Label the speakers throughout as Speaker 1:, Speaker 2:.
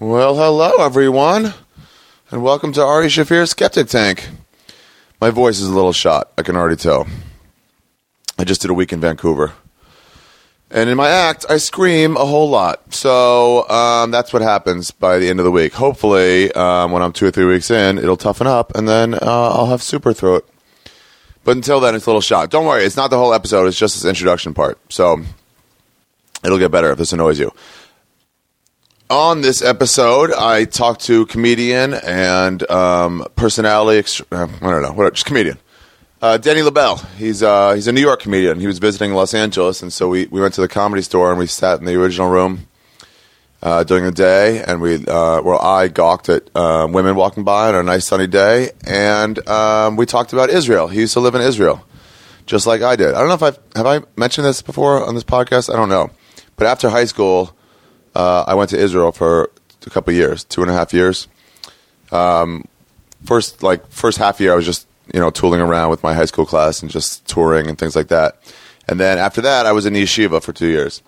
Speaker 1: Well, hello, everyone, and welcome to Ari Shafir's Skeptic Tank. My voice is a little shot, I can already tell. I just did a week in Vancouver. And in my act, I scream a whole lot. So um, that's what happens by the end of the week. Hopefully, um, when I'm two or three weeks in, it'll toughen up, and then uh, I'll have super throat. But until then, it's a little shot. Don't worry, it's not the whole episode, it's just this introduction part. So it'll get better if this annoys you. On this episode, I talked to comedian and um, personality. Ext- uh, I don't know, whatever, just comedian. Uh, Danny LaBelle. He's uh, he's a New York comedian. He was visiting Los Angeles, and so we, we went to the comedy store and we sat in the original room uh, during the day, and we uh, well I gawked at uh, women walking by on a nice sunny day, and um, we talked about Israel. He used to live in Israel, just like I did. I don't know if I've have I mentioned this before on this podcast. I don't know, but after high school. Uh, I went to Israel for a couple of years, two and a half years. Um, first, like first half year, I was just you know tooling around with my high school class and just touring and things like that. And then after that, I was in yeshiva for two years.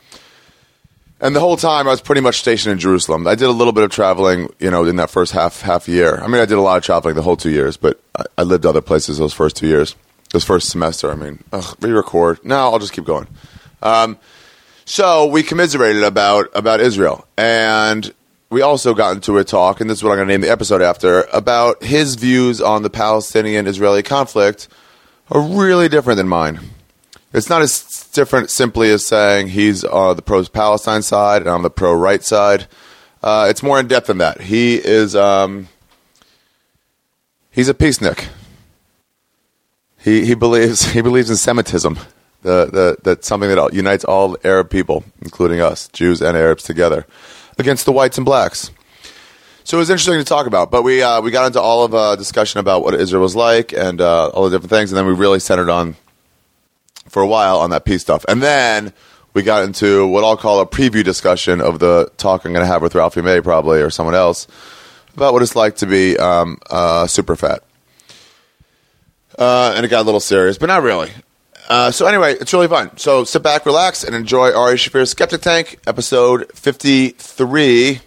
Speaker 1: And the whole time, I was pretty much stationed in Jerusalem. I did a little bit of traveling, you know, in that first half half year. I mean, I did a lot of traveling the whole two years, but I, I lived other places those first two years, this first semester. I mean, ugh, re-record. No, I'll just keep going. So we commiserated about about Israel, and we also got into a talk, and this is what I'm going to name the episode after, about his views on the Palestinian-Israeli conflict are really different than mine. It's not as different simply as saying he's uh, the pro-Palestine side and I'm the pro-right side. Uh, it's more in depth than that. He is um, he's a peace nick. He he believes he believes in Semitism, the, the that something that unites all Arab people, including us, Jews and Arabs together, against the whites and blacks. So it was interesting to talk about, but we uh, we got into all of a uh, discussion about what Israel was like and uh, all the different things, and then we really centered on for a while on that peace stuff, and then we got into what I'll call a preview discussion of the talk I'm going to have with Ralphie May probably or someone else about what it's like to be um, uh, super fat uh, and it got a little serious, but not really. Uh, so anyway, it's really fun. So sit back, relax, and enjoy Ari Shafir's Skeptic Tank, episode fifty-three.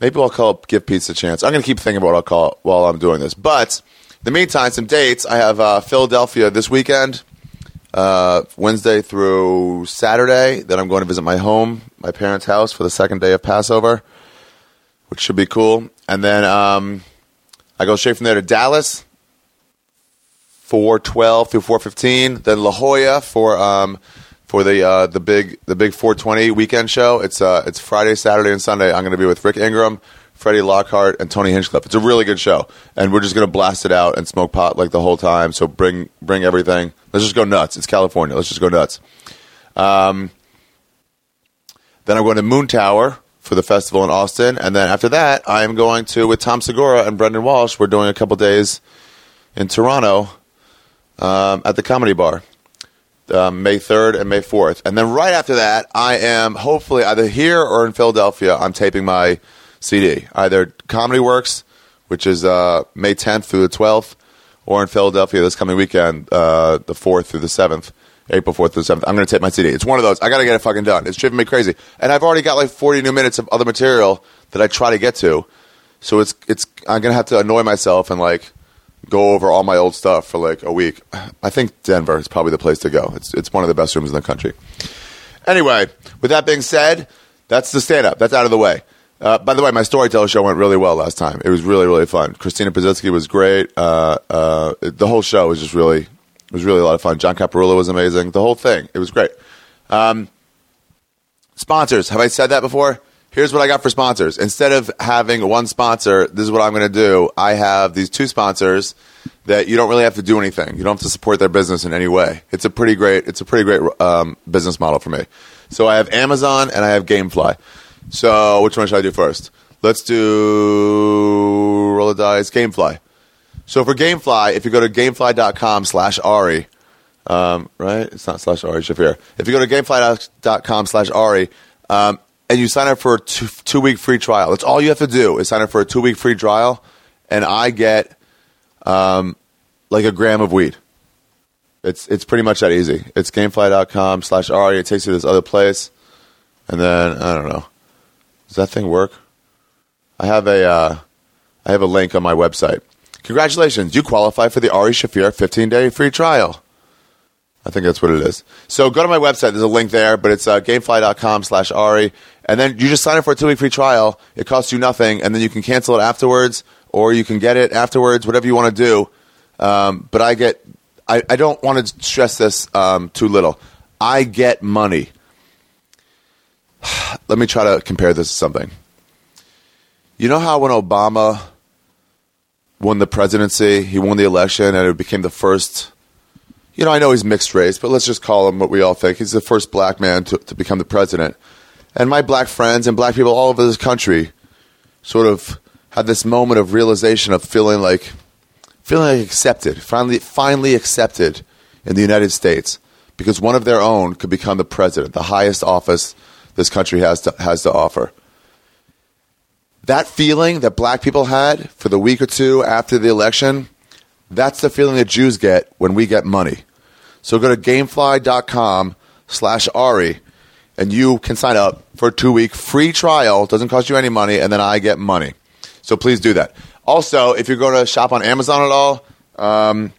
Speaker 1: Maybe I'll call give pizza a chance. I'm going to keep thinking about what I'll call it while I'm doing this. But in the meantime, some dates. I have uh, Philadelphia this weekend, uh, Wednesday through Saturday. Then I'm going to visit my home, my parents' house, for the second day of Passover, which should be cool. And then um, I go straight from there to Dallas four twelve through four fifteen. Then La Jolla for um for the uh, the big the big four twenty weekend show. It's uh it's Friday, Saturday, and Sunday. I'm going to be with Rick Ingram, Freddie Lockhart, and Tony Hinchcliffe. It's a really good show, and we're just going to blast it out and smoke pot like the whole time. So bring bring everything. Let's just go nuts. It's California. Let's just go nuts. Um, Then I'm going to Moon Tower for the festival in Austin, and then after that, I am going to with Tom Segura and Brendan Walsh. We're doing a couple days in Toronto um, at the Comedy Bar, um, May 3rd and May 4th. And then right after that, I am hopefully either here or in Philadelphia. I'm taping my CD, either Comedy Works, which is uh, May 10th through the 12th, or in Philadelphia this coming weekend, uh, the 4th through the 7th. April 4th through the 7th. I'm going to tape my CD. It's one of those. I got to get it fucking done. It's driving me crazy. And I've already got like 40 new minutes of other material that I try to get to. So it's it's I'm gonna have to annoy myself and like go over all my old stuff for like a week. I think Denver is probably the place to go. It's it's one of the best rooms in the country. Anyway, with that being said, that's the stand up. That's out of the way. Uh, by the way, my storyteller show went really well last time. It was really really fun. Christina Pazitsky was great. Uh, uh, it- the whole show was just really it was really a lot of fun. John Caparula was amazing. The whole thing. It was great. Sponsors. Have I said that before? Here's what I got for sponsors. Instead of having one sponsor, this is what I'm going to do. I have these two sponsors that you don't really have to do anything. You don't have to support their business in any way. It's a pretty great. It's a pretty great um, business model for me. So I have Amazon and I have GameFly. So which one should I do first? Let's do roll the dice. GameFly. So for GameFly, if you go to gamefly.com slash Ari, um, right? It's not slash Ari Shafir. If you go to gamefly.com slash Ari um, and you sign up for a two, two week free trial, that's all you have to do is sign up for a two week free trial, and I get um, like a gram of weed. It's, it's pretty much that easy. It's gamefly.com slash Ari. It takes you to this other place. And then, I don't know. Does that thing work? I have a uh, I have a link on my website. Congratulations, you qualify for the Ari Shafir 15 day free trial. I think that's what it is. So go to my website. There's a link there, but it's uh, gamefly.com slash Ari. And then you just sign up for a two week free trial. It costs you nothing. And then you can cancel it afterwards or you can get it afterwards, whatever you want to do. Um, but I get, I, I don't want to stress this um, too little. I get money. Let me try to compare this to something. You know how when Obama won the presidency, he won the election, and it became the first you know, I know he's mixed race, but let's just call him what we all think. He's the first black man to, to become the president. And my black friends and black people all over this country sort of had this moment of realization of feeling like feeling like accepted, finally finally accepted in the United States because one of their own could become the president, the highest office this country has to, has to offer. That feeling that black people had for the week or two after the election, that's the feeling that Jews get when we get money. So go to gamefly.com slash Ari and you can sign up for a two week free trial. Doesn't cost you any money, and then I get money. So please do that. Also, if you're going to shop on Amazon at all, um,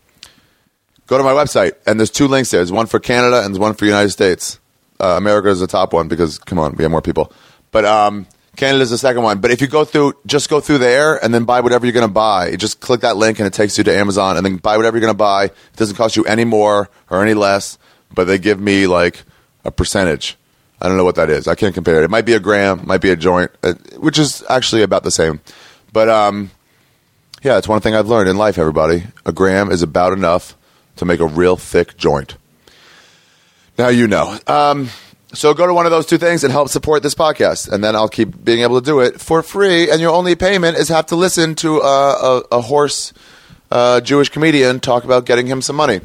Speaker 1: go to my website and there's two links there. There's one for Canada and there's one for United States. Uh, America is the top one because come on, we have more people. But um, Canada's the second one. But if you go through, just go through there and then buy whatever you're going to buy. You Just click that link and it takes you to Amazon and then buy whatever you're going to buy. It doesn't cost you any more or any less, but they give me like a percentage. I don't know what that is. I can't compare it. It might be a gram, might be a joint, uh, which is actually about the same. But um, yeah, it's one thing I've learned in life, everybody. A gram is about enough to make a real thick joint. Now you know. Um, so go to one of those two things and help support this podcast, and then I'll keep being able to do it for free. And your only payment is have to listen to uh, a, a horse uh, Jewish comedian talk about getting him some money.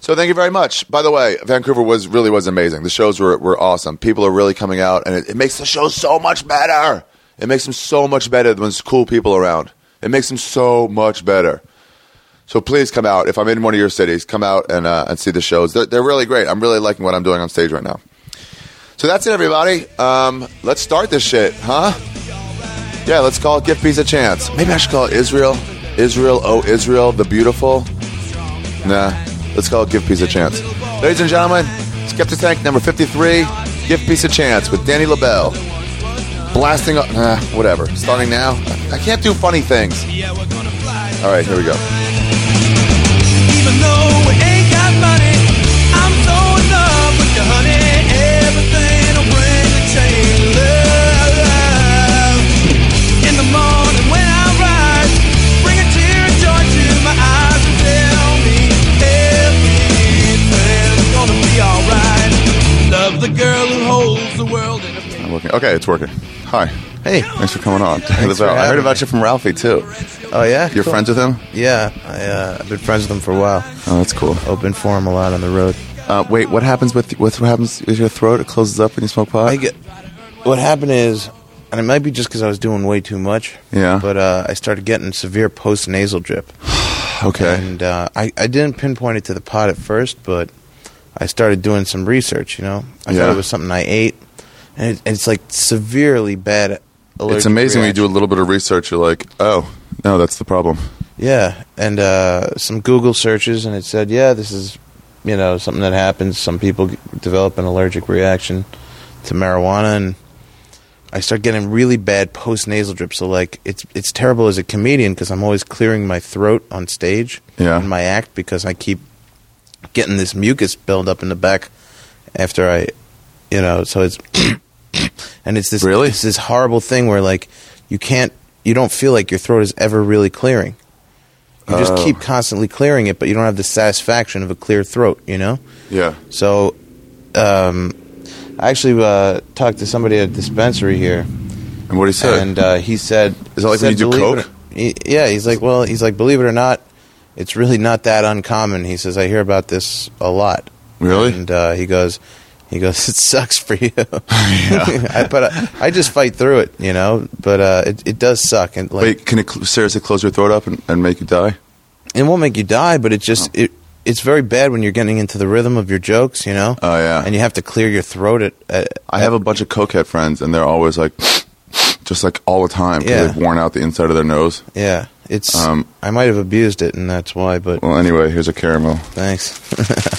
Speaker 1: So thank you very much. By the way, Vancouver was really was amazing. The shows were were awesome. People are really coming out, and it, it makes the show so much better. It makes them so much better when there's cool people around. It makes them so much better. So please come out if I'm in one of your cities. Come out and uh, and see the shows. They're, they're really great. I'm really liking what I'm doing on stage right now. So that's it, everybody. Um, let's start this shit, huh? Yeah, let's call it Give Peace a Chance. Maybe I should call it Israel. Israel, oh Israel, the beautiful. Nah, let's call it Give Peace a Chance. Ladies and gentlemen, Skeptic Tank number 53, Give Peace a Chance with Danny LaBelle. Blasting up, nah, whatever. Starting now. I can't do funny things.
Speaker 2: Yeah, we're gonna fly.
Speaker 1: All right, here we go.
Speaker 2: Even though we ain't got money, I'm so in love with you, honey. Everything will bring a change of love. In the morning when I rise, bring a tear of joy to my eyes and tell me everything's gonna be alright. Love the girl who holds the world in a
Speaker 1: I'm working. Okay, it's working. Hi.
Speaker 3: Hey.
Speaker 1: Thanks for coming on.
Speaker 3: for
Speaker 1: I heard
Speaker 3: having
Speaker 1: about you from Ralphie, too.
Speaker 3: Oh yeah.
Speaker 1: You're
Speaker 3: Cool.
Speaker 1: friends with him?
Speaker 3: Yeah, I, uh, I've been friends with him for a while.
Speaker 1: Oh, that's cool.
Speaker 3: Open for him a lot on the road.
Speaker 1: Uh, wait, what happens with what's what happens with your throat? It closes up when you smoke pot.
Speaker 3: I get. What happened is, and it might be just because I was doing way too much.
Speaker 1: Yeah.
Speaker 3: But uh, I started getting severe post nasal drip,
Speaker 1: okay.
Speaker 3: and uh, I I didn't pinpoint it to the pot at first, but I started doing some research. You know, I
Speaker 1: Yeah.
Speaker 3: thought it was something I ate, and, it, and it's like severely bad.
Speaker 1: it's
Speaker 3: allergic
Speaker 1: amazing when you do
Speaker 3: reaction.
Speaker 1: a little bit of research. You're like, oh, no, that's the problem.
Speaker 3: Yeah, and uh, some Google searches, and it said, yeah, this is, you know, something that happens. Some people g- develop an allergic reaction to marijuana, and I start getting really bad post nasal drip. So like, it's it's terrible as a comedian because I'm always clearing my throat on stage
Speaker 1: Yeah.
Speaker 3: in my act because I keep getting this mucus build up in the back after I, you know, so it's and it's this
Speaker 1: Really?
Speaker 3: it's this horrible thing where like you can't you don't feel like your throat is ever really clearing. You just
Speaker 1: Oh.
Speaker 3: keep constantly clearing it, but you don't have the satisfaction of a clear throat, you know?
Speaker 1: Yeah.
Speaker 3: So, um, I actually uh, talked to somebody at a dispensary here,
Speaker 1: And what he said.
Speaker 3: and uh, he said,
Speaker 1: Is that like
Speaker 3: said,
Speaker 1: when you do
Speaker 3: "Believe
Speaker 1: coke?"
Speaker 3: it or- he- yeah, he's like, well, he's like, believe it or not, it's really not that uncommon. He says, I hear about this a lot.
Speaker 1: Really?
Speaker 3: And uh, he goes, he goes, it sucks for you.
Speaker 1: Yeah.
Speaker 3: I, but I, I just fight through it, you know. But uh, it it does suck, and like,
Speaker 1: wait, can it cl- seriously close your throat up and, and make you die?
Speaker 3: it won't make you die, but it just it it's very bad when you're getting into the rhythm of your jokes, you know.
Speaker 1: Oh, yeah.
Speaker 3: and you have to clear your throat. At, at
Speaker 1: I have a bunch of cokehead friends, and they're always like, just like all the time because
Speaker 3: Yeah.
Speaker 1: they've worn out the inside of their nose.
Speaker 3: Yeah, it's.
Speaker 1: Um,
Speaker 3: I might have abused it, and that's why. But
Speaker 1: Well, anyway, here's a caramel.
Speaker 3: thanks.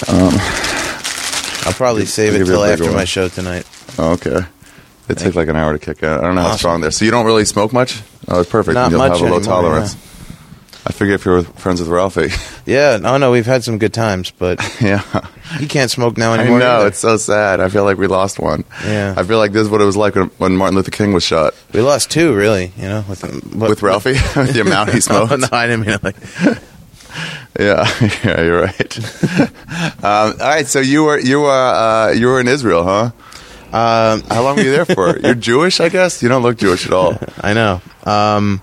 Speaker 3: I'll probably save
Speaker 1: I'll
Speaker 3: it
Speaker 1: give you a
Speaker 3: till
Speaker 1: big
Speaker 3: after
Speaker 1: one.
Speaker 3: my show tonight.
Speaker 1: Oh, okay. It takes like an hour to kick out. I don't know how
Speaker 3: Awesome.
Speaker 1: strong they're. So you don't really smoke much? Oh, it's perfect.
Speaker 3: Not
Speaker 1: You'll
Speaker 3: much
Speaker 1: have a low
Speaker 3: anymore,
Speaker 1: tolerance. I figure if you're with, friends with Ralphie.
Speaker 3: Yeah, no, no, we've had some good times, but
Speaker 1: yeah.
Speaker 3: he can't smoke now
Speaker 1: I
Speaker 3: anymore.
Speaker 1: know
Speaker 3: either.
Speaker 1: it's so sad. I feel like we lost one.
Speaker 3: Yeah.
Speaker 1: I feel like this is what it was like when, when Martin Luther King was shot
Speaker 3: we lost two, really. You know, with but,
Speaker 1: with Ralphie. the amount Oh, he
Speaker 3: No,
Speaker 1: smoked.
Speaker 3: no, I didn't mean it like.
Speaker 1: Yeah, yeah, you're right. um, all right, so you were you were uh, you were in Israel, huh?
Speaker 3: Um,
Speaker 1: How long were you there for? you're Jewish, I guess. You don't look Jewish at all.
Speaker 3: I know. Um,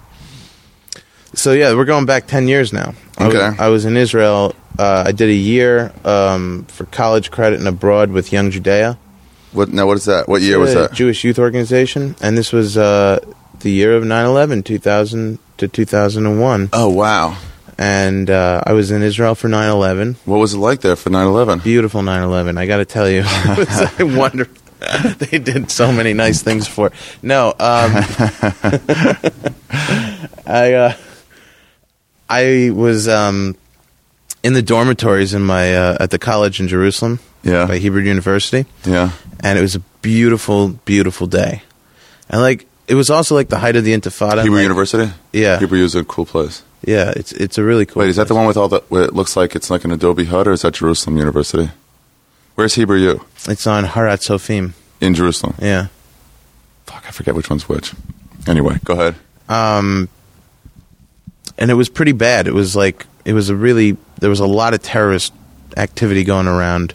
Speaker 3: so yeah, we're going back ten years now. I was-
Speaker 1: Okay.
Speaker 3: I was in Israel. Uh, I did a year um, for college credit and abroad with Young Judea.
Speaker 1: What now? What is that? What year was
Speaker 3: a
Speaker 1: that?
Speaker 3: Jewish youth organization, and this was uh, the year of 9/11, 2000 to 2001.
Speaker 1: Oh wow!
Speaker 3: And uh, I was in Israel for 9/11.
Speaker 1: What was it like there for 9/11?
Speaker 3: Beautiful 9/11. I got to tell you, I wonder they did so many nice things for. it. No, um, I uh, I was um, in the dormitories in my uh, at the college in Jerusalem,
Speaker 1: Yeah.
Speaker 3: by Hebrew University
Speaker 1: Yeah,
Speaker 3: and it was a beautiful, beautiful day. And like it was also like the height of the Intifada.
Speaker 1: Hebrew
Speaker 3: like-
Speaker 1: University.
Speaker 3: Yeah,
Speaker 1: Hebrew is a cool place.
Speaker 3: yeah. It's it's a really cool.
Speaker 1: Wait, is that the one with all the? Where it looks like it's like an Adobe hut, or is that Jerusalem University? Where's Hebrew U
Speaker 3: It's on Harat Sofim.
Speaker 1: in Jerusalem?
Speaker 3: Yeah.
Speaker 1: Fuck, I forget which one's which. Anyway, go ahead.
Speaker 3: Um, and it was pretty bad. It was like it was a really there was a lot of terrorist activity going around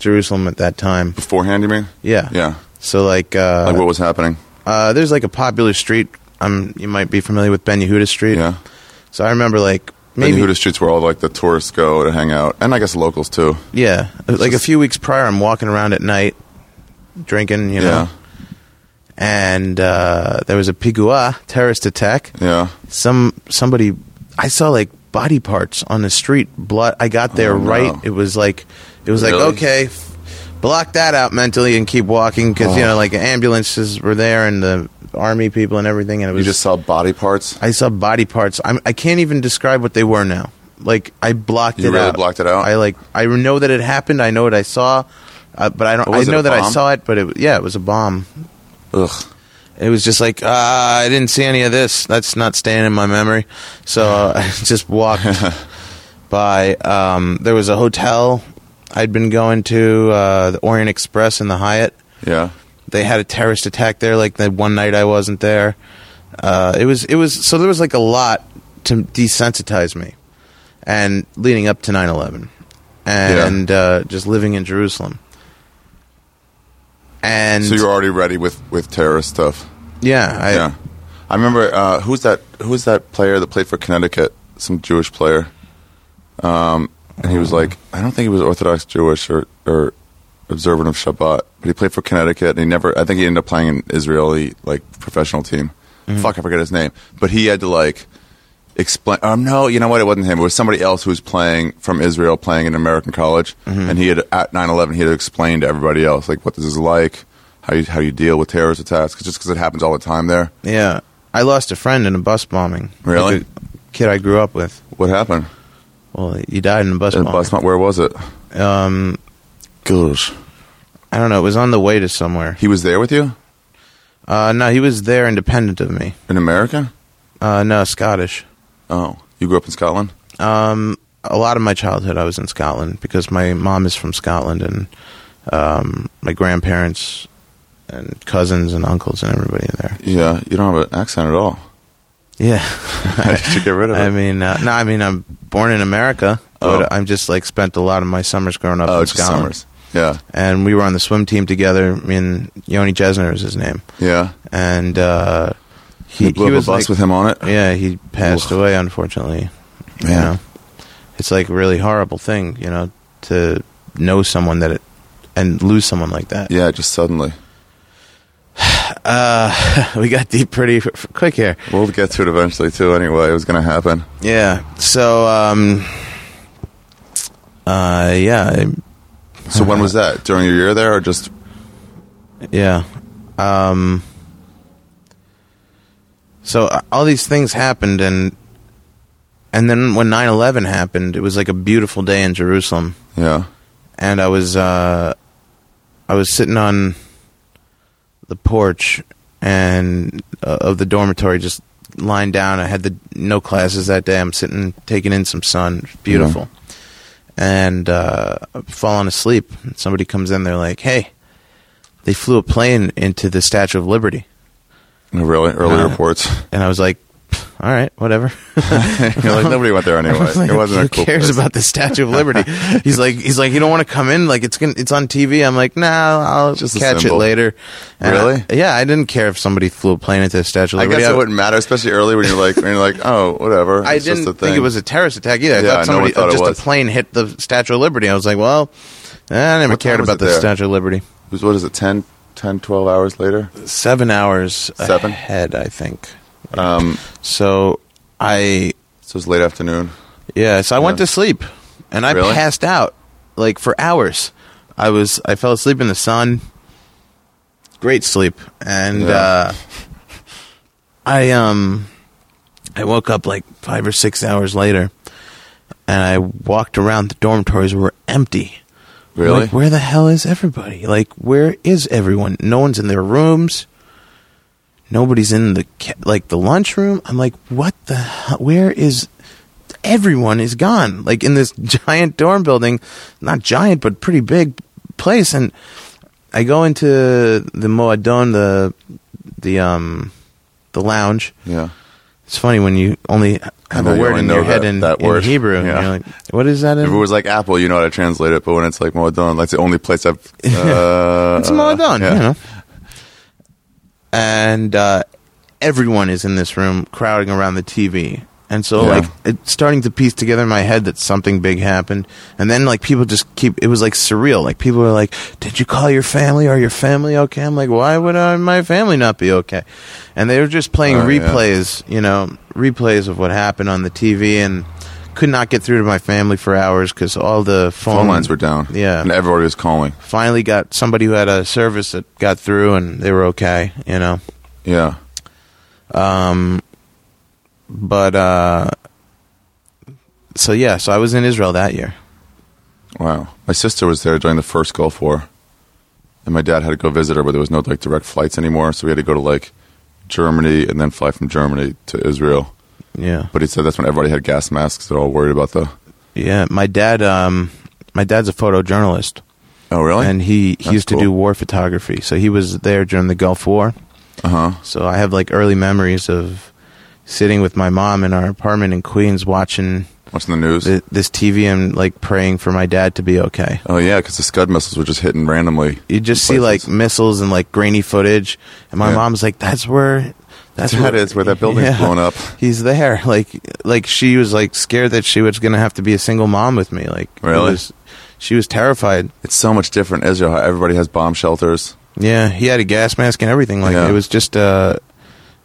Speaker 3: Jerusalem at that time.
Speaker 1: Beforehand, you mean?
Speaker 3: Yeah.
Speaker 1: Yeah.
Speaker 3: So like, uh,
Speaker 1: Like what was happening?
Speaker 3: uh, there's like a popular street. Um, you might be familiar with Ben Yehuda Street.
Speaker 1: Yeah.
Speaker 3: So I remember like
Speaker 1: Maybe.
Speaker 3: maybe
Speaker 1: And Yehuda Street's where all like the tourists go to hang out, and I guess locals too.
Speaker 3: Yeah, like a
Speaker 1: just-
Speaker 3: few weeks prior, I'm walking around at night, drinking, you
Speaker 1: Yeah,
Speaker 3: know, and uh, there was a pigua terrorist attack.
Speaker 1: yeah.
Speaker 3: Some somebody, I saw like body parts on the street. Blood. I got there
Speaker 1: Oh, no.
Speaker 3: right. It was like, it was
Speaker 1: Really?
Speaker 3: like okay, f- block that out mentally and keep walking because you
Speaker 1: Oh.
Speaker 3: know like ambulances were there and the army people and everything. And it
Speaker 1: You
Speaker 3: was
Speaker 1: just saw body parts.
Speaker 3: I saw body parts. I'm, I can't even describe what they were now. Like I blocked
Speaker 1: You
Speaker 3: it
Speaker 1: really
Speaker 3: out.
Speaker 1: blocked it out?
Speaker 3: I like I know that it happened. I know what I saw, uh, but I don't.
Speaker 1: What
Speaker 3: I
Speaker 1: was it,
Speaker 3: know
Speaker 1: a
Speaker 3: that I
Speaker 1: bomb?
Speaker 3: saw it, but it yeah, it was a bomb.
Speaker 1: Ugh.
Speaker 3: It was just like ah, I didn't see any of this. That's not staying in my memory. So uh, I just walked by. Um, there was a hotel I'd been going to, uh, the Orient Express in the Hyatt
Speaker 1: Yeah.
Speaker 3: they had a terrorist attack there like the one night i wasn't there uh, it was it was so there was like a lot to desensitize me and leading up to 9-11 and uh, just living in jerusalem and
Speaker 1: So you're already ready with with terrorist stuff.
Speaker 3: yeah i
Speaker 1: yeah. I remember uh, who's that? Who's that player that played for Connecticut? Some Jewish player. Um, and he was like, I don't think he was Orthodox Jewish or or observant of Shabbat, but he played for Connecticut, and he never. I think he ended up playing in Israeli like professional team. Fuck, I forget his name, but he had to like explain. Um, no, you know what? It wasn't him. It was somebody else who was playing from Israel, playing in an American college, and he had at 9-11, he had explained to everybody else like what this is like. How you, how you deal with terrorist attacks? 'cause just because it happens all the time there,
Speaker 3: yeah i lost a friend in a bus bombing
Speaker 1: Really?
Speaker 3: Like a kid i grew up with
Speaker 1: What happened?
Speaker 3: well he died in a bus
Speaker 1: In a
Speaker 3: bombing
Speaker 1: bus mo- where was it?
Speaker 3: um,
Speaker 1: Gosh.
Speaker 3: i don't know it was on the way to somewhere
Speaker 1: He was there with you?
Speaker 3: uh, no he was there independent of me
Speaker 1: In America?
Speaker 3: uh, no scottish
Speaker 1: Oh. You grew up in Scotland?
Speaker 3: Um, a lot of my childhood, I was in Scotland because my mom is from Scotland, and um, my grandparents and cousins and uncles and everybody there.
Speaker 1: Yeah. You don't have an accent at all.
Speaker 3: Yeah,
Speaker 1: I should get rid of it.
Speaker 3: I mean, uh, no, I mean, I'm born in America, but
Speaker 1: Oh.
Speaker 3: I'm just like spent a lot of my summers growing up
Speaker 1: oh,
Speaker 3: in
Speaker 1: it's just
Speaker 3: Scotland.
Speaker 1: summers. Yeah.
Speaker 3: And we were on the swim team together. I mean, Yoni Jesner is his name,
Speaker 1: Yeah.
Speaker 3: and uh, he,
Speaker 1: You blew
Speaker 3: he
Speaker 1: up
Speaker 3: was
Speaker 1: a bus
Speaker 3: like-
Speaker 1: with him on it?
Speaker 3: Yeah, he passed
Speaker 1: Oof.
Speaker 3: away, unfortunately. You
Speaker 1: Man.
Speaker 3: know, it's like a really horrible thing, you know, to know someone that it, and lose someone like that.
Speaker 1: Yeah, just suddenly.
Speaker 3: we got deep pretty f- f- quick here.
Speaker 1: We'll get to it eventually, too, anyway. It was going to happen.
Speaker 3: Yeah. So, um, uh, yeah,
Speaker 1: So when was that? During your year there or just.
Speaker 3: I- yeah. Um, So uh, all these things happened, and and then when 9-11 happened, it was like a beautiful day in Jerusalem,
Speaker 1: Yeah.
Speaker 3: and I was uh, I was sitting on the porch and uh, of the dormitory, just lying down. I had the no classes that day. I'm sitting taking in some sun, beautiful, and uh, I'm falling asleep. Somebody comes in, they're like, "Hey, they flew a plane into the Statue of Liberty."
Speaker 1: Really? Early
Speaker 3: Uh,
Speaker 1: reports.
Speaker 3: And I was like, all right, whatever.
Speaker 1: You're like, nobody went there anyway.
Speaker 3: Like,
Speaker 1: it wasn't
Speaker 3: who
Speaker 1: a cool
Speaker 3: cares
Speaker 1: place.
Speaker 3: about the Statue of Liberty? he's like, he's like, you don't want to come in. Like it's gonna, it's on TV. I'm like, nah, I'll
Speaker 1: Just
Speaker 3: just
Speaker 1: a
Speaker 3: catch it
Speaker 1: symbol.
Speaker 3: later. I-
Speaker 1: Really?
Speaker 3: yeah, I didn't care if somebody flew a plane into the Statue of
Speaker 1: I
Speaker 3: Liberty.
Speaker 1: guess it wouldn't matter, especially early when you're like, when you're like, oh, whatever.
Speaker 3: I
Speaker 1: It's just
Speaker 3: didn't
Speaker 1: a
Speaker 3: think it
Speaker 1: thing.
Speaker 3: was a terrorist attack either. I
Speaker 1: Yeah,
Speaker 3: thought
Speaker 1: no one
Speaker 3: somebody
Speaker 1: thought it
Speaker 3: just
Speaker 1: was.
Speaker 3: a plane hit the Statue of Liberty. I was like, well, eh, I never
Speaker 1: What time
Speaker 3: cared
Speaker 1: was
Speaker 3: about
Speaker 1: it
Speaker 3: the
Speaker 1: there?
Speaker 3: Statue of Liberty.
Speaker 1: It was, what is it, 10, 10 12 hours later?
Speaker 3: Seven hours
Speaker 1: Seven?
Speaker 3: ahead, I think.
Speaker 1: Um,
Speaker 3: So I
Speaker 1: so it was late afternoon.
Speaker 3: Yeah, so I went
Speaker 1: Yeah.
Speaker 3: to sleep and I
Speaker 1: Really?
Speaker 3: passed out like for hours. I was I fell asleep in the sun. Great sleep. And
Speaker 1: Yeah.
Speaker 3: uh I um I woke up like 5 or 6 hours later and I walked around the dormitories were empty.
Speaker 1: Really?
Speaker 3: Like where the hell is everybody? Like where is everyone? No one's in their rooms. Nobody's in the ca- like the lunchroom. I'm like, what the? hell? Where is everyone? Is gone like in this giant dorm building, not giant but pretty big place. And I go into the moadon, the the um the lounge.
Speaker 1: yeah.
Speaker 3: It's funny when you only have
Speaker 1: know,
Speaker 3: a
Speaker 1: you
Speaker 3: word
Speaker 1: only
Speaker 3: in
Speaker 1: know
Speaker 3: your head
Speaker 1: that-
Speaker 3: in,
Speaker 1: that
Speaker 3: in
Speaker 1: word.
Speaker 3: Hebrew.
Speaker 1: Yeah.
Speaker 3: And you're like, what is that? In?
Speaker 1: If it was like Apple, you know how to translate it, but when it's like Moadon, like the only place I've. Uh,
Speaker 3: It's more done,
Speaker 1: yeah.
Speaker 3: you know. And uh, everyone is in this room crowding around the TV. And so,
Speaker 1: Yeah.
Speaker 3: like, it's starting to piece together in my head that something big happened. And then, like, people just keep, it was like surreal. Like, people were like, Did you call your family? Are your family okay? I'm like, Why would uh, my family not be okay? And they were just playing
Speaker 1: Oh, yeah.
Speaker 3: replays, you know, replays of what happened on the TV. And could not get through to my family for hours because all the phone,
Speaker 1: Phone lines were down.
Speaker 3: Yeah
Speaker 1: And everybody was calling.
Speaker 3: finally got somebody who had a service that got through and they were okay, you know.
Speaker 1: Yeah.
Speaker 3: But uh so yeah, so I was in Israel that year.
Speaker 1: Wow. My sister was there during the first Gulf War, and my dad had to go visit her, but there was no like direct flights anymore, so we had to go to like Germany and then fly from Germany to Israel.
Speaker 3: Yeah.
Speaker 1: But he said that's when everybody had gas masks. They're all worried about the.
Speaker 3: Yeah, my dad um my dad's a photojournalist
Speaker 1: Oh, really?
Speaker 3: and he, he
Speaker 1: That's
Speaker 3: used to
Speaker 1: cool.
Speaker 3: do war photography. So he was there during the Gulf War.
Speaker 1: uh huh.
Speaker 3: So I have like early memories of sitting with my mom in our apartment in Queens watching
Speaker 1: Watching the news.
Speaker 3: th- this TV and like praying for my dad to be okay.
Speaker 1: oh yeah, because the Scud missiles were just hitting randomly.
Speaker 3: you just see like
Speaker 1: places.
Speaker 3: missiles and like grainy footage and my
Speaker 1: Yeah.
Speaker 3: mom's like that's where that's
Speaker 1: That is where that building's blown up.
Speaker 3: he's there like like she was like scared that she was gonna have to be a single mom with me like it
Speaker 1: Really?
Speaker 3: was- she was terrified
Speaker 1: It's so much different in Israel. How everybody has bomb shelters.
Speaker 3: yeah he had a gas mask and everything like
Speaker 1: Yeah.
Speaker 3: it was just uh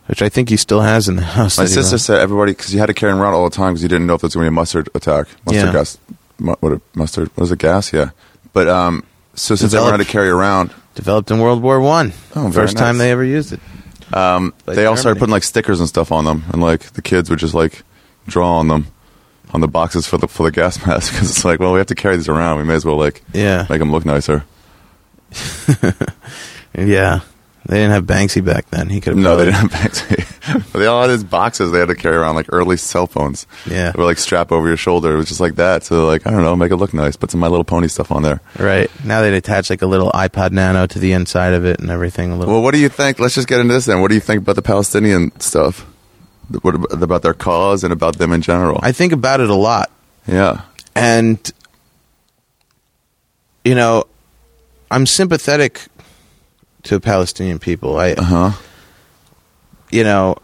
Speaker 3: which i think he still has in the house
Speaker 1: My
Speaker 3: that he
Speaker 1: sister
Speaker 3: left.
Speaker 1: said everybody because you had to carry them around all the time because you didn't know if there was going to be a mustard attack, mustard
Speaker 3: Yeah.
Speaker 1: gas, mu- what a, mustard was it gas? Yeah, but um, so since
Speaker 3: Develop-
Speaker 1: everyone had to carry around,
Speaker 3: developed in world war one
Speaker 1: Oh, very
Speaker 3: first time
Speaker 1: nice.
Speaker 3: they ever used it
Speaker 1: um,
Speaker 3: Like
Speaker 1: they all started
Speaker 3: Germany.
Speaker 1: putting like stickers and stuff on them, and like the kids would just like draw on them on the boxes for the for the gas mask because it's like, well, we have to carry these around. We may as well like
Speaker 3: yeah
Speaker 1: make them look nicer.
Speaker 3: yeah they didn't have banksy back then he could have
Speaker 1: No, they didn't have bags. but they all had these boxes they had to carry around, like early cell phones.
Speaker 3: Yeah.
Speaker 1: They were like strap over your shoulder. It was just like that. So like, I don't know, make it look nice. Put some My Little Pony stuff on there.
Speaker 3: Right. Now they'd attach like a little iPod Nano to the inside of it and everything. A little.
Speaker 1: Well, what do you think? Let's just get into this then. What do you think about the Palestinian stuff? What ab- about their cause and about them in general?
Speaker 3: I think about it a lot.
Speaker 1: yeah.
Speaker 3: And, you know, I'm sympathetic to Palestinian people. I,
Speaker 1: Uh huh.
Speaker 3: you know,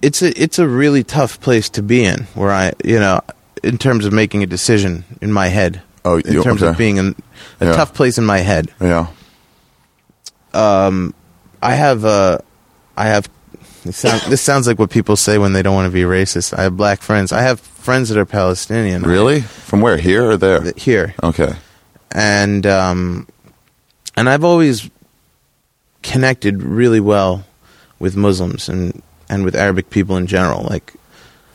Speaker 3: it's a it's a really tough place to be in. Where I, you know, in terms of making a decision in my head.
Speaker 1: Oh,
Speaker 3: in
Speaker 1: you-
Speaker 3: terms
Speaker 1: okay.
Speaker 3: of being in a
Speaker 1: Yeah.
Speaker 3: tough place in my head.
Speaker 1: Yeah.
Speaker 3: I have uh, I have. This sounds, this sounds like what people say when they don't want to be racist. I have black friends. I have friends that are Palestinian.
Speaker 1: Really? From where? Here or there?
Speaker 3: Here
Speaker 1: Okay.
Speaker 3: and um, and I've always connected really well with Muslims, and and with Arabic people in general. Like,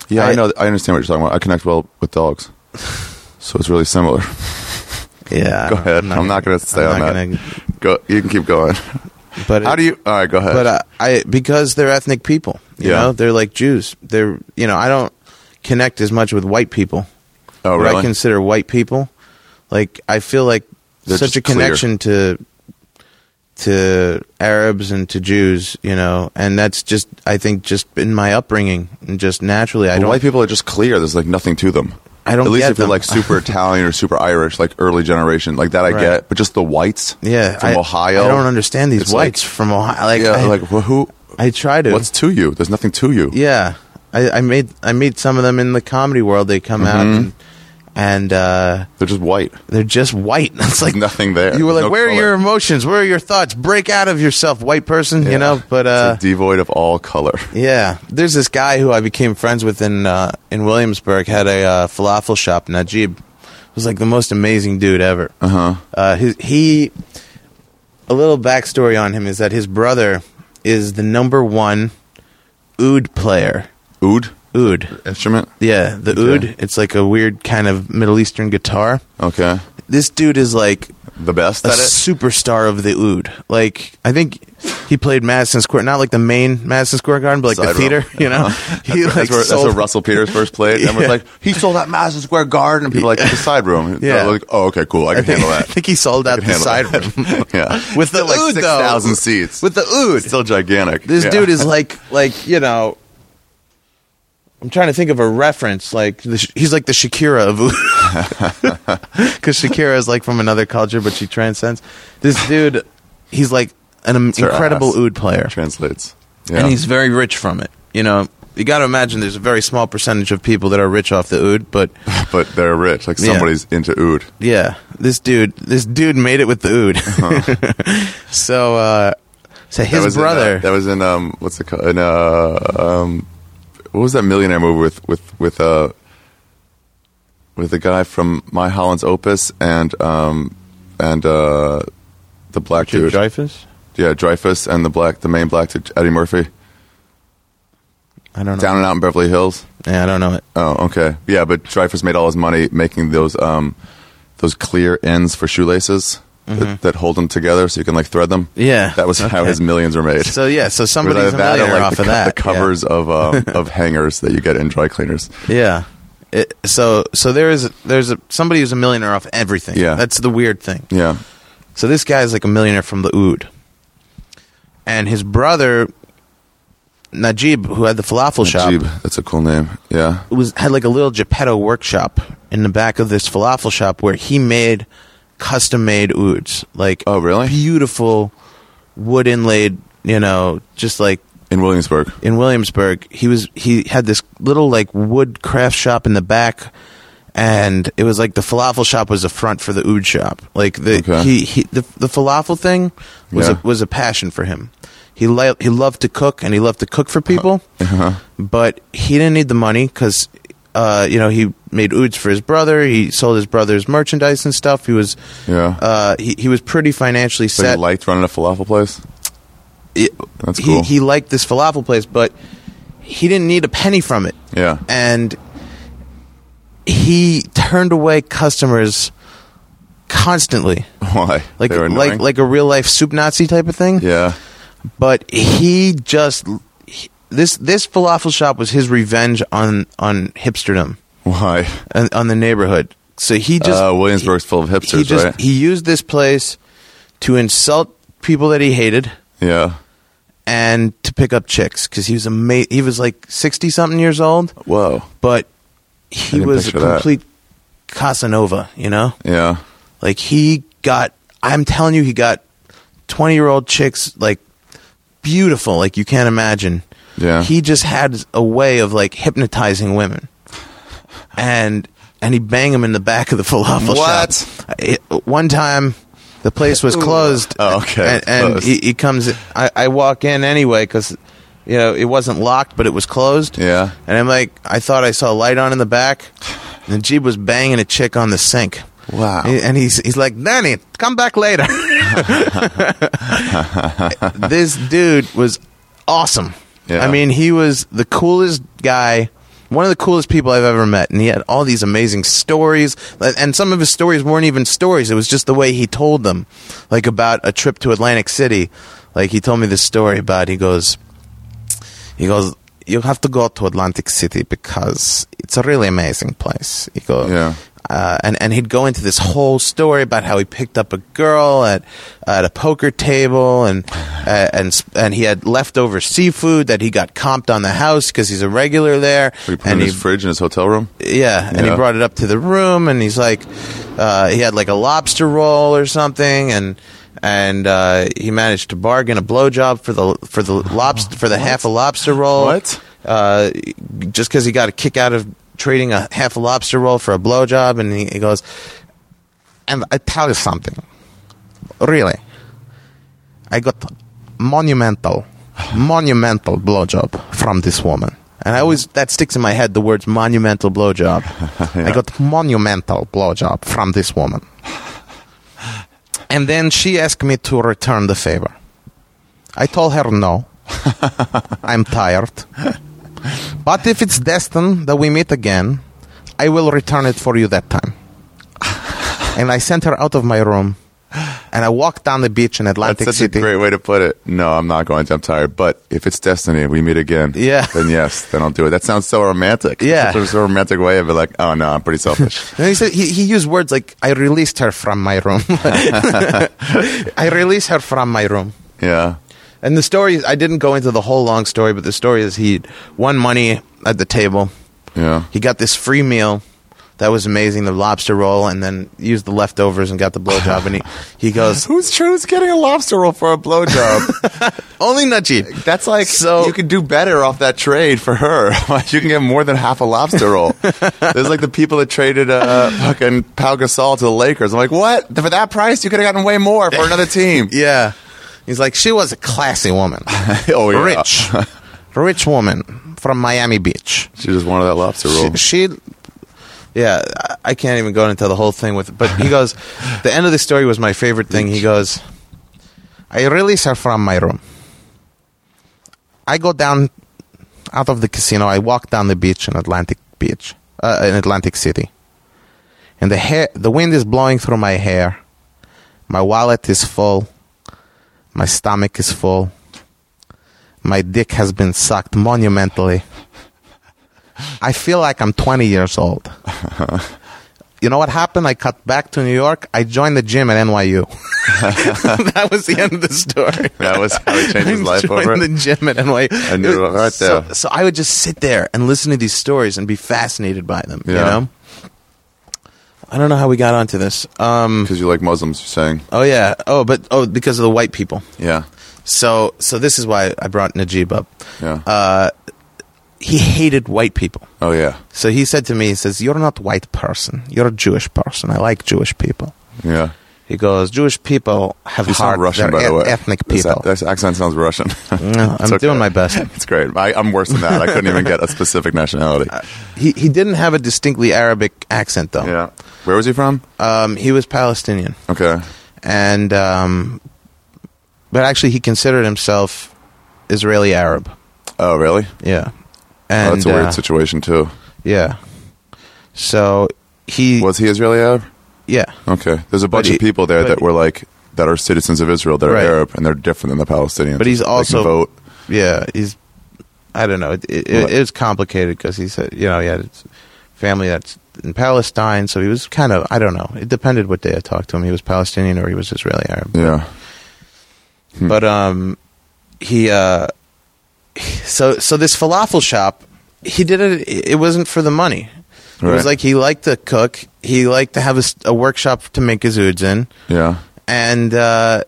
Speaker 1: Yeah, I,
Speaker 3: I-
Speaker 1: know. I understand what you're talking about. I connect well with dogs, so it's really similar.
Speaker 3: yeah,
Speaker 1: Go ahead. I'm not going to stay on
Speaker 3: I'm not
Speaker 1: that. Go. You can keep going.
Speaker 3: gonna- but
Speaker 1: How
Speaker 3: it-
Speaker 1: do you? All right, go ahead.
Speaker 3: but I, I because they're ethnic people. You
Speaker 1: Yeah.
Speaker 3: know, they're like Jews. They're you know I don't connect as much with white people.
Speaker 1: oh,
Speaker 3: what
Speaker 1: really?
Speaker 3: I consider white people. Like I feel like
Speaker 1: They're
Speaker 3: such
Speaker 1: just
Speaker 3: a connection to to Arabs and to Jews, you know, and that's just I think just been my upbringing and just naturally I
Speaker 1: Well,
Speaker 3: don't
Speaker 1: white people are just clear. There's like nothing to them.
Speaker 3: I don't
Speaker 1: At least
Speaker 3: get
Speaker 1: if they're
Speaker 3: them.
Speaker 1: like super Italian or super Irish, like early generation, like that I
Speaker 3: Right.
Speaker 1: get. But just the whites,
Speaker 3: yeah
Speaker 1: from
Speaker 3: I,
Speaker 1: Ohio.
Speaker 3: I don't understand these
Speaker 1: It's
Speaker 3: whites
Speaker 1: like-
Speaker 3: from Ohio. Like,
Speaker 1: yeah,
Speaker 3: I,
Speaker 1: like well, who?
Speaker 3: I try to.
Speaker 1: What's to you? There's nothing to you.
Speaker 3: yeah, I, I made I meet some of them in the comedy world. They come out
Speaker 1: Mm-hmm.
Speaker 3: and, and uh,
Speaker 1: They're just white.
Speaker 3: they're just white. It's like
Speaker 1: Nothing there.
Speaker 3: You were like,
Speaker 1: No
Speaker 3: where
Speaker 1: color.
Speaker 3: are your emotions? Where are your thoughts? Break out of yourself, white person.
Speaker 1: Yeah.
Speaker 3: You know, but uh,
Speaker 1: It's, like, devoid of all color.
Speaker 3: Yeah, there's this guy who I became friends with in uh, in Williamsburg had a uh, falafel shop. Najib was like the most amazing dude ever.
Speaker 1: Uh huh.
Speaker 3: Uh, his, he a little backstory on him is that his brother is the number one oud player.
Speaker 1: Oud
Speaker 3: Oud,
Speaker 1: instrument.
Speaker 3: yeah, the oud.
Speaker 1: Okay.
Speaker 3: It's like a weird kind of Middle Eastern guitar.
Speaker 1: Okay.
Speaker 3: This dude is like
Speaker 1: The best
Speaker 3: a
Speaker 1: at it.
Speaker 3: superstar of the oud. Like I think he played Madison Square, not like the main Madison Square Garden, but like
Speaker 1: Side
Speaker 3: the
Speaker 1: row.
Speaker 3: theater. You know, he
Speaker 1: that's, where, that's
Speaker 3: sold-
Speaker 1: where Russell Peters first played. And was
Speaker 3: Yeah.
Speaker 1: like, he sold that Madison Square Garden, and people were like the side room.
Speaker 3: Yeah.
Speaker 1: They're like, oh, okay, cool, I
Speaker 3: I
Speaker 1: can
Speaker 3: think,
Speaker 1: handle
Speaker 3: I
Speaker 1: that.
Speaker 3: think he sold
Speaker 1: I
Speaker 3: out
Speaker 1: can
Speaker 3: the
Speaker 1: handle
Speaker 3: side
Speaker 1: that.
Speaker 3: room
Speaker 1: yeah,
Speaker 3: with the
Speaker 1: Still like
Speaker 3: oud
Speaker 1: six
Speaker 3: though.
Speaker 1: thousand seats.
Speaker 3: With the oud,
Speaker 1: still gigantic.
Speaker 3: this
Speaker 1: Yeah.
Speaker 3: dude is like like you know. I'm trying to think of a reference. Like the, Sh- he's like the Shakira of oud, because Shakira is like from another culture, but she transcends. This dude, he's like an am-
Speaker 1: her
Speaker 3: incredible
Speaker 1: ass.
Speaker 3: oud player.
Speaker 1: translates. Yeah.
Speaker 3: and he's very rich from it. You know, you got to imagine there's a very small percentage of people that are rich off the oud, but
Speaker 1: but they're rich. Like
Speaker 3: Yeah.
Speaker 1: somebody's into oud.
Speaker 3: yeah, this dude, this dude made it with the oud. so, uh, so
Speaker 1: Uh-huh. That
Speaker 3: his
Speaker 1: was in, uh,
Speaker 3: brother,
Speaker 1: that was in um, what's it called? In uh, um, what was that millionaire movie with with with uh, with the guy from My Holland's Opus and um, and uh, the black dude.
Speaker 3: Dreyfus.
Speaker 1: Yeah, Dreyfus and the black, the main black dude, Eddie Murphy,
Speaker 3: I don't know.
Speaker 1: down and out in Beverly Hills.
Speaker 3: yeah, I don't know it.
Speaker 1: Oh, okay, yeah, but Dreyfus made all his money making those um, those clear ends for shoelaces that, that hold them together, so you can like thread them.
Speaker 3: Mm-hmm. Yeah,
Speaker 1: that was how
Speaker 3: okay.
Speaker 1: his millions were made.
Speaker 3: So yeah, so
Speaker 1: It was
Speaker 3: somebody's a
Speaker 1: either that or,
Speaker 3: millionaire
Speaker 1: like,
Speaker 3: off
Speaker 1: the,
Speaker 3: of
Speaker 1: co-
Speaker 3: that.
Speaker 1: the covers of um, of hangers that you get in dry cleaners.
Speaker 3: Yeah. yeah. It, so so there is there's a somebody who's a millionaire off everything.
Speaker 1: Yeah.
Speaker 3: that's the weird thing.
Speaker 1: Yeah,
Speaker 3: So this guy's like a millionaire from the Oud. And his brother Najib, who had the falafel shop,
Speaker 1: Najib, that's a cool name. Yeah,
Speaker 3: was had like a little Geppetto workshop in the back of this falafel shop where he made custom made ouds. Like
Speaker 1: Oh, really?
Speaker 3: beautiful wood inlaid, you know, just like
Speaker 1: in Williamsburg.
Speaker 3: in Williamsburg, he was he had this little like wood craft shop in the back, and it was like the falafel shop was the front for the oud shop. Like the
Speaker 1: Okay.
Speaker 3: he, he the the falafel thing was
Speaker 1: Yeah.
Speaker 3: a, was a passion for him. He li- he loved to cook and he loved to cook for people,
Speaker 1: Uh-huh.
Speaker 3: but he didn't need the money because. Uh, you know, he made ouds for his brother. He sold his brother's merchandise and stuff. He was,
Speaker 1: Yeah.
Speaker 3: uh, he, he was pretty financially
Speaker 1: So you
Speaker 3: set.
Speaker 1: liked running a falafel place.
Speaker 3: It-
Speaker 1: That's
Speaker 3: he,
Speaker 1: cool.
Speaker 3: he liked this falafel place, but he didn't need a penny from it.
Speaker 1: Yeah.
Speaker 3: And he turned away customers constantly.
Speaker 1: Why?
Speaker 3: Like
Speaker 1: They were
Speaker 3: like
Speaker 1: annoying?
Speaker 3: like a real life soup Nazi type of thing.
Speaker 1: yeah.
Speaker 3: But he just he- this this falafel shop was his revenge on on hipsterdom
Speaker 1: Why?
Speaker 3: and on the neighborhood. So he just
Speaker 1: uh, Williamsburg's full of hipsters,
Speaker 3: he just
Speaker 1: right?
Speaker 3: he used this place to insult people that he hated.
Speaker 1: yeah.
Speaker 3: and to pick up chicks because he was ama- he was like sixty something years old,
Speaker 1: Whoa.
Speaker 3: but
Speaker 1: I
Speaker 3: he
Speaker 1: can
Speaker 3: was a
Speaker 1: picture that.
Speaker 3: complete Casanova. You know,
Speaker 1: Yeah.
Speaker 3: like he got. I'm telling you, he got twenty year old chicks like beautiful, like you can't imagine.
Speaker 1: Yeah.
Speaker 3: he just had a way of like hypnotizing women, and and he banged them in the back of the falafel
Speaker 1: What?
Speaker 3: shop. It- one time. The place was closed.
Speaker 1: Oh, okay.
Speaker 3: And, and
Speaker 1: Closed.
Speaker 3: he, he comes. I, I walk in anyway because you know it wasn't locked, but it was closed.
Speaker 1: Yeah.
Speaker 3: And I'm like, I thought I saw a light on in the back, and Jeeb was banging a chick on the sink.
Speaker 1: Wow.
Speaker 3: He- And he's he's like, Danny, come back later. this dude was awesome.
Speaker 1: Yeah.
Speaker 3: I mean, he was the coolest guy, one of the coolest people I've ever met, and he had all these amazing stories. like- And some of his stories weren't even stories; it was just the way he told them, like about a trip to Atlantic City. Like he told me this story about he goes, he goes, you have to go to Atlantic City because it's a really amazing place. He goes,
Speaker 1: Yeah.
Speaker 3: uh, and and he'd go into this whole story about how he picked up a girl at at a poker table, and uh, and sp- and he had leftover seafood that he got comped on the house because he's a regular there,
Speaker 1: We put it in
Speaker 3: and he
Speaker 1: his fridge in his hotel room.
Speaker 3: yeah, and
Speaker 1: Yeah.
Speaker 3: he brought it up to the room, and he's like, uh, he had like a lobster roll or something, and and uh, he managed to bargain a blowjob for the for the lobster for the half a lobster roll.
Speaker 1: What?
Speaker 3: Uh, just because he got a kick out of trading a half a lobster roll for a blowjob, and he, he goes, and I tell you something, really, I got monumental, monumental blowjob from this woman. And I always that sticks in my head the words monumental blowjob. I got monumental blowjob from this woman. And then she asked me to return the favor. I told her no. I'm tired. But if it's destined that we meet again, I will return it for you that time. And I sent her out of my room and I walked down the beach in
Speaker 1: That's
Speaker 3: Atlantic
Speaker 1: such
Speaker 3: City.
Speaker 1: a great way to put it. No, I'm not going to. I'm tired. But if it's destiny, we meet again.
Speaker 3: Yeah.
Speaker 1: Then yes, then I'll do it. That sounds so romantic.
Speaker 3: Yeah.
Speaker 1: It's such a romantic way of it. Like, oh no, I'm pretty selfish.
Speaker 3: And he said he, he used words like "I released her from my room." I released her from my room.
Speaker 1: yeah.
Speaker 3: And the story I didn't go into the whole long story, but the story is he won money at the table.
Speaker 1: Yeah.
Speaker 3: He got this free meal that was amazing, the lobster roll, and then used the leftovers and got the blowjob. And he, he goes,
Speaker 1: Who's who's getting a lobster roll for a blowjob?
Speaker 3: "Only Najib."
Speaker 1: That's like
Speaker 3: So-
Speaker 1: you could do better off that trade for her. you can get more than half a lobster roll. There's like the people that traded uh, fucking Pau Gasol to the Lakers. I'm like, what? For that price, you could have gotten way more for another team.
Speaker 3: Yeah, he's like, "She was a classy woman,
Speaker 1: oh yeah,
Speaker 3: rich, rich woman from Miami Beach."
Speaker 1: She just wanted that lobster roll.
Speaker 3: she, she yeah I- i can't even go into the whole thing with but he goes the end of the story was my favorite thing he goes i release her from my room i go down out of the casino i walk down the beach in atlantic beach uh, in atlantic city and the hair the wind is blowing through my hair my wallet is full my stomach is full my dick has been sucked monumentally I feel like I'm 20 years old. you know what happened? I cut back to New York. I joined the gym at NYU. that was the end of the story.
Speaker 1: that was how he changed his
Speaker 3: I
Speaker 1: life
Speaker 3: joined
Speaker 1: over.
Speaker 3: the
Speaker 1: it.
Speaker 3: gym at NYU.
Speaker 1: And you were right
Speaker 3: so,
Speaker 1: there.
Speaker 3: so I would just sit there and listen to these stories and be fascinated by them. You
Speaker 1: Yeah.
Speaker 3: know. I don't know how we got onto this. Um,
Speaker 1: Because you like Muslims, you're saying.
Speaker 3: oh yeah. Oh, but oh, because of the white people.
Speaker 1: Yeah.
Speaker 3: So, so this is why I brought Najib up.
Speaker 1: Yeah.
Speaker 3: Uh, he hated white people.
Speaker 1: oh, yeah.
Speaker 3: So he said to me, he says, You're not white person. You're a Jewish person. I like Jewish people.
Speaker 1: Yeah.
Speaker 3: He goes, Jewish people have
Speaker 1: You
Speaker 3: heart.
Speaker 1: sound Russian,
Speaker 3: They're
Speaker 1: by the
Speaker 3: eth-
Speaker 1: way.
Speaker 3: ethnic
Speaker 1: This-
Speaker 3: people.
Speaker 1: This, accent sounds Russian.
Speaker 3: No, I'm
Speaker 1: It's okay.
Speaker 3: doing my best.
Speaker 1: It's great. I, I'm worse than that. I couldn't even get a specific nationality.
Speaker 3: He, he didn't have a distinctly Arabic accent, though.
Speaker 1: Yeah. Where was he from?
Speaker 3: Um, he was Palestinian.
Speaker 1: Okay.
Speaker 3: And, um, but actually, he considered himself Israeli Arab.
Speaker 1: Oh, really?
Speaker 3: Yeah.
Speaker 1: Oh,
Speaker 3: And,
Speaker 1: that's a weird
Speaker 3: uh,
Speaker 1: situation, too.
Speaker 3: Yeah. So he.
Speaker 1: Was he Israeli Arab?
Speaker 3: yeah.
Speaker 1: Okay. There's a bunch
Speaker 3: he-
Speaker 1: of people there
Speaker 3: but
Speaker 1: that were like, that are citizens of Israel that are
Speaker 3: Right.
Speaker 1: Arab, and they're different than the Palestinians.
Speaker 3: But he's
Speaker 1: They can
Speaker 3: also-
Speaker 1: vote.
Speaker 3: yeah, he's. I don't know. It it, it, it was complicated because he said, you know, he had his family that's in Palestine, so he was kind of. I don't know. It depended what day I talked to him. He was Palestinian or he was Israeli Arab.
Speaker 1: Yeah. Mm-hmm.
Speaker 3: But um, he uh, so so this falafel shop, he did it. It wasn't for the money. It was
Speaker 1: Right.
Speaker 3: like he liked to cook. He liked to have a, s- a workshop to make his ouds in
Speaker 1: Yeah.
Speaker 3: and uh,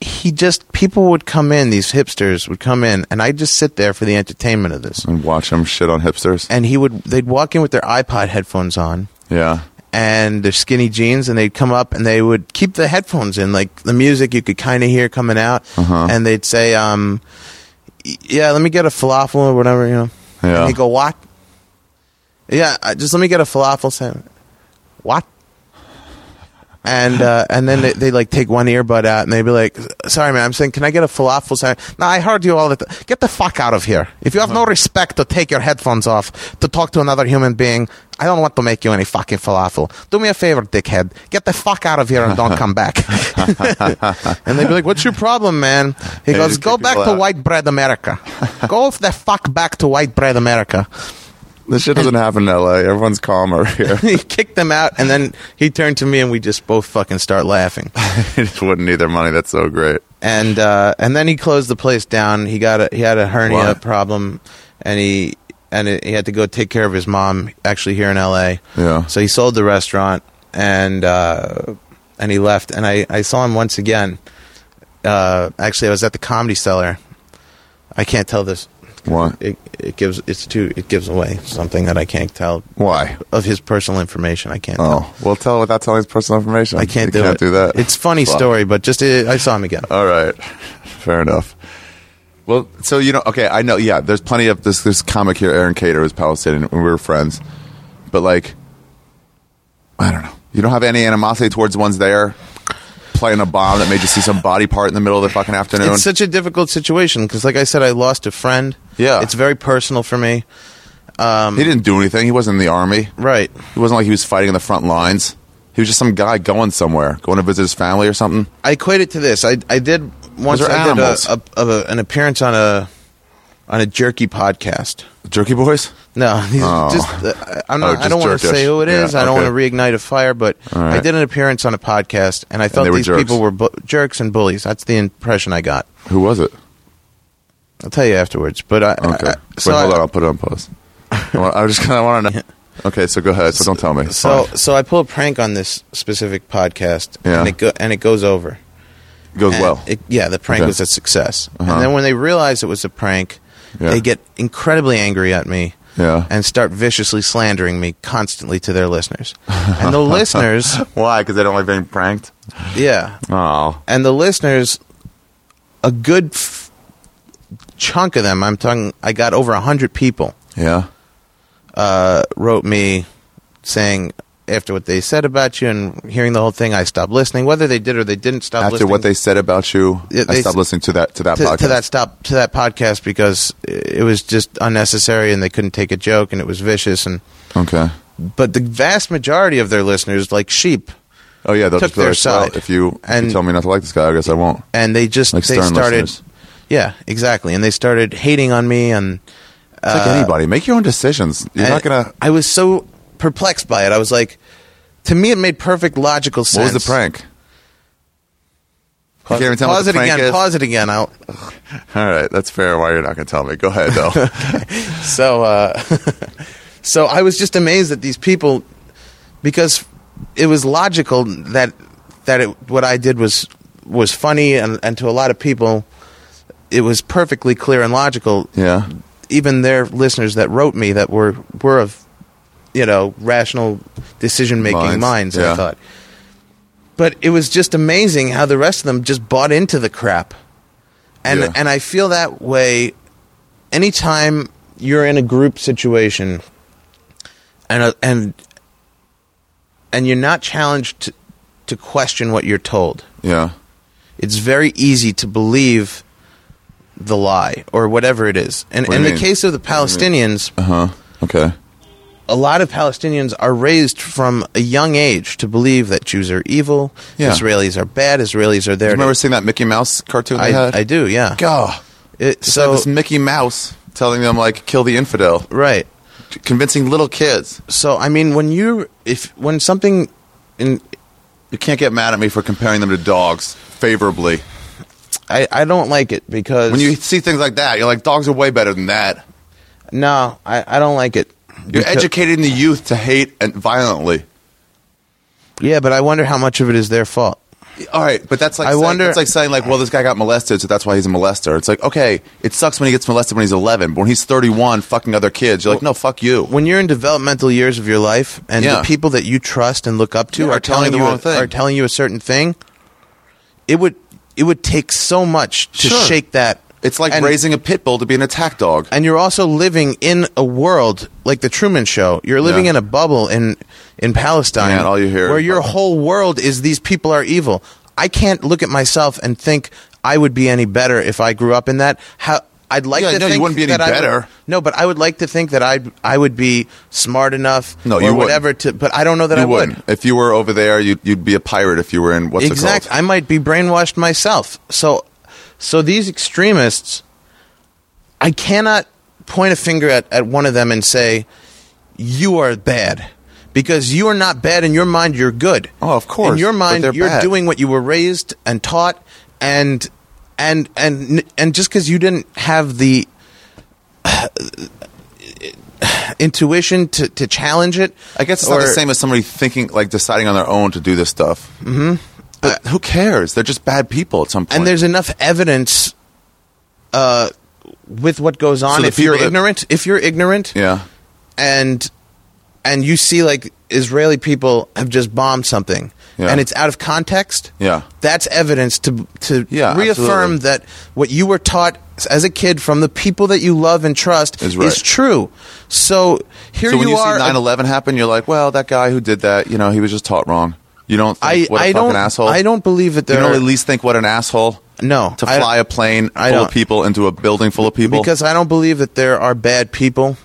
Speaker 3: he just people would come in these hipsters would come in and i'd just sit there for the entertainment of this
Speaker 1: And watch him shit on hipsters.
Speaker 3: and he would they'd walk in with their ipod headphones on
Speaker 1: Yeah.
Speaker 3: and their skinny jeans and they'd come up and they would keep the headphones in like the music you could kind of hear coming out
Speaker 1: Uh-huh.
Speaker 3: and they'd say um y- yeah let me get a falafel or whatever you know
Speaker 1: Yeah.
Speaker 3: and he'd go what yeah I- just let me get a falafel sandwich what and uh, and then they, they like take one earbud out and they'd be like, "Sorry, man, I'm saying, can I get a falafel sandwich?" No, I heard you all the time. Get the fuck out of here! If you have no respect to take your headphones off to talk to another human being, I don't want to make you any fucking falafel. Do me a favor, dickhead. Get the fuck out of here and don't come back. and they'd be like, "What's your problem, man?" He
Speaker 1: Hey,
Speaker 3: goes,
Speaker 1: you
Speaker 3: "Go
Speaker 1: kick
Speaker 3: back
Speaker 1: people
Speaker 3: to
Speaker 1: out."
Speaker 3: white bread America. Go the fuck back to white bread America."
Speaker 1: This shit doesn't happen in L.A. Everyone's calm over here.
Speaker 3: he kicked them out, and then he turned to me, and we just both fucking start laughing.
Speaker 1: they just wouldn't need their money. That's so great.
Speaker 3: and uh, and then he closed the place down. He got a, he had a hernia
Speaker 1: Why?
Speaker 3: problem, and he and it, he had to go take care of his mom actually here in L.A.
Speaker 1: Yeah.
Speaker 3: So he sold the restaurant and uh, and he left. And I, I saw him once again. Uh, actually, I was at the Comedy Cellar. I can't tell this.
Speaker 1: What?
Speaker 3: It, it gives it's too it gives away something that I can't tell
Speaker 1: Why?
Speaker 3: of his personal information. I can't. tell.
Speaker 1: Oh, well, tell without telling his personal information.
Speaker 3: I can't
Speaker 1: you
Speaker 3: do
Speaker 1: can't
Speaker 3: it.
Speaker 1: do that.
Speaker 3: It's funny
Speaker 1: Fuck. Oh,
Speaker 3: story, but just uh I saw him again.
Speaker 1: All right, fair enough. Well, so you know, okay, I know. Yeah, there's plenty of this. This comic here, Aaron Cater, was Palestinian, and we were friends. But like, I don't know. You don't have any animosity towards the ones there playing a bomb that made you see some body part in the middle of the fucking afternoon.
Speaker 3: It's such a difficult situation because, like I said, I lost a friend.
Speaker 1: Yeah.
Speaker 3: it's very personal for me.
Speaker 1: he didn't do anything. He wasn't in the army.
Speaker 3: Right.
Speaker 1: It wasn't like he was fighting in the front lines. He was just some guy going somewhere, going to visit his family or something.
Speaker 3: I equate it to this. I I did once
Speaker 1: Those are
Speaker 3: I did a,
Speaker 1: animals.
Speaker 3: a, of a, an appearance on a on a jerky podcast.
Speaker 1: Jerky boys.
Speaker 3: No, these are
Speaker 1: Oh.
Speaker 3: just uh, I'm not.
Speaker 1: Oh, just
Speaker 3: I don't want to
Speaker 1: jerkish.
Speaker 3: say who it is.
Speaker 1: Yeah,
Speaker 3: I don't
Speaker 1: okay.
Speaker 3: want to reignite a fire. But
Speaker 1: right.
Speaker 3: I did an appearance on a podcast, and I
Speaker 1: they
Speaker 3: thought
Speaker 1: were
Speaker 3: these
Speaker 1: jerks.
Speaker 3: people were bu- jerks and bullies. That's the impression I got.
Speaker 1: Who was it?
Speaker 3: I'll tell you afterwards. But I, I-
Speaker 1: Okay.
Speaker 3: I- Uh, so
Speaker 1: Wait, hold
Speaker 3: I-
Speaker 1: on. I'll put it on pause. I want- I just kind of want to know. Okay, so go ahead. So don't tell me. It's
Speaker 3: So,
Speaker 1: fine.
Speaker 3: so I pull a prank on this specific podcast,
Speaker 1: Yeah.
Speaker 3: and it go, and it goes over.
Speaker 1: it goes
Speaker 3: And
Speaker 1: well.
Speaker 3: it- yeah, the prank
Speaker 1: Okay.
Speaker 3: was a success.
Speaker 1: Uh-huh.
Speaker 3: And then when they realize it was a prank,
Speaker 1: Yeah.
Speaker 3: they get incredibly angry at me
Speaker 1: Yeah.
Speaker 3: and start viciously slandering me constantly to their listeners. and the listeners,
Speaker 1: Why? Because they don't like being pranked.
Speaker 3: yeah,
Speaker 1: Oh,
Speaker 3: and the listeners, a good f- chunk of them, I'm talking, I got over a hundred people
Speaker 1: yeah.
Speaker 3: uh, wrote me saying. After what they said about you and hearing the whole thing, I stopped listening. Whether they did or they didn't stop
Speaker 1: After
Speaker 3: listening.
Speaker 1: what they said about you,
Speaker 3: Yeah,
Speaker 1: I
Speaker 3: they
Speaker 1: stopped
Speaker 3: s-
Speaker 1: listening to that to that
Speaker 3: to,
Speaker 1: podcast.
Speaker 3: to that stop to that podcast because it was just unnecessary and they couldn't take a joke and it was vicious and
Speaker 1: okay.
Speaker 3: but the vast majority of their listeners like sheep
Speaker 1: Oh yeah, they'll just
Speaker 3: Took
Speaker 1: be
Speaker 3: their
Speaker 1: like, well,
Speaker 3: side.
Speaker 1: if you, if you
Speaker 3: And-
Speaker 1: tell me not to like this guy, I guess I won't.
Speaker 3: and they just
Speaker 1: Like
Speaker 3: they
Speaker 1: stern
Speaker 3: started
Speaker 1: listeners.
Speaker 3: yeah exactly and they started hating on me and
Speaker 1: It's like anybody. Make your own decisions. You're
Speaker 3: Uh, and
Speaker 1: not gonna.
Speaker 3: I was so perplexed by it I was like to me it made perfect logical
Speaker 1: What
Speaker 3: sense
Speaker 1: was the prank?
Speaker 3: pause,
Speaker 1: You can't even tell
Speaker 3: pause
Speaker 1: what the
Speaker 3: it
Speaker 1: prank
Speaker 3: again
Speaker 1: is?
Speaker 3: pause it again I'll,
Speaker 1: All right, that's fair. Why you're not gonna tell me? Go ahead though.
Speaker 3: so uh, so I was just amazed at these people because it was logical that that it, what I did was was funny and, and to a lot of people it was perfectly clear and logical
Speaker 1: yeah.
Speaker 3: even their listeners that wrote me that were were of you know rational decision making
Speaker 1: Minds,
Speaker 3: minds,
Speaker 1: yeah.
Speaker 3: I thought but it was just amazing how the rest of them just bought into the crap and
Speaker 1: Yeah.
Speaker 3: and I feel that way anytime you're in a group situation and a, and and you're not challenged to, to question what you're told
Speaker 1: Yeah.
Speaker 3: it's very easy to believe the lie or whatever it is. And
Speaker 1: What do
Speaker 3: in
Speaker 1: you
Speaker 3: the
Speaker 1: mean?
Speaker 3: case of the Palestinians,
Speaker 1: Uh huh. Okay.
Speaker 3: a lot of Palestinians are raised from a young age to believe that Jews are evil,
Speaker 1: Yeah.
Speaker 3: Israelis are bad, Israelis are
Speaker 1: Do
Speaker 3: there.
Speaker 1: you
Speaker 3: to-
Speaker 1: remember seeing that Mickey Mouse cartoon they
Speaker 3: I,
Speaker 1: had?
Speaker 3: I do, yeah.
Speaker 1: God.
Speaker 3: It,
Speaker 1: So
Speaker 3: so
Speaker 1: this Mickey Mouse telling them like kill the infidel,
Speaker 3: right.
Speaker 1: convincing little kids.
Speaker 3: So I mean, when you if when something in
Speaker 1: You can't get mad at me for comparing them to dogs favorably.
Speaker 3: I, I don't like it because
Speaker 1: When you see things like that, you're like, dogs are way better than that.
Speaker 3: no I, I don't like it.
Speaker 1: You're
Speaker 3: Because-
Speaker 1: educating the youth to hate and violently.
Speaker 3: Yeah, but I wonder how much of it is their fault.
Speaker 1: All right, but that's like
Speaker 3: I
Speaker 1: saying,
Speaker 3: wonder-
Speaker 1: That's like saying like, well, this guy got molested, so that's why he's a molester. It's like, okay, it sucks when he gets molested when he's 11, but when he's 31, fucking other kids, you're like, no, fuck you.
Speaker 3: when you're in developmental years of your life and
Speaker 1: Yeah.
Speaker 3: the people that you trust and look up to
Speaker 1: Yeah,
Speaker 3: are,
Speaker 1: are telling
Speaker 3: telling
Speaker 1: you the
Speaker 3: you
Speaker 1: wrong
Speaker 3: a,
Speaker 1: thing.
Speaker 3: are telling you a certain thing, it would it would take so much to
Speaker 1: Sure.
Speaker 3: shake that
Speaker 1: It's like
Speaker 3: And-
Speaker 1: raising a pit bull to be an attack dog.
Speaker 3: and you're also living in a world like the Truman Show. You're living
Speaker 1: Yeah.
Speaker 3: in a bubble in in Palestine,
Speaker 1: Yeah, and all you hear-
Speaker 3: where your whole world is these people are evil. I can't look at myself and think I would be any better if I grew up in that. How I'd like
Speaker 1: Yeah,
Speaker 3: to
Speaker 1: no, you
Speaker 3: think
Speaker 1: wouldn't be any
Speaker 3: that I would-
Speaker 1: better.
Speaker 3: no, but I would like to think that I I would be smart enough,
Speaker 1: No,
Speaker 3: or
Speaker 1: you wouldn't.
Speaker 3: whatever. To but I don't know that
Speaker 1: you
Speaker 3: I would.
Speaker 1: wouldn't. If you were over there, you'd, you'd be a pirate. If you were in what's
Speaker 3: Exact-
Speaker 1: it
Speaker 3: I
Speaker 1: called?
Speaker 3: might be brainwashed myself. So, so these extremists, I cannot point a finger at, at one of them and say, "You are bad," because you are not bad in your mind. You're good.
Speaker 1: Oh, of course,
Speaker 3: In your
Speaker 1: but
Speaker 3: mind,
Speaker 1: they're
Speaker 3: you're
Speaker 1: bad.
Speaker 3: doing what you were raised and taught, and and and and just because you didn't have the intuition to, to challenge it
Speaker 1: I guess it's not the
Speaker 3: or-
Speaker 1: same as somebody thinking, like deciding on their own to do this stuff. Mm-hmm. But who cares? They're just bad people at some point.
Speaker 3: and there's enough evidence uh, with what goes on.
Speaker 1: the
Speaker 3: if you're
Speaker 1: people that-
Speaker 3: ignorant, if you're ignorant,
Speaker 1: yeah,
Speaker 3: and and you see like Israeli people have just bombed something,
Speaker 1: Yeah.
Speaker 3: and it's out of context.
Speaker 1: Yeah.
Speaker 3: that's evidence to to
Speaker 1: Yeah,
Speaker 3: reaffirm
Speaker 1: absolutely.
Speaker 3: that what you were taught as a kid from the people that you love and trust
Speaker 1: Is right.
Speaker 3: true. So here
Speaker 1: so when you, see
Speaker 3: are. uh, a-
Speaker 1: 9-11 happen, you're like, well, that guy who did that, you know, he was just taught wrong. You don't
Speaker 3: I
Speaker 1: think, what a
Speaker 3: I
Speaker 1: fucking
Speaker 3: don't
Speaker 1: asshole.
Speaker 3: I don't believe that
Speaker 1: You
Speaker 3: there
Speaker 1: don't
Speaker 3: are-
Speaker 1: at least think what an asshole.
Speaker 3: No,
Speaker 1: To
Speaker 3: I-
Speaker 1: fly a plane
Speaker 3: I
Speaker 1: full
Speaker 3: don't.
Speaker 1: of people into a building full of people.
Speaker 3: because I don't believe that there are bad people.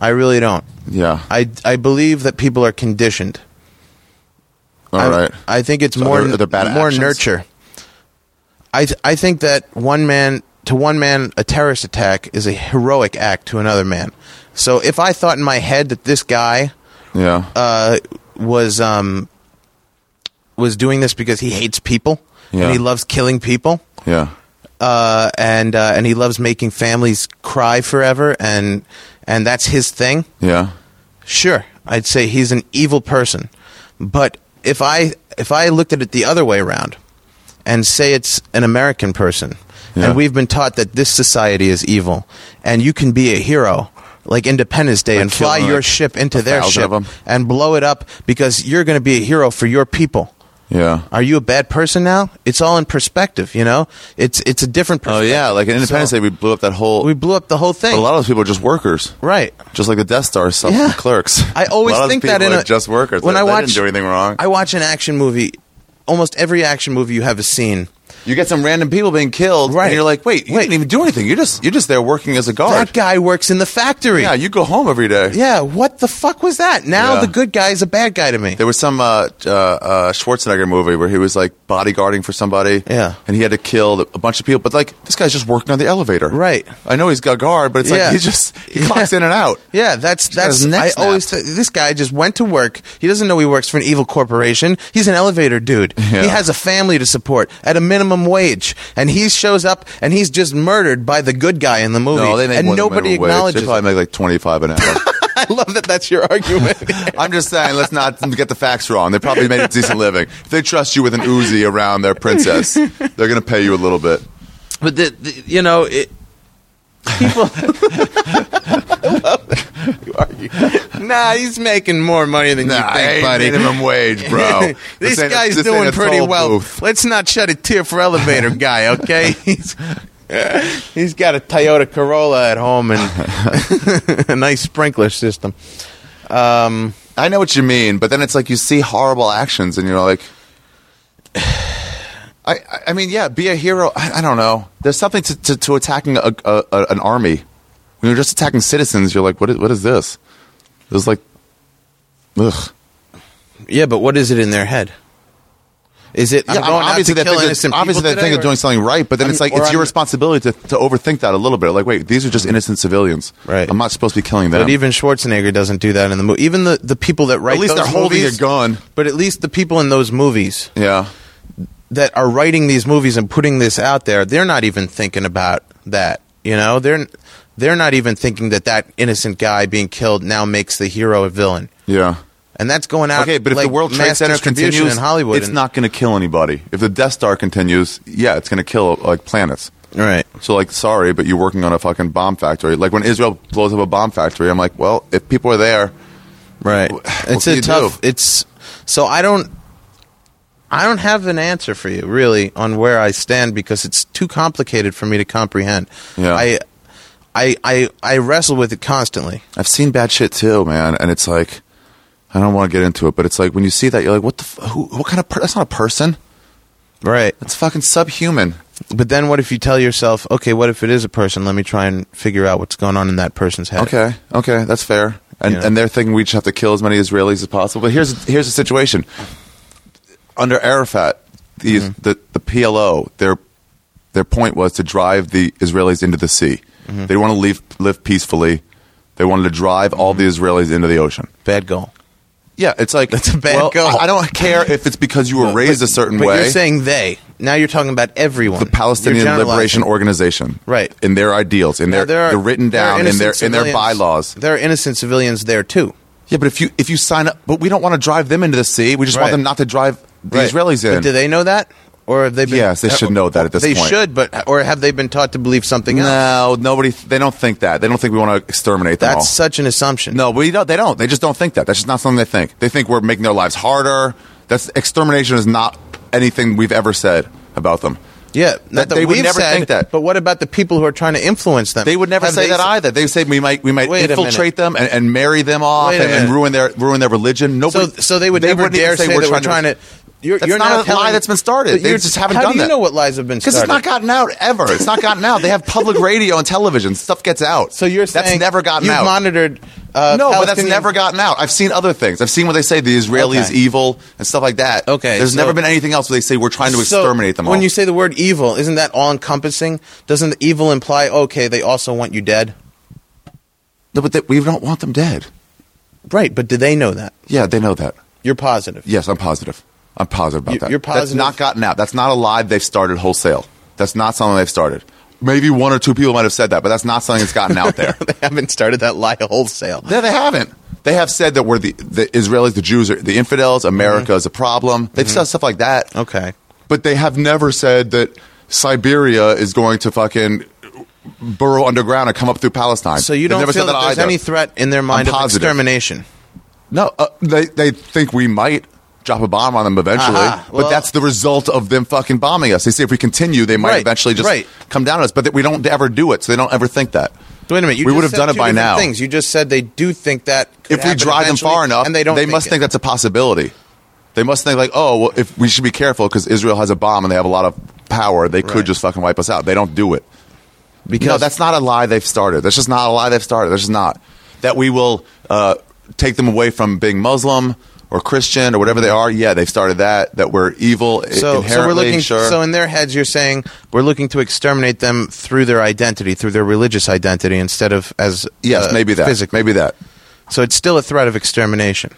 Speaker 3: I really don't.
Speaker 1: yeah.
Speaker 3: I, I believe that people are conditioned.
Speaker 1: All
Speaker 3: I,
Speaker 1: right.
Speaker 3: I think it's more
Speaker 1: they're- they're bad
Speaker 3: more
Speaker 1: actions?
Speaker 3: nurture. I th- I think that one man to one man a terrorist attack is a heroic act to another man. So if I thought in my head that this guy
Speaker 1: yeah.
Speaker 3: uh, was um was doing this because he hates people
Speaker 1: Yeah.
Speaker 3: and he loves killing people
Speaker 1: yeah.
Speaker 3: uh, and uh, and he loves making families cry forever and and that's his thing.
Speaker 1: Yeah.
Speaker 3: Sure, I'd say he's an evil person. But if I if I looked at it the other way around and say it's an American person
Speaker 1: Yeah.
Speaker 3: and we've been taught that this society is evil and you can be a hero like Independence Day and fly
Speaker 1: killing,
Speaker 3: your
Speaker 1: like,
Speaker 3: ship
Speaker 1: a
Speaker 3: into their
Speaker 1: thousand
Speaker 3: ship
Speaker 1: of 'em.
Speaker 3: and blow it up because you're going to be a hero for your people.
Speaker 1: Yeah.
Speaker 3: Are you a bad person now? It's all in perspective, you know? It's it's a different
Speaker 1: Oh
Speaker 3: perspective.
Speaker 1: yeah, like in Independence
Speaker 3: So-
Speaker 1: Day, we blew up that whole.
Speaker 3: We blew up the whole thing.
Speaker 1: a lot of those people are just workers,
Speaker 3: right.
Speaker 1: just like the Death Star stuff.
Speaker 3: Yeah.
Speaker 1: from Clerks.
Speaker 3: I always
Speaker 1: a lot
Speaker 3: think
Speaker 1: of those
Speaker 3: that in
Speaker 1: people are
Speaker 3: a-
Speaker 1: just workers.
Speaker 3: when
Speaker 1: They-
Speaker 3: I
Speaker 1: they
Speaker 3: watch-
Speaker 1: didn't do anything wrong.
Speaker 3: I watch an action movie. Almost every action movie you have a scene
Speaker 1: you get some random people being killed,
Speaker 3: Right.
Speaker 1: And you're like, wait, you
Speaker 3: Wait.
Speaker 1: didn't even do anything. You're just you're just there working as a guard.
Speaker 3: That guy works in the factory.
Speaker 1: Oh, yeah, you go home every day.
Speaker 3: Yeah, what the fuck was that? Now
Speaker 1: Yeah.
Speaker 3: the good guy is a bad guy to me.
Speaker 1: There was some uh, uh, uh, Schwarzenegger movie where he was like bodyguarding for somebody,
Speaker 3: Yeah.
Speaker 1: and he had to kill a bunch of people. But like, this guy's just working on the elevator,
Speaker 3: Right.
Speaker 1: I know he's got guard, but it's
Speaker 3: Yeah.
Speaker 1: like he's just he
Speaker 3: Yeah.
Speaker 1: clocks in and out.
Speaker 3: yeah, that's
Speaker 1: got
Speaker 3: that's
Speaker 1: his neck
Speaker 3: I
Speaker 1: snapped.
Speaker 3: always th- this guy just went to work. He doesn't know he works for an evil corporation. He's an elevator dude.
Speaker 1: Yeah.
Speaker 3: He has a family to support at a minimum wage, and he shows up and he's just murdered by the good guy in the movie.
Speaker 1: No, they make
Speaker 3: and
Speaker 1: more than
Speaker 3: nobody
Speaker 1: minimum wage.
Speaker 3: acknowledges.
Speaker 1: They
Speaker 3: it.
Speaker 1: probably make like twenty five an hour.
Speaker 3: I love that. That's your argument.
Speaker 1: I'm just saying, let's not get the facts wrong. They probably made a decent living. If they trust you with an Uzi around their princess, they're going to pay you a little bit.
Speaker 3: but the, the, you know it. People, I love that you argue. Nah, he's making more money than
Speaker 1: Nah,
Speaker 3: you think,
Speaker 1: ain't
Speaker 3: buddy.
Speaker 1: minimum wage, bro.
Speaker 3: this
Speaker 1: ain't a-
Speaker 3: guy's
Speaker 1: this ain't
Speaker 3: doing
Speaker 1: a
Speaker 3: pretty
Speaker 1: toll
Speaker 3: well.
Speaker 1: booth.
Speaker 3: Let's not shed a tear for elevator guy, okay? He's he's got a Toyota Corolla at home and a nice sprinkler system. Um,
Speaker 1: I know what you mean, but then it's like you see horrible actions, and you're like, I, I- I mean, yeah, be a hero. I, I don't know. There's something to, to, to attacking a, a, a, an army. When you're just attacking citizens, you're like, what is, what is this? There's like, ugh.
Speaker 3: yeah, but what is it in their head? Is it
Speaker 1: Yeah,
Speaker 3: I'm going out to
Speaker 1: obviously they
Speaker 3: kill
Speaker 1: think
Speaker 3: innocent
Speaker 1: that,
Speaker 3: people
Speaker 1: obviously they
Speaker 3: today,
Speaker 1: think of
Speaker 3: or-
Speaker 1: doing something right, but then
Speaker 3: I'm-
Speaker 1: it's like
Speaker 3: or
Speaker 1: it's your
Speaker 3: I'm-
Speaker 1: responsibility to, to overthink that a little bit. Like, wait, these are just innocent civilians.
Speaker 3: Right.
Speaker 1: I'm not supposed to be killing them.
Speaker 3: But even Schwarzenegger doesn't do that in the movie. Even the, the people that write
Speaker 1: at least
Speaker 3: those
Speaker 1: they're holding
Speaker 3: movies-
Speaker 1: a gun.
Speaker 3: But at least the people in those movies
Speaker 1: Yeah.
Speaker 3: that are writing these movies and putting this out there, they're not even thinking about that. You know, they're they're not even thinking that that innocent guy being killed now makes the hero a villain,
Speaker 1: Yeah.
Speaker 3: and that's going out.
Speaker 1: Okay, but if
Speaker 3: like,
Speaker 1: the World Trade
Speaker 3: mass
Speaker 1: Center
Speaker 3: distribution
Speaker 1: continues
Speaker 3: in Hollywood,
Speaker 1: it's
Speaker 3: and-
Speaker 1: not going to kill anybody. If the Death Star continues, yeah, it's going to kill like planets.
Speaker 3: right.
Speaker 1: So like, sorry, but you're working on a fucking bomb factory. Like when Israel blows up a bomb factory, I'm like, well, if people are there,
Speaker 3: Right.
Speaker 1: What
Speaker 3: It's
Speaker 1: can
Speaker 3: a
Speaker 1: you
Speaker 3: tough.
Speaker 1: do?
Speaker 3: It's so I don't. I don't have an answer for you really on where I stand because it's too complicated for me to comprehend.
Speaker 1: Yeah.
Speaker 3: I I I I wrestle with it constantly.
Speaker 1: I've seen bad shit too, man, and it's like I don't want to get into it, but it's like when you see that, you're like, what the? F- who, what kind of? Per- that's not a person.
Speaker 3: Right.
Speaker 1: That's fucking subhuman.
Speaker 3: But then what if you tell yourself, okay, what if it is a person? Let me try and figure out what's going on in that person's head.
Speaker 1: Okay, okay, that's fair. And
Speaker 3: Yeah.
Speaker 1: and they're thinking we just have to kill as many Israelis as possible. But here's here's the situation. Under Arafat, these,
Speaker 3: Mm-hmm.
Speaker 1: the the PLO their their point was to drive the Israelis into the sea.
Speaker 3: Mm-hmm.
Speaker 1: They didn't want to leave, live peacefully. They wanted to drive all the Israelis into the ocean.
Speaker 3: Bad goal.
Speaker 1: Yeah, it's like
Speaker 3: Mm-hmm. That's a bad
Speaker 1: well,
Speaker 3: goal.
Speaker 1: I I don't care if it's because you were raised a certain
Speaker 3: but
Speaker 1: way.
Speaker 3: you're saying they. Now you're talking about everyone.
Speaker 1: the Palestinian
Speaker 3: You're generalizing.
Speaker 1: Liberation Organization,
Speaker 3: Right.
Speaker 1: In their ideals, in
Speaker 3: Now,
Speaker 1: their
Speaker 3: there are-
Speaker 1: they're written
Speaker 3: there are
Speaker 1: down in their
Speaker 3: innocent
Speaker 1: in their
Speaker 3: civilians-
Speaker 1: bylaws.
Speaker 3: There are innocent civilians there too.
Speaker 1: Yeah, but if you if you sign up, but we don't want to drive them into the sea. We just
Speaker 3: Right.
Speaker 1: want them not to drive the
Speaker 3: Right.
Speaker 1: Israelis in.
Speaker 3: But do they know that? Or have they been Uh,
Speaker 1: Yes, they should know that at this
Speaker 3: they
Speaker 1: point.
Speaker 3: should, but or have they been taught to believe something else?
Speaker 1: no, nobody. They don't think that. They don't think we want to exterminate them
Speaker 3: That's
Speaker 1: all.
Speaker 3: such an assumption.
Speaker 1: no, we don't. They don't. They just don't think that. That's just not something they think. They think we're making their lives harder. That's extermination is not anything we've ever said about them.
Speaker 3: Yeah, not
Speaker 1: That- they would
Speaker 3: we've
Speaker 1: never
Speaker 3: said,
Speaker 1: think that.
Speaker 3: But what about the people who are trying to influence them?
Speaker 1: They would never
Speaker 3: Have
Speaker 1: say
Speaker 3: they
Speaker 1: that
Speaker 3: s-
Speaker 1: either. They say we might we might
Speaker 3: Wait a minute.
Speaker 1: infiltrate them and, and marry them off
Speaker 3: Wait a
Speaker 1: and, and
Speaker 3: minute.
Speaker 1: ruin their ruin their religion.
Speaker 3: So,
Speaker 1: Nobody,
Speaker 3: so they would never
Speaker 1: wouldn't even
Speaker 3: dare say, that we're trying to. you're,
Speaker 1: That's
Speaker 3: you're
Speaker 1: not a
Speaker 3: now
Speaker 1: lie
Speaker 3: telling-
Speaker 1: that's been started.
Speaker 3: But
Speaker 1: They
Speaker 3: you're-
Speaker 1: just haven't
Speaker 3: how
Speaker 1: done
Speaker 3: do you
Speaker 1: that.
Speaker 3: know what lies have been
Speaker 1: Because
Speaker 3: started?
Speaker 1: it's not gotten out ever. It's not gotten out. They have public radio and television. Stuff gets out.
Speaker 3: so you're saying
Speaker 1: that's never gotten
Speaker 3: you've
Speaker 1: out.
Speaker 3: monitored. Uh,
Speaker 1: no, but that's
Speaker 3: Palestinian-
Speaker 1: never gotten out. I've seen other things. I've seen where they say the Israeli is
Speaker 3: Okay.
Speaker 1: evil and stuff like that.
Speaker 3: Okay,
Speaker 1: There's
Speaker 3: so-
Speaker 1: never been anything else where they say we're trying to
Speaker 3: So,
Speaker 1: exterminate them all.
Speaker 3: When you say the word evil, isn't that all encompassing? Doesn't the evil imply okay? They also want you dead,
Speaker 1: no, but they, we don't want them dead.
Speaker 3: right? But do they know that?
Speaker 1: Yeah, they know that.
Speaker 3: You're positive.
Speaker 1: Yes, I'm positive. I'm positive about
Speaker 3: You-
Speaker 1: that.
Speaker 3: you're
Speaker 1: That's
Speaker 3: positive?
Speaker 1: not gotten out. That's not a lie they've started wholesale. That's not something they've started. Maybe one or two people might have said that, but that's not something that's gotten out there.
Speaker 3: they haven't started that lie wholesale.
Speaker 1: No, they haven't. They have said that we're the, the Israelis, the Jews are the infidels. America is a problem. They've said stuff like that.
Speaker 3: Mm-hmm. Okay.
Speaker 1: But they have never said that Siberia is going to fucking burrow underground and come up through Palestine.
Speaker 3: So you
Speaker 1: They've
Speaker 3: don't
Speaker 1: never
Speaker 3: feel
Speaker 1: said
Speaker 3: that, there's
Speaker 1: either.
Speaker 3: any threat in their mind
Speaker 1: I'm
Speaker 3: of
Speaker 1: positive.
Speaker 3: extermination.
Speaker 1: No, uh, they they think we might drop a bomb on them eventually,
Speaker 3: Aha, Uh-huh. well-
Speaker 1: but that's the result of them fucking bombing us. They say if we continue, they might
Speaker 3: Right,
Speaker 1: eventually just
Speaker 3: right.
Speaker 1: come down on us. But that we don't ever do it, so they don't ever think that.
Speaker 3: Wait a minute. You
Speaker 1: We
Speaker 3: just
Speaker 1: would have
Speaker 3: said
Speaker 1: done it
Speaker 3: two
Speaker 1: by
Speaker 3: different
Speaker 1: now.
Speaker 3: Things you just said they do think that could
Speaker 1: if we
Speaker 3: happen
Speaker 1: drive them far
Speaker 3: eventually,
Speaker 1: enough,
Speaker 3: and they don't,
Speaker 1: they
Speaker 3: think
Speaker 1: must
Speaker 3: it.
Speaker 1: think that's a possibility. They must think like, oh, well, if we should be careful because Israel has a bomb and they have a lot of power, they
Speaker 3: Right.
Speaker 1: could just fucking wipe us out. They don't do it.
Speaker 3: because
Speaker 1: No, that's not a lie they've started. That's just not a lie they've started. That's just not that we will uh, take them away from being Muslim or Christian or whatever they are. Yeah, they've started that. That we're evil i-
Speaker 3: so.
Speaker 1: inherently.
Speaker 3: So we're looking.
Speaker 1: sure.
Speaker 3: So in their heads, you're saying we're looking to exterminate them through their identity, through their religious identity, instead of as
Speaker 1: yes,
Speaker 3: uh,
Speaker 1: maybe that.
Speaker 3: physically.
Speaker 1: Maybe that.
Speaker 3: So it's still a threat of extermination.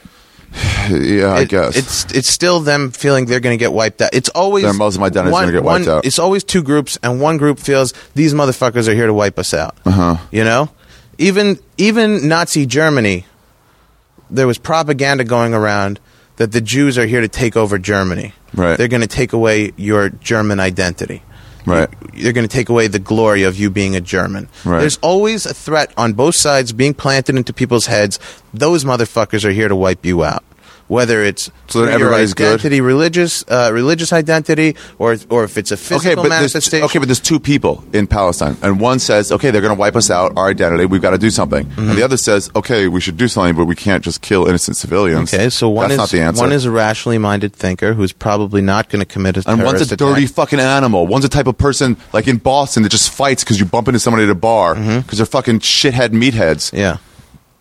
Speaker 1: Yeah, I
Speaker 3: It-
Speaker 1: guess
Speaker 3: it's it's still them feeling they're going to get wiped out. It's always
Speaker 1: Their Muslim identity's
Speaker 3: one-
Speaker 1: gonna get wiped
Speaker 3: one-
Speaker 1: out.
Speaker 3: It's always two groups, and one group feels these motherfuckers are here to wipe us out. Uh-huh. You know, even even Nazi Germany, there was propaganda going around that the Jews are here to take over Germany.
Speaker 1: Right.
Speaker 3: they're going to take away your German identity.
Speaker 1: right.
Speaker 3: They're going to take away the glory of you being a German.
Speaker 1: Right.
Speaker 3: There's always a threat on both sides being planted into people's heads. Those motherfuckers are here to wipe you out. Whether it's
Speaker 1: So then
Speaker 3: through your
Speaker 1: everybody's good?
Speaker 3: identity, religious, uh, religious identity, or or if it's a
Speaker 1: Okay,
Speaker 3: physical
Speaker 1: but there's,
Speaker 3: manifestation.
Speaker 1: okay, but there's two people in Palestine, and one says, "Okay, they're going to wipe us out, our identity. We've got to do something,"
Speaker 3: Mm-hmm.
Speaker 1: and the other says, "Okay, we should do something, but we can't just kill innocent civilians."
Speaker 3: Okay, so one
Speaker 1: That's
Speaker 3: is
Speaker 1: not the answer.
Speaker 3: one is a rationally minded thinker who's probably not going to commit a
Speaker 1: And one's
Speaker 3: terrorist
Speaker 1: a dirty
Speaker 3: attack.
Speaker 1: fucking animal. One's a type of person like in Boston that just fights because you bump into somebody at a bar because they're fucking shithead meatheads.
Speaker 3: Mm-hmm. Yeah.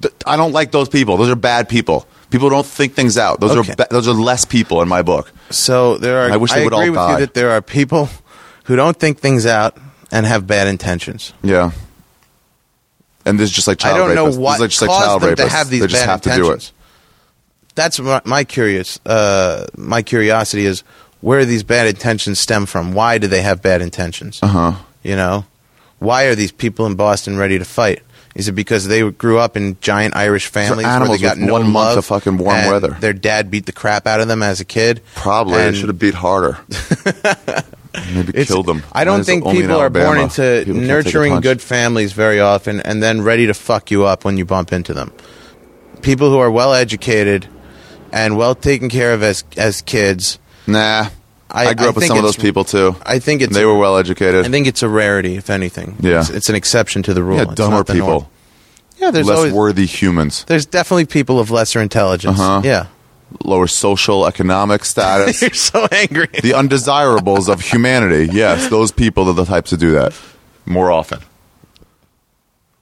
Speaker 1: Th- I don't like those people. Those are bad people. People don't think things out. Those
Speaker 3: Okay.
Speaker 1: are ba- those are less people in my book.
Speaker 3: So there are.
Speaker 1: I wish they would all
Speaker 3: agree with
Speaker 1: die.
Speaker 3: you that there are people who don't think things out and have bad intentions.
Speaker 1: Yeah. And this is just like child
Speaker 3: I don't
Speaker 1: rapists.
Speaker 3: know
Speaker 1: This is
Speaker 3: what
Speaker 1: like just like
Speaker 3: caused
Speaker 1: child
Speaker 3: them to
Speaker 1: rapists.
Speaker 3: have these
Speaker 1: they just
Speaker 3: bad
Speaker 1: have
Speaker 3: intentions.
Speaker 1: to do
Speaker 3: That's my, my curious. Uh, my curiosity is where these bad intentions stem from. Why do they have bad intentions?
Speaker 1: it. Uh huh.
Speaker 3: You know, why are these people in Boston ready to fight? Is it because they grew up in giant Irish families where
Speaker 1: animals
Speaker 3: they got
Speaker 1: with
Speaker 3: no
Speaker 1: one month
Speaker 3: love
Speaker 1: of fucking warm
Speaker 3: and
Speaker 1: weather.
Speaker 3: Their dad beat the crap out of them as a kid.
Speaker 1: Probably
Speaker 3: And
Speaker 1: I should have beat harder. Maybe
Speaker 3: it's-
Speaker 1: killed them.
Speaker 3: I
Speaker 1: Mine
Speaker 3: don't
Speaker 1: is the
Speaker 3: think
Speaker 1: only in
Speaker 3: people are born
Speaker 1: Alabama.
Speaker 3: into
Speaker 1: People can't take a
Speaker 3: nurturing
Speaker 1: punch.
Speaker 3: good families very often and then ready to fuck you up when you bump into them. People who are well educated and well taken care of as as kids
Speaker 1: Nah, I,
Speaker 3: I-
Speaker 1: grew
Speaker 3: I
Speaker 1: up with
Speaker 3: think
Speaker 1: some of
Speaker 3: it's-
Speaker 1: those people too.
Speaker 3: I think it's
Speaker 1: they were well educated.
Speaker 3: I think it's a rarity, if anything.
Speaker 1: Yeah.
Speaker 3: it's, it's an exception to the rule.
Speaker 1: yeah,
Speaker 3: It's
Speaker 1: dumber
Speaker 3: not the norm.
Speaker 1: people,
Speaker 3: Yeah, there's
Speaker 1: less
Speaker 3: always
Speaker 1: worthy humans,
Speaker 3: there's definitely people of lesser intelligence.
Speaker 1: Uh-huh.
Speaker 3: Yeah,
Speaker 1: lower social economic status,
Speaker 3: you're so angry.
Speaker 1: the undesirables of humanity. Yes, those people are the types to do that more often.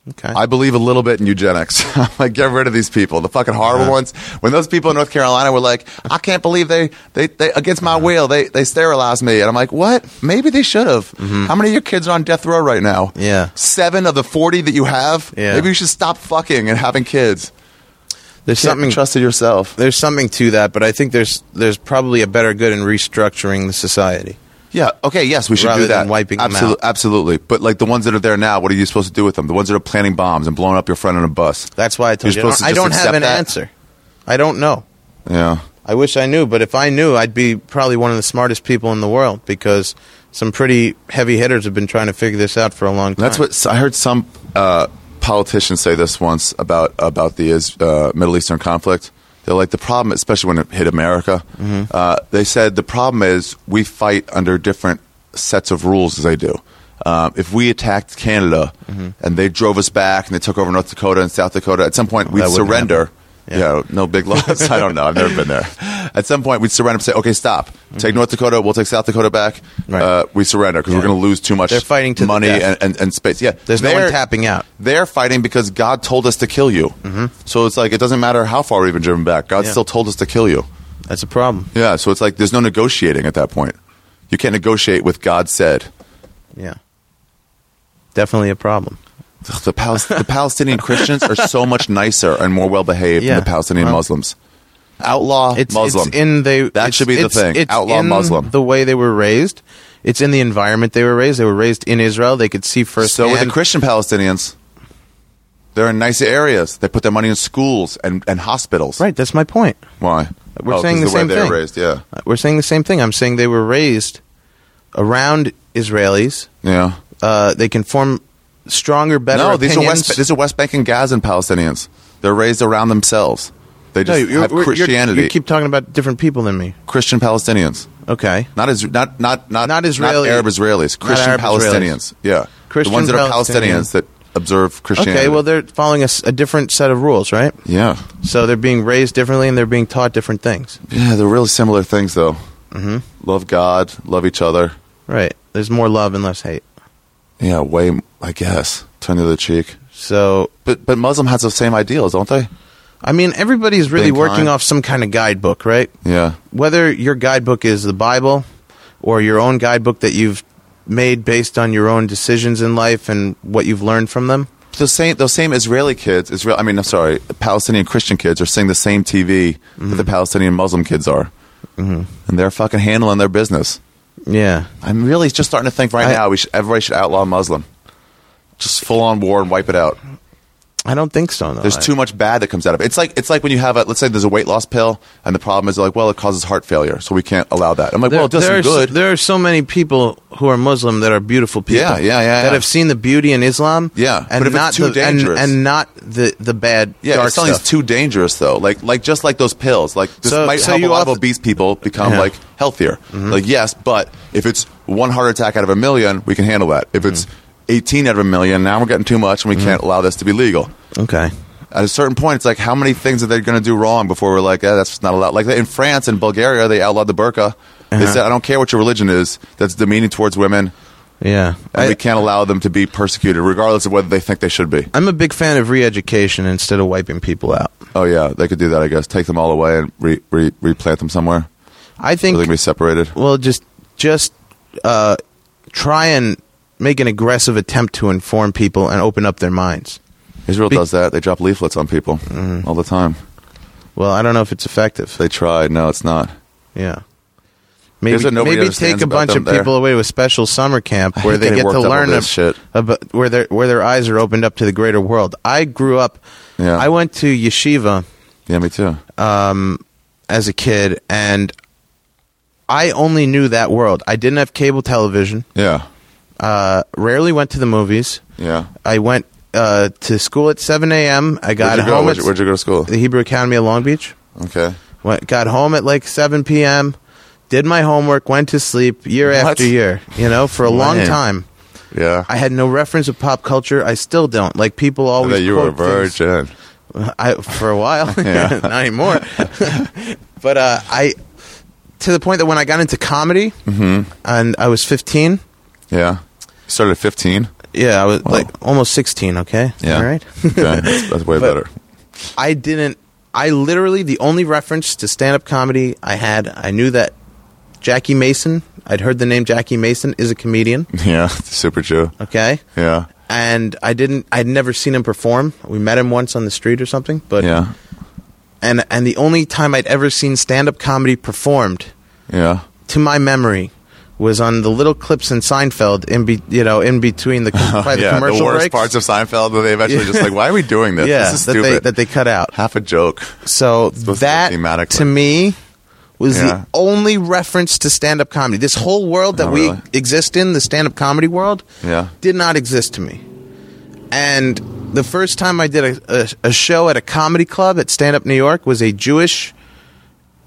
Speaker 3: okay,
Speaker 1: I believe a little bit in eugenics. I'm like, get rid of these people, the fucking horrible ones. When those people in North Carolina were like, I can't believe they, they, they against my will, they, they sterilized me. And I'm like, what? Maybe they should have. How many of your kids are on death row right now?
Speaker 3: Mm-hmm. Yeah.
Speaker 1: Seven of the 40 that you have?
Speaker 3: Yeah.
Speaker 1: Maybe you should stop fucking and having kids.
Speaker 3: there's
Speaker 1: Something
Speaker 3: something
Speaker 1: trusted yourself.
Speaker 3: there's something to that, but I think there's there's probably a better good in restructuring the society.
Speaker 1: Yeah. Okay. Yes, we should
Speaker 3: Rather
Speaker 1: do that.
Speaker 3: than wiping them
Speaker 1: Absolu-
Speaker 3: out.
Speaker 1: Absolutely. But like the ones that are there now, what are you supposed to do with them? The ones that are planting bombs and blowing up your friend on a bus.
Speaker 3: That's why I told
Speaker 1: You're
Speaker 3: you I
Speaker 1: supposed
Speaker 3: don't,
Speaker 1: to just
Speaker 3: I don't
Speaker 1: accept
Speaker 3: have an
Speaker 1: that?
Speaker 3: answer. I don't know.
Speaker 1: Yeah.
Speaker 3: I wish I knew, but if I knew, I'd be probably one of the smartest people in the world because some pretty heavy hitters have been trying to figure this out for a long time.
Speaker 1: That's what so I heard some uh, politicians say this once about about the Is- uh, Middle Eastern conflict. They're like the problem, especially when it hit America.
Speaker 3: Mm-hmm.
Speaker 1: Uh, they said the problem is we fight under different sets of rules as they do. Um, if we attacked Canada
Speaker 3: Mm-hmm.
Speaker 1: and they drove us back and they took over North Dakota and South Dakota, at some point we'd
Speaker 3: That wouldn't
Speaker 1: surrender.
Speaker 3: Yeah.
Speaker 1: You know, no big loss. I don't know. I've never been there. At some point, we'd surrender and say, okay, stop. Take North Dakota. We'll take South Dakota back.
Speaker 3: Mm-hmm. Right.
Speaker 1: Uh, we surrender because we're
Speaker 3: Yeah.
Speaker 1: going to lose too much
Speaker 3: They're fighting to the
Speaker 1: money
Speaker 3: death.
Speaker 1: and, and, and space. Yeah,
Speaker 3: There's no
Speaker 1: They're-
Speaker 3: one tapping out.
Speaker 1: They're fighting because God told us to kill you. Mm-hmm. So it's like it doesn't matter how far we've been driven back. God
Speaker 3: Yeah.
Speaker 1: still told us to kill you.
Speaker 3: That's a problem.
Speaker 1: Yeah. So it's like there's no negotiating at that point. You can't negotiate with God said.
Speaker 3: Yeah. Definitely a problem.
Speaker 1: Ugh, the, Pal- the Palestinian Christians are so much nicer and more well behaved
Speaker 3: Yeah.
Speaker 1: than the Palestinian
Speaker 3: Well,
Speaker 1: Muslims. Outlaw
Speaker 3: It's
Speaker 1: Oh, Muslim.
Speaker 3: It's in they
Speaker 1: That
Speaker 3: it's-
Speaker 1: should be the
Speaker 3: it's-
Speaker 1: thing.
Speaker 3: It's
Speaker 1: Outlaw
Speaker 3: in
Speaker 1: Muslim.
Speaker 3: The way they were raised. It's in the environment they were raised. They were raised in Israel. They could see first.
Speaker 1: so with the Christian Palestinians, they're in nicer areas. They put their money in schools and, and hospitals.
Speaker 3: right? That's my point.
Speaker 1: Why?
Speaker 3: We're
Speaker 1: Oh, 'cause
Speaker 3: saying the
Speaker 1: way
Speaker 3: same
Speaker 1: they're
Speaker 3: thing.
Speaker 1: raised. Yeah.
Speaker 3: Uh, We're saying the same thing. I'm saying they were raised around Israelis.
Speaker 1: Yeah.
Speaker 3: Uh, they can form stronger, better.
Speaker 1: no, these are
Speaker 3: opinions.
Speaker 1: West these are West Bank and Gaza and Palestinians. They're raised around themselves. They
Speaker 3: No,
Speaker 1: just
Speaker 3: you're-
Speaker 1: have
Speaker 3: we're- you're-
Speaker 1: Christianity.
Speaker 3: you keep talking about different people than me.
Speaker 1: Christian Palestinians,
Speaker 3: Okay.
Speaker 1: not as not not not
Speaker 3: Not Israeli-
Speaker 1: Arab Israelis,
Speaker 3: not
Speaker 1: Christian
Speaker 3: Arab
Speaker 1: Palestinians. Yeah,
Speaker 3: Christian
Speaker 1: the ones that are
Speaker 3: Palestinians.
Speaker 1: Palestinians that observe Christianity.
Speaker 3: Okay. Well, they're following a, s- a different set of rules, right?
Speaker 1: yeah,
Speaker 3: So they're being raised differently, and they're being taught different things.
Speaker 1: yeah, they're really similar things though.
Speaker 3: Mm-hmm.
Speaker 1: Love God, love each other.
Speaker 3: Right. There's more love and less hate.
Speaker 1: Yeah, way m- I guess turn the other cheek.
Speaker 3: So
Speaker 1: But but Muslim has those same ideals, don't they?
Speaker 3: I mean, everybody's really
Speaker 1: Being
Speaker 3: working
Speaker 1: kind.
Speaker 3: off some kind of guidebook, right?
Speaker 1: Yeah,
Speaker 3: Whether your guidebook is the Bible or your own guidebook that you've made based on your own decisions in life and what you've learned from them.
Speaker 1: those same those same Israeli kids, Israel. I mean, I'm sorry, Palestinian Christian kids are seeing the same TV that
Speaker 3: Mm.
Speaker 1: the Palestinian Muslim kids are,
Speaker 3: Mm-hmm.
Speaker 1: and they're fucking handling their business.
Speaker 3: Yeah.
Speaker 1: I'm really just starting to think right
Speaker 3: I-
Speaker 1: now we should everybody should outlaw Muslim, just full on war and wipe it out.
Speaker 3: I don't think so. Though.
Speaker 1: There's
Speaker 3: I-
Speaker 1: too much bad that comes out of it. It's like it's like when you have a let's say there's a weight loss pill and the problem is like well it causes heart failure so we can't allow that. I'm like well it does
Speaker 3: there
Speaker 1: some
Speaker 3: are,
Speaker 1: good.
Speaker 3: So, there are so many people who are Muslim that are beautiful people.
Speaker 1: Yeah, yeah, yeah,
Speaker 3: That
Speaker 1: yeah.
Speaker 3: have seen the beauty in Islam.
Speaker 1: Yeah,
Speaker 3: and
Speaker 1: but if it's
Speaker 3: not
Speaker 1: too
Speaker 3: the, and-
Speaker 1: dangerous-
Speaker 3: and, not the the bad
Speaker 1: yeah,
Speaker 3: dark
Speaker 1: if something's
Speaker 3: stuff.
Speaker 1: too dangerous though. Like like just like those pills. Like this
Speaker 3: So-
Speaker 1: might
Speaker 3: so
Speaker 1: help a
Speaker 3: you
Speaker 1: lot of
Speaker 3: off-
Speaker 1: obese people become
Speaker 3: Yeah. Mm-hmm.
Speaker 1: like healthier. Like yes, but if it's one heart attack out of a million, we can handle that. If it's
Speaker 3: Mm-hmm.
Speaker 1: 18 out of a million, now we're getting too much and we can't allow this to be legal.
Speaker 3: okay.
Speaker 1: At a certain point, it's like how many things are they going to do wrong before we're like, eh, that's not allowed. Like in France and Bulgaria, they outlawed the burqa. They
Speaker 3: Uh-huh.
Speaker 1: said, I don't care what your religion is. That's demeaning towards women.
Speaker 3: Yeah.
Speaker 1: And
Speaker 3: I-
Speaker 1: we can't allow them to be persecuted, regardless of whether they think they should be.
Speaker 3: I'm a big fan of re-education instead of wiping people out.
Speaker 1: Oh yeah, they could do that. I guess take them all away and re- re- replant them somewhere.
Speaker 3: I
Speaker 1: Or
Speaker 3: think
Speaker 1: they can be separated.
Speaker 3: well, just just uh, try and make an aggressive attempt to inform people and open up their minds.
Speaker 1: Israel
Speaker 3: Be-
Speaker 1: does that. They drop leaflets on people all the time.
Speaker 3: Well, I don't know if it's effective.
Speaker 1: They tried. No, it's not.
Speaker 3: Yeah.
Speaker 1: Guess
Speaker 3: Maybe,
Speaker 1: what nobody
Speaker 3: maybe
Speaker 1: understands
Speaker 3: take a
Speaker 1: about
Speaker 3: bunch
Speaker 1: them
Speaker 3: of
Speaker 1: there.
Speaker 3: people away to a special summer camp where
Speaker 1: hate
Speaker 3: they
Speaker 1: getting
Speaker 3: get to
Speaker 1: worked up
Speaker 3: learn
Speaker 1: over
Speaker 3: ab-
Speaker 1: this shit.
Speaker 3: about where their where their eyes are opened up to the greater world. I grew up.
Speaker 1: Yeah.
Speaker 3: I went to yeshiva
Speaker 1: Yeah, me too.
Speaker 3: as a kid, and I only knew that world. I didn't have cable television.
Speaker 1: yeah,
Speaker 3: Uh, rarely went to the movies.
Speaker 1: yeah.
Speaker 3: I went uh, to school at 7 a.m. I got
Speaker 1: Where'd you go?
Speaker 3: home
Speaker 1: Where'd
Speaker 3: at
Speaker 1: you- where'd you go to school?
Speaker 3: the Hebrew Academy of Long Beach.
Speaker 1: Okay.
Speaker 3: Went, got home at like 7 p.m. did my homework, went to sleep year
Speaker 1: What?
Speaker 3: after year, you know, for a long
Speaker 1: Man.
Speaker 3: time.
Speaker 1: Yeah.
Speaker 3: I had no reference of pop culture. I still don't. Like people
Speaker 1: I
Speaker 3: always
Speaker 1: thought you were a
Speaker 3: quote things-
Speaker 1: virgin.
Speaker 3: I for a while,
Speaker 1: Yeah.
Speaker 3: not anymore. but uh, I to the point that when I got into comedy
Speaker 1: Mm-hmm.
Speaker 3: and I was 15,
Speaker 1: Yeah. Started at 15.
Speaker 3: yeah, I was like almost 16, okay?
Speaker 1: Yeah.
Speaker 3: All right.
Speaker 1: Okay. That's, that's way
Speaker 3: But-
Speaker 1: better.
Speaker 3: I didn't I literally the only reference to stand-up comedy I had, I knew that Jackie Mason, I'd heard the name Jackie Mason is a comedian,
Speaker 1: Yeah. Super Jew.
Speaker 3: okay?
Speaker 1: Yeah.
Speaker 3: And I didn't I'd never seen him perform. We met him once on the street or something, but
Speaker 1: Yeah.
Speaker 3: and and the only time I'd ever seen stand-up comedy performed
Speaker 1: Yeah.
Speaker 3: to my memory was on the little clips in Seinfeld in be, you know in between the, by the
Speaker 1: yeah,
Speaker 3: commercial
Speaker 1: the worst
Speaker 3: breaks.
Speaker 1: parts of Seinfeld that they eventually
Speaker 3: Yeah.
Speaker 1: just like, why are we doing this?
Speaker 3: yeah,
Speaker 1: this is
Speaker 3: that they
Speaker 1: stupid.
Speaker 3: that they cut out.
Speaker 1: Half a joke.
Speaker 3: So
Speaker 1: supposed to
Speaker 3: that
Speaker 1: be thematic,
Speaker 3: to
Speaker 1: but-
Speaker 3: me was
Speaker 1: Yeah.
Speaker 3: the only reference to stand up comedy. This whole world that
Speaker 1: Oh,
Speaker 3: we
Speaker 1: really?
Speaker 3: exist in, the stand up comedy world,
Speaker 1: Yeah.
Speaker 3: did not exist to me. And the first time I did a, a, a show at a comedy club at Stand Up New York was a Jewish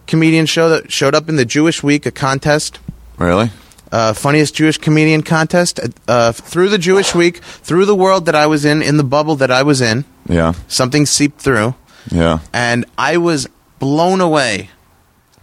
Speaker 3: comedian show that showed up in the Jewish Week, a contest
Speaker 1: Really?
Speaker 3: uh, funniest Jewish comedian contest uh, through the Jewish week, through the world that I was in, in the bubble that I was in.
Speaker 1: Yeah.
Speaker 3: Something seeped through,
Speaker 1: Yeah.
Speaker 3: and I was blown away.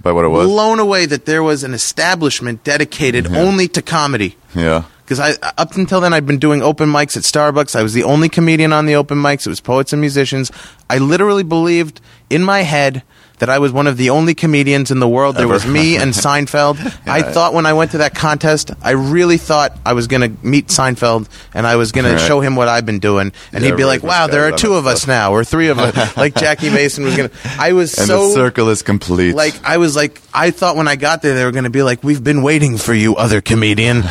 Speaker 1: By what it was.
Speaker 3: Blown away that there was an establishment dedicated only to comedy.
Speaker 1: yeah.
Speaker 3: Because I, up until then, I'd been doing open mics at Starbucks. I was the only comedian on the open mics. It was poets and musicians. I literally believed in my head that I was one of the only comedians in the world. There was me and Seinfeld. I thought when I went to that contest, I really thought I was going to meet Seinfeld and I was going
Speaker 1: Right.
Speaker 3: to show him what I've been doing. And
Speaker 1: Yeah,
Speaker 3: he'd be like,
Speaker 1: everybody's
Speaker 3: wow, there are
Speaker 1: got
Speaker 3: two
Speaker 1: that
Speaker 3: of us now or three of us. like Jackie Mason was going to. I was
Speaker 1: And
Speaker 3: so.
Speaker 1: the circle is complete.
Speaker 3: Like I was like I thought when I got there they were going to be like we've been waiting for you other comedian.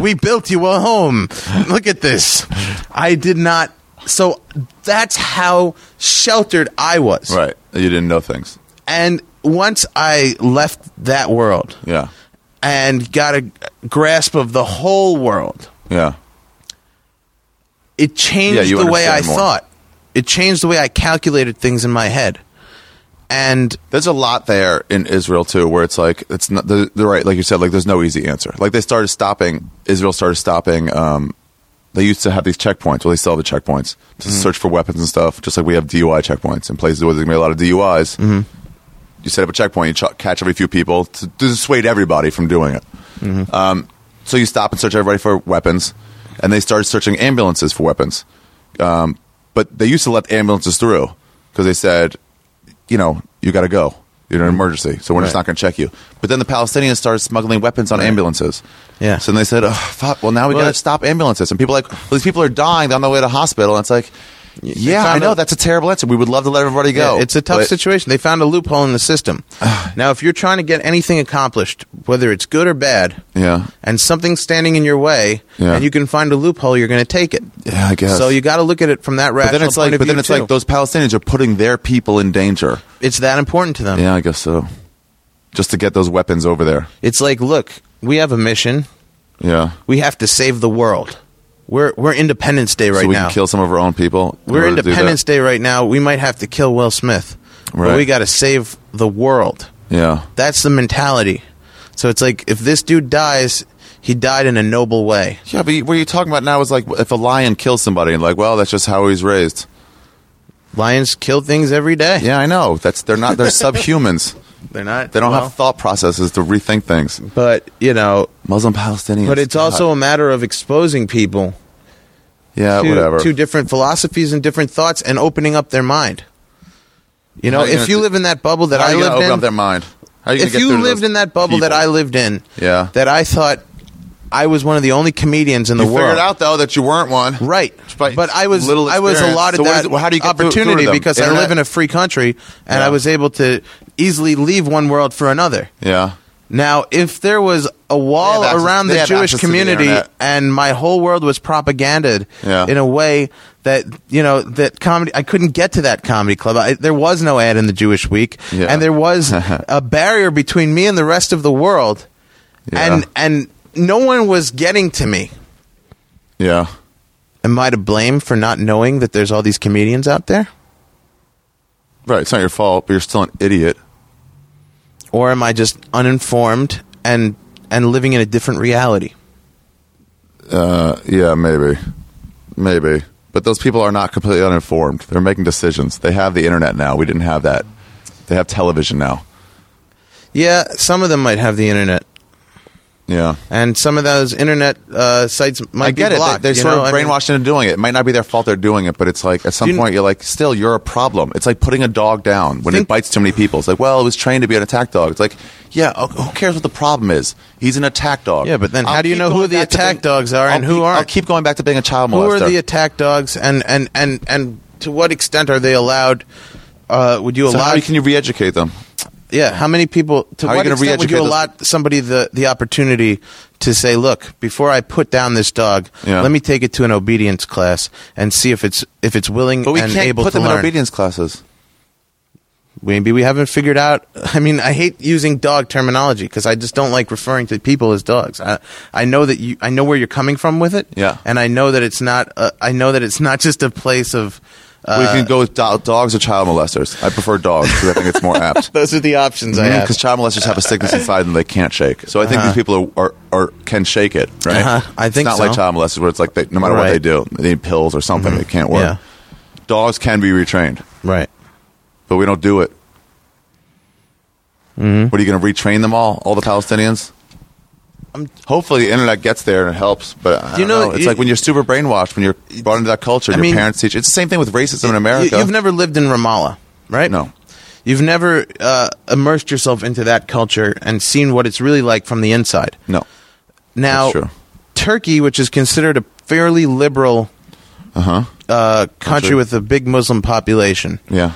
Speaker 3: we built you a home. Look at this. I did not so that's how sheltered I was.
Speaker 1: right. You didn't know things.
Speaker 3: And once I left that world
Speaker 1: Yeah.
Speaker 3: and got a grasp of the whole world,
Speaker 1: Yeah.
Speaker 3: it changed
Speaker 1: Yeah, you
Speaker 3: the way I
Speaker 1: understand more.
Speaker 3: thought. It changed the way I calculated things in my head. And
Speaker 1: There's a lot there in Israel too, where it's like it's not they're, they're right, like you said, like there's no easy answer. Like they started stopping Israel started stopping. Um, they used to have these checkpoints. Well, they still have the checkpoints to
Speaker 3: Mm-hmm.
Speaker 1: search for weapons and stuff, just like we have DUI checkpoints in places where there's gonna be a lot of DUIs.
Speaker 3: Mm-hmm.
Speaker 1: You set up a checkpoint, you ch- catch every few people to dissuade everybody from doing it.
Speaker 3: Mm-hmm.
Speaker 1: Um, so you stop and search everybody for weapons, and they started searching ambulances for weapons. Um, but they used to let ambulances through because they said you know, you got to go. You're in an emergency, so we're just
Speaker 3: Mm-hmm. Right.
Speaker 1: not going to check you. But then the Palestinians started smuggling weapons on ambulances.
Speaker 3: Yeah.
Speaker 1: So then they said, oh, fuck, well, now we
Speaker 3: Well,
Speaker 1: got to
Speaker 3: it-
Speaker 1: stop ambulances. And people are like, well, these people are dying. They're on their way to hospital. And it's like, yeah, I
Speaker 3: found
Speaker 1: know.
Speaker 3: a-
Speaker 1: that's a terrible answer. We would love to let everybody go.
Speaker 3: Yeah, it's a tough
Speaker 1: But-
Speaker 3: situation. They found a loophole in the system. now, if you're trying to get anything accomplished, whether it's good or bad,
Speaker 1: Yeah.
Speaker 3: and something's standing in your way,
Speaker 1: Yeah.
Speaker 3: and you can find a loophole, you're going to take it.
Speaker 1: Yeah, I guess.
Speaker 3: So you got to look at it from that
Speaker 1: But
Speaker 3: rational
Speaker 1: then it's
Speaker 3: point
Speaker 1: like,
Speaker 3: of
Speaker 1: but then
Speaker 3: view,
Speaker 1: it's
Speaker 3: too.
Speaker 1: like those Palestinians are putting their people in danger.
Speaker 3: it's that important to them.
Speaker 1: Yeah, I guess so. Just to get those weapons over there.
Speaker 3: It's like, look, we have a mission.
Speaker 1: Yeah.
Speaker 3: We have to save the world. We're we're Independence Day right
Speaker 1: so we
Speaker 3: now.
Speaker 1: can kill some of our own people. in
Speaker 3: we're
Speaker 1: order to do that.
Speaker 3: Independence Day right now. We might have to kill Will Smith,
Speaker 1: Right.
Speaker 3: but we got to save the world.
Speaker 1: Yeah.
Speaker 3: That's the mentality. So it's like if this dude dies, he died in a noble way.
Speaker 1: Yeah, but what you're talking about now is like if a lion kills somebody, and like, well, that's just how he's raised.
Speaker 3: Lions kill things every day.
Speaker 1: Yeah, I know. That's they're not they're subhumans.
Speaker 3: They're not.
Speaker 1: They don't
Speaker 3: well,
Speaker 1: have thought processes to rethink things.
Speaker 3: But you know,
Speaker 1: Muslim Palestinians.
Speaker 3: but it's
Speaker 1: God.
Speaker 3: also a matter of exposing people
Speaker 1: yeah,
Speaker 3: to,
Speaker 1: Uh, whatever.
Speaker 3: to different philosophies and different thoughts and opening up their mind. You know,
Speaker 1: How you
Speaker 3: if
Speaker 1: gonna
Speaker 3: you
Speaker 1: do-
Speaker 3: live in that bubble that
Speaker 1: How
Speaker 3: I
Speaker 1: you gonna
Speaker 3: lived
Speaker 1: open
Speaker 3: in,
Speaker 1: up their mind. How you gonna
Speaker 3: if
Speaker 1: get
Speaker 3: you
Speaker 1: through to
Speaker 3: lived
Speaker 1: those
Speaker 3: in that bubble that
Speaker 1: people?
Speaker 3: I lived in,
Speaker 1: Yeah.
Speaker 3: that I thought I was one of the only comedians in
Speaker 1: you
Speaker 3: the world.
Speaker 1: figured out though that you weren't one.
Speaker 3: Right,
Speaker 1: Despite
Speaker 3: but I was
Speaker 1: little
Speaker 3: I was
Speaker 1: experience.
Speaker 3: allotted
Speaker 1: So what
Speaker 3: that
Speaker 1: is- well, how do you get through- through
Speaker 3: opportunity
Speaker 1: to them?
Speaker 3: because I
Speaker 1: Internet?
Speaker 3: live in a free country and
Speaker 1: Yeah.
Speaker 3: I was able to easily leave one world for another.
Speaker 1: Yeah.
Speaker 3: Now, if there was a wall
Speaker 1: They have access-
Speaker 3: around
Speaker 1: they
Speaker 3: the
Speaker 1: have
Speaker 3: Jewish
Speaker 1: access to the
Speaker 3: community
Speaker 1: internet.
Speaker 3: and my whole world was propaganded
Speaker 1: Yeah.
Speaker 3: in a way that you know that comedy, I couldn't get to that comedy club. I, there was no ad in the Jewish Week,
Speaker 1: Yeah.
Speaker 3: and there was a barrier between me and the rest of the world,
Speaker 1: Yeah.
Speaker 3: and and no one was getting to me.
Speaker 1: Yeah.
Speaker 3: Am I to blame for not knowing that there's all these comedians out there?
Speaker 1: Right. It's not your fault, but you're still an idiot.
Speaker 3: or am I just uninformed and and living in a different reality?
Speaker 1: Uh, yeah, maybe, maybe. But those people are not completely uninformed. They're making decisions. They have the internet now. We didn't have that. They have television now.
Speaker 3: Yeah, some of them might have the internet,
Speaker 1: Yeah,
Speaker 3: and some of those internet uh, sites might
Speaker 1: I get
Speaker 3: be
Speaker 1: it.
Speaker 3: blocked.
Speaker 1: They, are
Speaker 3: you
Speaker 1: sort
Speaker 3: know? I
Speaker 1: of
Speaker 3: mean-
Speaker 1: brainwashed into doing it. It might not be their fault they're doing it, but it's like at some
Speaker 3: You-
Speaker 1: point you're like, still, you're a problem. It's like putting a dog down when it
Speaker 3: Think-
Speaker 1: bites too many people. It's like, well, it was trained to be an attack dog. It's like, yeah, o- who cares what the problem is? He's an attack dog.
Speaker 3: Yeah, but then
Speaker 1: I'll
Speaker 3: how do you
Speaker 1: keep
Speaker 3: know who
Speaker 1: going
Speaker 3: the
Speaker 1: back to
Speaker 3: attack
Speaker 1: being-
Speaker 3: dogs are and
Speaker 1: I'll
Speaker 3: who
Speaker 1: keep- I'll
Speaker 3: aren't?
Speaker 1: keep going back to being a child molester.
Speaker 3: who are the attack dogs, and and and and to what extent are they allowed? Uh, would you
Speaker 1: so
Speaker 3: allow?
Speaker 1: how can you re-educate them?
Speaker 3: yeah, how many people? To
Speaker 1: How are you
Speaker 3: what
Speaker 1: gonna
Speaker 3: extent would you
Speaker 1: re-educate
Speaker 3: allow somebody the the opportunity to say, look, before I put down this dog,
Speaker 1: Yeah.
Speaker 3: let me take it to an obedience class and see if it's if it's willing
Speaker 1: But we
Speaker 3: and
Speaker 1: can't
Speaker 3: able
Speaker 1: put
Speaker 3: to
Speaker 1: them
Speaker 3: learn.
Speaker 1: in obedience classes.
Speaker 3: Maybe we haven't figured out. I mean, I hate using dog terminology because I just don't like referring to people as dogs. I, I know that you. I know where you're coming from with it.
Speaker 1: Yeah.
Speaker 3: and I know that it's not. Uh, I know that it's not just a place of. Uh,
Speaker 1: we can go with do- dogs or child molesters. I prefer dogs because I think it's more apt.
Speaker 3: those are the options I have.
Speaker 1: Because child molesters have a sickness inside them they can't shake. So I think these people are, are, are can shake it, right?
Speaker 3: Uh-huh. I think
Speaker 1: it's not
Speaker 3: so.
Speaker 1: like child molesters where it's like they, no matter what
Speaker 3: Right. Mm-hmm.
Speaker 1: they do, they need pills or something. It can't work.
Speaker 3: Yeah.
Speaker 1: Dogs can be retrained,
Speaker 3: Right.
Speaker 1: but we don't do it.
Speaker 3: Mm-hmm.
Speaker 1: What are you going to retrain them all? All the Palestinians? Hopefully, the internet gets there and it helps. But I
Speaker 3: Um, You
Speaker 1: don't
Speaker 3: know,
Speaker 1: know, it's
Speaker 3: you-
Speaker 1: like when you're super brainwashed, when you're brought into that culture,
Speaker 3: I
Speaker 1: your
Speaker 3: mean-
Speaker 1: parents teach. It's the same thing with racism in America.
Speaker 3: You, have never lived in Ramallah, right?
Speaker 1: No.
Speaker 3: You've never uh, immersed yourself into that culture and seen what it's really like from the inside.
Speaker 1: no.
Speaker 3: Now,
Speaker 1: That's true.
Speaker 3: Turkey, which is considered a fairly liberal
Speaker 1: Uh huh.
Speaker 3: uh, country
Speaker 1: Country.
Speaker 3: with a big Muslim population,
Speaker 1: Yeah.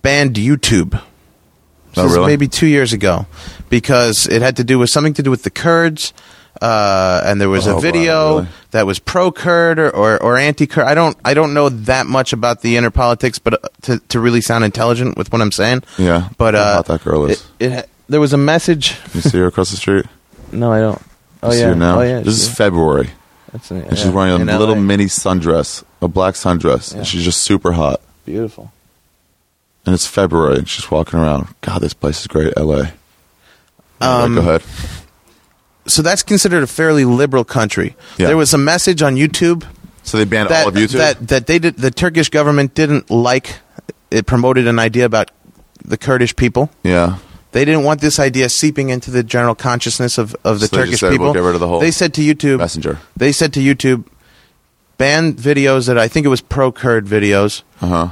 Speaker 3: banned YouTube.
Speaker 1: Oh,
Speaker 3: This is
Speaker 1: really?
Speaker 3: Maybe two years ago, because it had to do with something to do with the Kurds, uh, and there was
Speaker 1: Oh,
Speaker 3: a
Speaker 1: wow,
Speaker 3: video
Speaker 1: really?
Speaker 3: that was pro Kurd or, or, or anti Kurd. I don't I don't know that much about the inner politics, but uh, to to really sound intelligent with what I'm saying,
Speaker 1: Yeah,
Speaker 3: But
Speaker 1: I know
Speaker 3: uh,
Speaker 1: about that girl is.
Speaker 3: It, it ha- there was a message.
Speaker 1: You see her across the street?
Speaker 3: No, I don't. Oh
Speaker 1: you see
Speaker 3: yeah.
Speaker 1: her now?
Speaker 3: Oh yeah.
Speaker 1: This is February.
Speaker 3: That's in-
Speaker 1: And she's
Speaker 3: yeah,
Speaker 1: wearing a
Speaker 3: in
Speaker 1: little
Speaker 3: LA.
Speaker 1: mini sundress, a black sundress.
Speaker 3: Yeah.
Speaker 1: And she's just super hot.
Speaker 3: Beautiful.
Speaker 1: And it's February and she's walking around. God, this place is great, LA.
Speaker 3: Um,
Speaker 1: go ahead.
Speaker 3: So that's considered a fairly liberal country.
Speaker 1: Yeah.
Speaker 3: There was a message on YouTube
Speaker 1: So they banned
Speaker 3: that,
Speaker 1: all of YouTube?
Speaker 3: that that they did the Turkish government didn't like it promoted an idea about the Kurdish people.
Speaker 1: yeah.
Speaker 3: They didn't want this idea seeping into the general consciousness of, of the
Speaker 1: So they just
Speaker 3: Turkish
Speaker 1: said,
Speaker 3: people.
Speaker 1: "We'll get rid of the whole
Speaker 3: they said to YouTube
Speaker 1: messenger."
Speaker 3: They said to YouTube ban videos that I think it was pro Kurd videos
Speaker 1: Uh huh.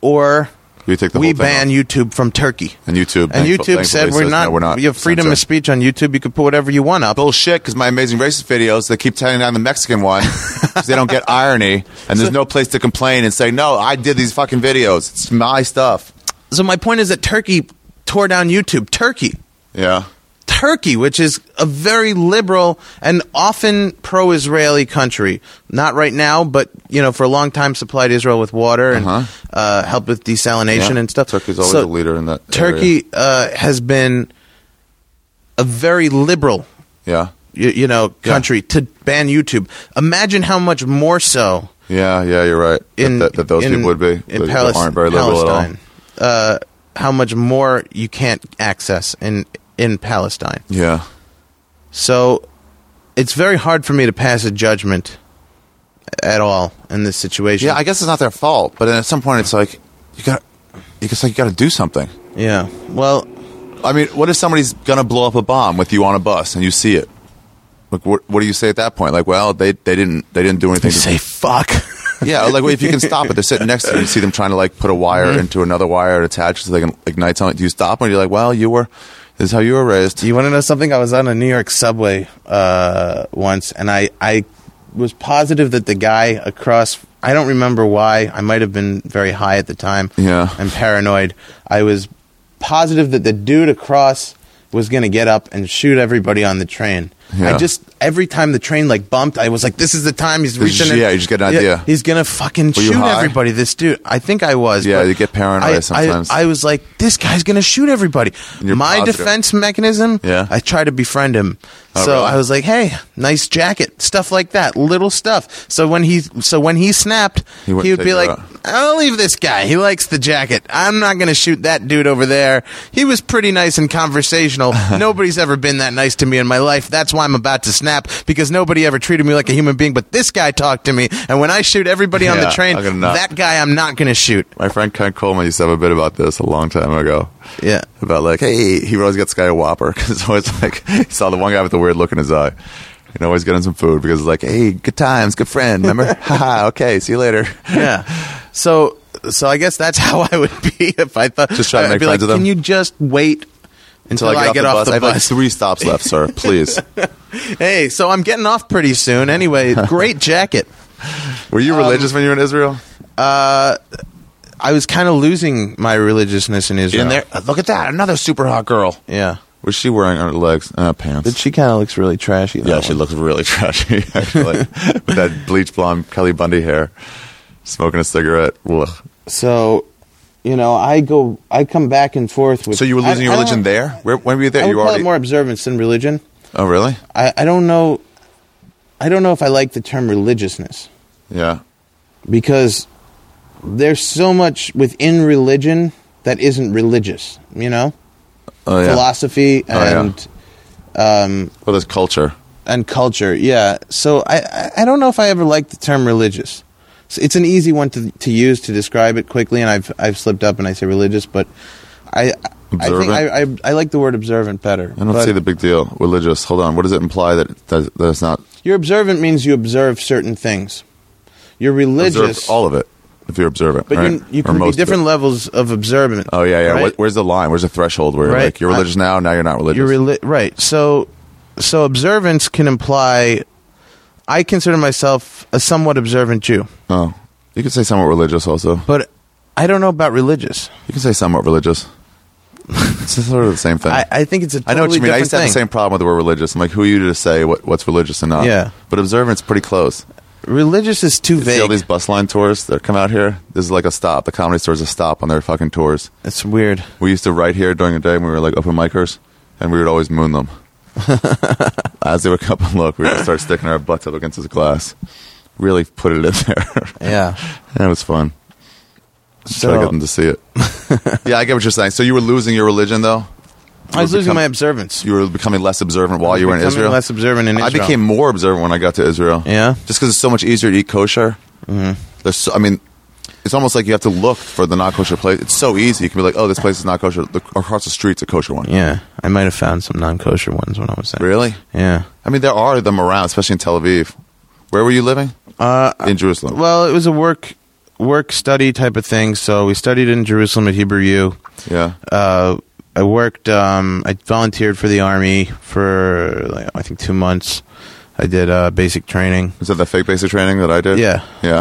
Speaker 3: or
Speaker 1: We take the
Speaker 3: we
Speaker 1: whole thing
Speaker 3: ban
Speaker 1: off.
Speaker 3: YouTube from Turkey.
Speaker 1: And YouTube.
Speaker 3: And
Speaker 1: thankful-
Speaker 3: YouTube said
Speaker 1: thankfully
Speaker 3: we're
Speaker 1: says,
Speaker 3: not,
Speaker 1: No, we're not.
Speaker 3: you have freedom of
Speaker 1: censored."
Speaker 3: speech on YouTube, you can put whatever you want up.
Speaker 1: Bullshit, because my amazing racist videos, they keep turning down the Mexican one 'cause they don't get irony, and there's no place to complain and say, no, I did these fucking videos. It's my stuff.
Speaker 3: So my point is that Turkey tore down YouTube. Turkey.
Speaker 1: Yeah.
Speaker 3: Turkey, which is a very liberal and often pro-Israeli country, not right now, but you know, for a long time supplied Israel with water and uh
Speaker 1: Uh-huh.
Speaker 3: helped with desalination
Speaker 1: Yeah.
Speaker 3: and stuff.
Speaker 1: Turkey's always
Speaker 3: So
Speaker 1: a leader in that. area.
Speaker 3: Turkey uh, has been a very liberal,
Speaker 1: Yeah.
Speaker 3: you, you know,
Speaker 1: Yeah.
Speaker 3: country to ban YouTube. Imagine how much more so
Speaker 1: Yeah, yeah, you're right. That-
Speaker 3: in
Speaker 1: that, that those
Speaker 3: in-
Speaker 1: people would be.
Speaker 3: in
Speaker 1: that, that
Speaker 3: Palis-
Speaker 1: aren't very liberal
Speaker 3: Palestine.
Speaker 1: at all.
Speaker 3: Uh, how much more you can't access in in Palestine.
Speaker 1: Yeah.
Speaker 3: So it's very hard for me to pass a judgment at all in this situation.
Speaker 1: Yeah, I guess it's not their fault, but then at some point it's like you got it's like you got to do something.
Speaker 3: yeah. Well,
Speaker 1: I mean, what if somebody's going to blow up a bomb with you on a bus and you see it? Like what, what do you say at that point? Like, well, they they didn't they didn't do anything to
Speaker 3: say fuck.
Speaker 1: Yeah, like well, if you can stop it, they're sitting next to you. You see them trying to like put a wire into another wire and attach it so they can ignite something. Do you stop them? You're like, well, you were. This is how you were raised.
Speaker 3: Do you want to know something? I was on a New York subway uh, once, and I, I was positive that the guy across, I don't remember why, I might have been very high at the time
Speaker 1: Yeah.
Speaker 3: and paranoid. I was positive that the dude across was going to get up and shoot everybody on the train.
Speaker 1: Yeah.
Speaker 3: I just, every time the train like bumped, I was like, this is the time he's
Speaker 1: This is-
Speaker 3: reaching in.
Speaker 1: yeah, you just get an idea.
Speaker 3: He's going to fucking
Speaker 1: Were you
Speaker 3: shoot
Speaker 1: high?
Speaker 3: everybody, this dude. I think I was.
Speaker 1: Yeah,
Speaker 3: but
Speaker 1: you get paranoid
Speaker 3: I- I-
Speaker 1: sometimes.
Speaker 3: I was like, this guy's going to shoot everybody.
Speaker 1: You're
Speaker 3: My
Speaker 1: positive.
Speaker 3: defense defense mechanism.
Speaker 1: Yeah.
Speaker 3: I try to befriend him.
Speaker 1: Oh,
Speaker 3: so
Speaker 1: really?
Speaker 3: I was like, hey, nice jacket, stuff like that, little stuff. So when he so when he snapped,
Speaker 1: He
Speaker 3: he,
Speaker 1: wouldn't
Speaker 3: would
Speaker 1: take
Speaker 3: be
Speaker 1: her
Speaker 3: like,
Speaker 1: out.
Speaker 3: "I'll leave this guy. He likes the jacket. I'm not going to shoot that dude over there. He was pretty nice and conversational. Nobody's ever been that nice to me in my life. That's why I'm about to snap because nobody ever treated me like a human being, but this guy talked to me. And when I shoot everybody on
Speaker 1: Yeah,
Speaker 3: the train,
Speaker 1: I'm gonna not-
Speaker 3: that guy I'm not going to shoot."
Speaker 1: My friend Ken Coleman used to have a bit about this a long time ago.
Speaker 3: Yeah.
Speaker 1: About like, hey, he always gets this guy a Whopper because it's always like he saw the one guy with the weird look in his eye. And always getting some food because it's like, hey, good times, good friend, remember? Haha, okay, see you later.
Speaker 3: yeah. So so I guess that's how I would be if I thought
Speaker 1: Just try to
Speaker 3: I'd
Speaker 1: make
Speaker 3: be
Speaker 1: friends
Speaker 3: like,
Speaker 1: with them?
Speaker 3: Can you just wait until, I get off the
Speaker 1: I have like
Speaker 3: bus?
Speaker 1: three stops left, sir. Please.
Speaker 3: hey, so I'm getting off pretty soon. Anyway, great jacket.
Speaker 1: Were you religious when you were in Israel?
Speaker 3: I was kind of losing my religiousness in Israel.
Speaker 1: Uh, look at that, another super hot girl.
Speaker 3: Yeah.
Speaker 1: Was she wearing her legs uh, pants?
Speaker 3: But she kind of looks really trashy. that
Speaker 1: Yeah, she
Speaker 3: one.
Speaker 1: looks really trashy, actually. With that bleach blonde Kelly Bundy hair, smoking a cigarette. Ugh.
Speaker 3: So, you know, I go, I come back and forth with.
Speaker 1: So you were
Speaker 3: I-
Speaker 1: losing your
Speaker 3: I don't-
Speaker 1: religion there? Where, when were you there?
Speaker 3: I would
Speaker 1: you
Speaker 3: call
Speaker 1: already?
Speaker 3: it more observance than religion.
Speaker 1: oh, really?
Speaker 3: I, I don't know. I don't know if I like the term religiousness.
Speaker 1: Yeah.
Speaker 3: because there's so much within religion that isn't religious, you know?
Speaker 1: Oh, yeah.
Speaker 3: Philosophy
Speaker 1: Oh, yeah.
Speaker 3: and
Speaker 1: Well, there's culture.
Speaker 3: and culture. Yeah. So I- I I don't know if I ever liked the term religious. So it's an easy one to to use to describe it quickly and I've I've slipped up and I say religious, but I I think I, I, I like the word observant better.
Speaker 1: I don't
Speaker 3: But
Speaker 1: see the big deal. Religious. Hold on. What does it imply that that, that it's not
Speaker 3: Your observant means you observe certain things. You're religious,
Speaker 1: observe all of it if you're observant?
Speaker 3: but
Speaker 1: right?
Speaker 3: you, you
Speaker 1: Or
Speaker 3: can be
Speaker 1: most of it.
Speaker 3: different levels of observant.
Speaker 1: Oh yeah, yeah.
Speaker 3: right?
Speaker 1: Where- Where's the line? Where's the threshold where you're
Speaker 3: Right.
Speaker 1: like you're religious now, now you're not religious?
Speaker 3: You're reli- right. So, so observance can imply. I consider myself a somewhat observant Jew,
Speaker 1: oh, you could say somewhat religious also.
Speaker 3: but I don't know about religious.
Speaker 1: You can say somewhat religious. it's sort of the same thing.
Speaker 3: I, I think it's a
Speaker 1: I
Speaker 3: totally
Speaker 1: know what you mean. I used to have
Speaker 3: different
Speaker 1: the same problem with the word religious. I'm like, who are you to say what, what's religious and not?
Speaker 3: Yeah.
Speaker 1: But observance pretty close.
Speaker 3: thing. Religious is too
Speaker 1: You see all
Speaker 3: vague.
Speaker 1: these bus line tours that come out here. This is like a stop. The comedy store's a stop on their fucking tours.
Speaker 3: it's weird.
Speaker 1: We used to write here during the day when we were like open micers, and we would always moon them. As they would come and look, we would start sticking our butts up against this glass. Really put it in there.
Speaker 3: Yeah.
Speaker 1: That was fun. So, Try to
Speaker 3: So-
Speaker 1: get them to see it. yeah, I get what you're saying. So you were losing your religion, though.
Speaker 3: I was
Speaker 1: were
Speaker 3: losing
Speaker 1: become-
Speaker 3: my observance.
Speaker 1: You were becoming less observant while you were in
Speaker 3: Becoming
Speaker 1: Israel.
Speaker 3: less observant in Israel.
Speaker 1: I became more observant when I got to Israel.
Speaker 3: Yeah? Mm-hmm.
Speaker 1: just because it's so much easier to eat kosher. There's, so, I mean, it's almost like you have to look for the not kosher place. It's so easy. You can be like, oh, this place is not kosher. The, across the street's a kosher one.
Speaker 3: Yeah, I might have found some non-kosher ones when I was there.
Speaker 1: Really?
Speaker 3: Yeah.
Speaker 1: I mean, there are them around, especially in Tel Aviv. Where were you living?
Speaker 3: Uh,
Speaker 1: In Jerusalem.
Speaker 3: well, it was a work work study type of thing. So we studied in Jerusalem at Hebrew U.
Speaker 1: yeah.
Speaker 3: uh, I worked. Um, I volunteered for the army for like, I think two months. I did uh, basic training.
Speaker 1: Is that the fake basic training that I did?
Speaker 3: Yeah.
Speaker 1: Yeah.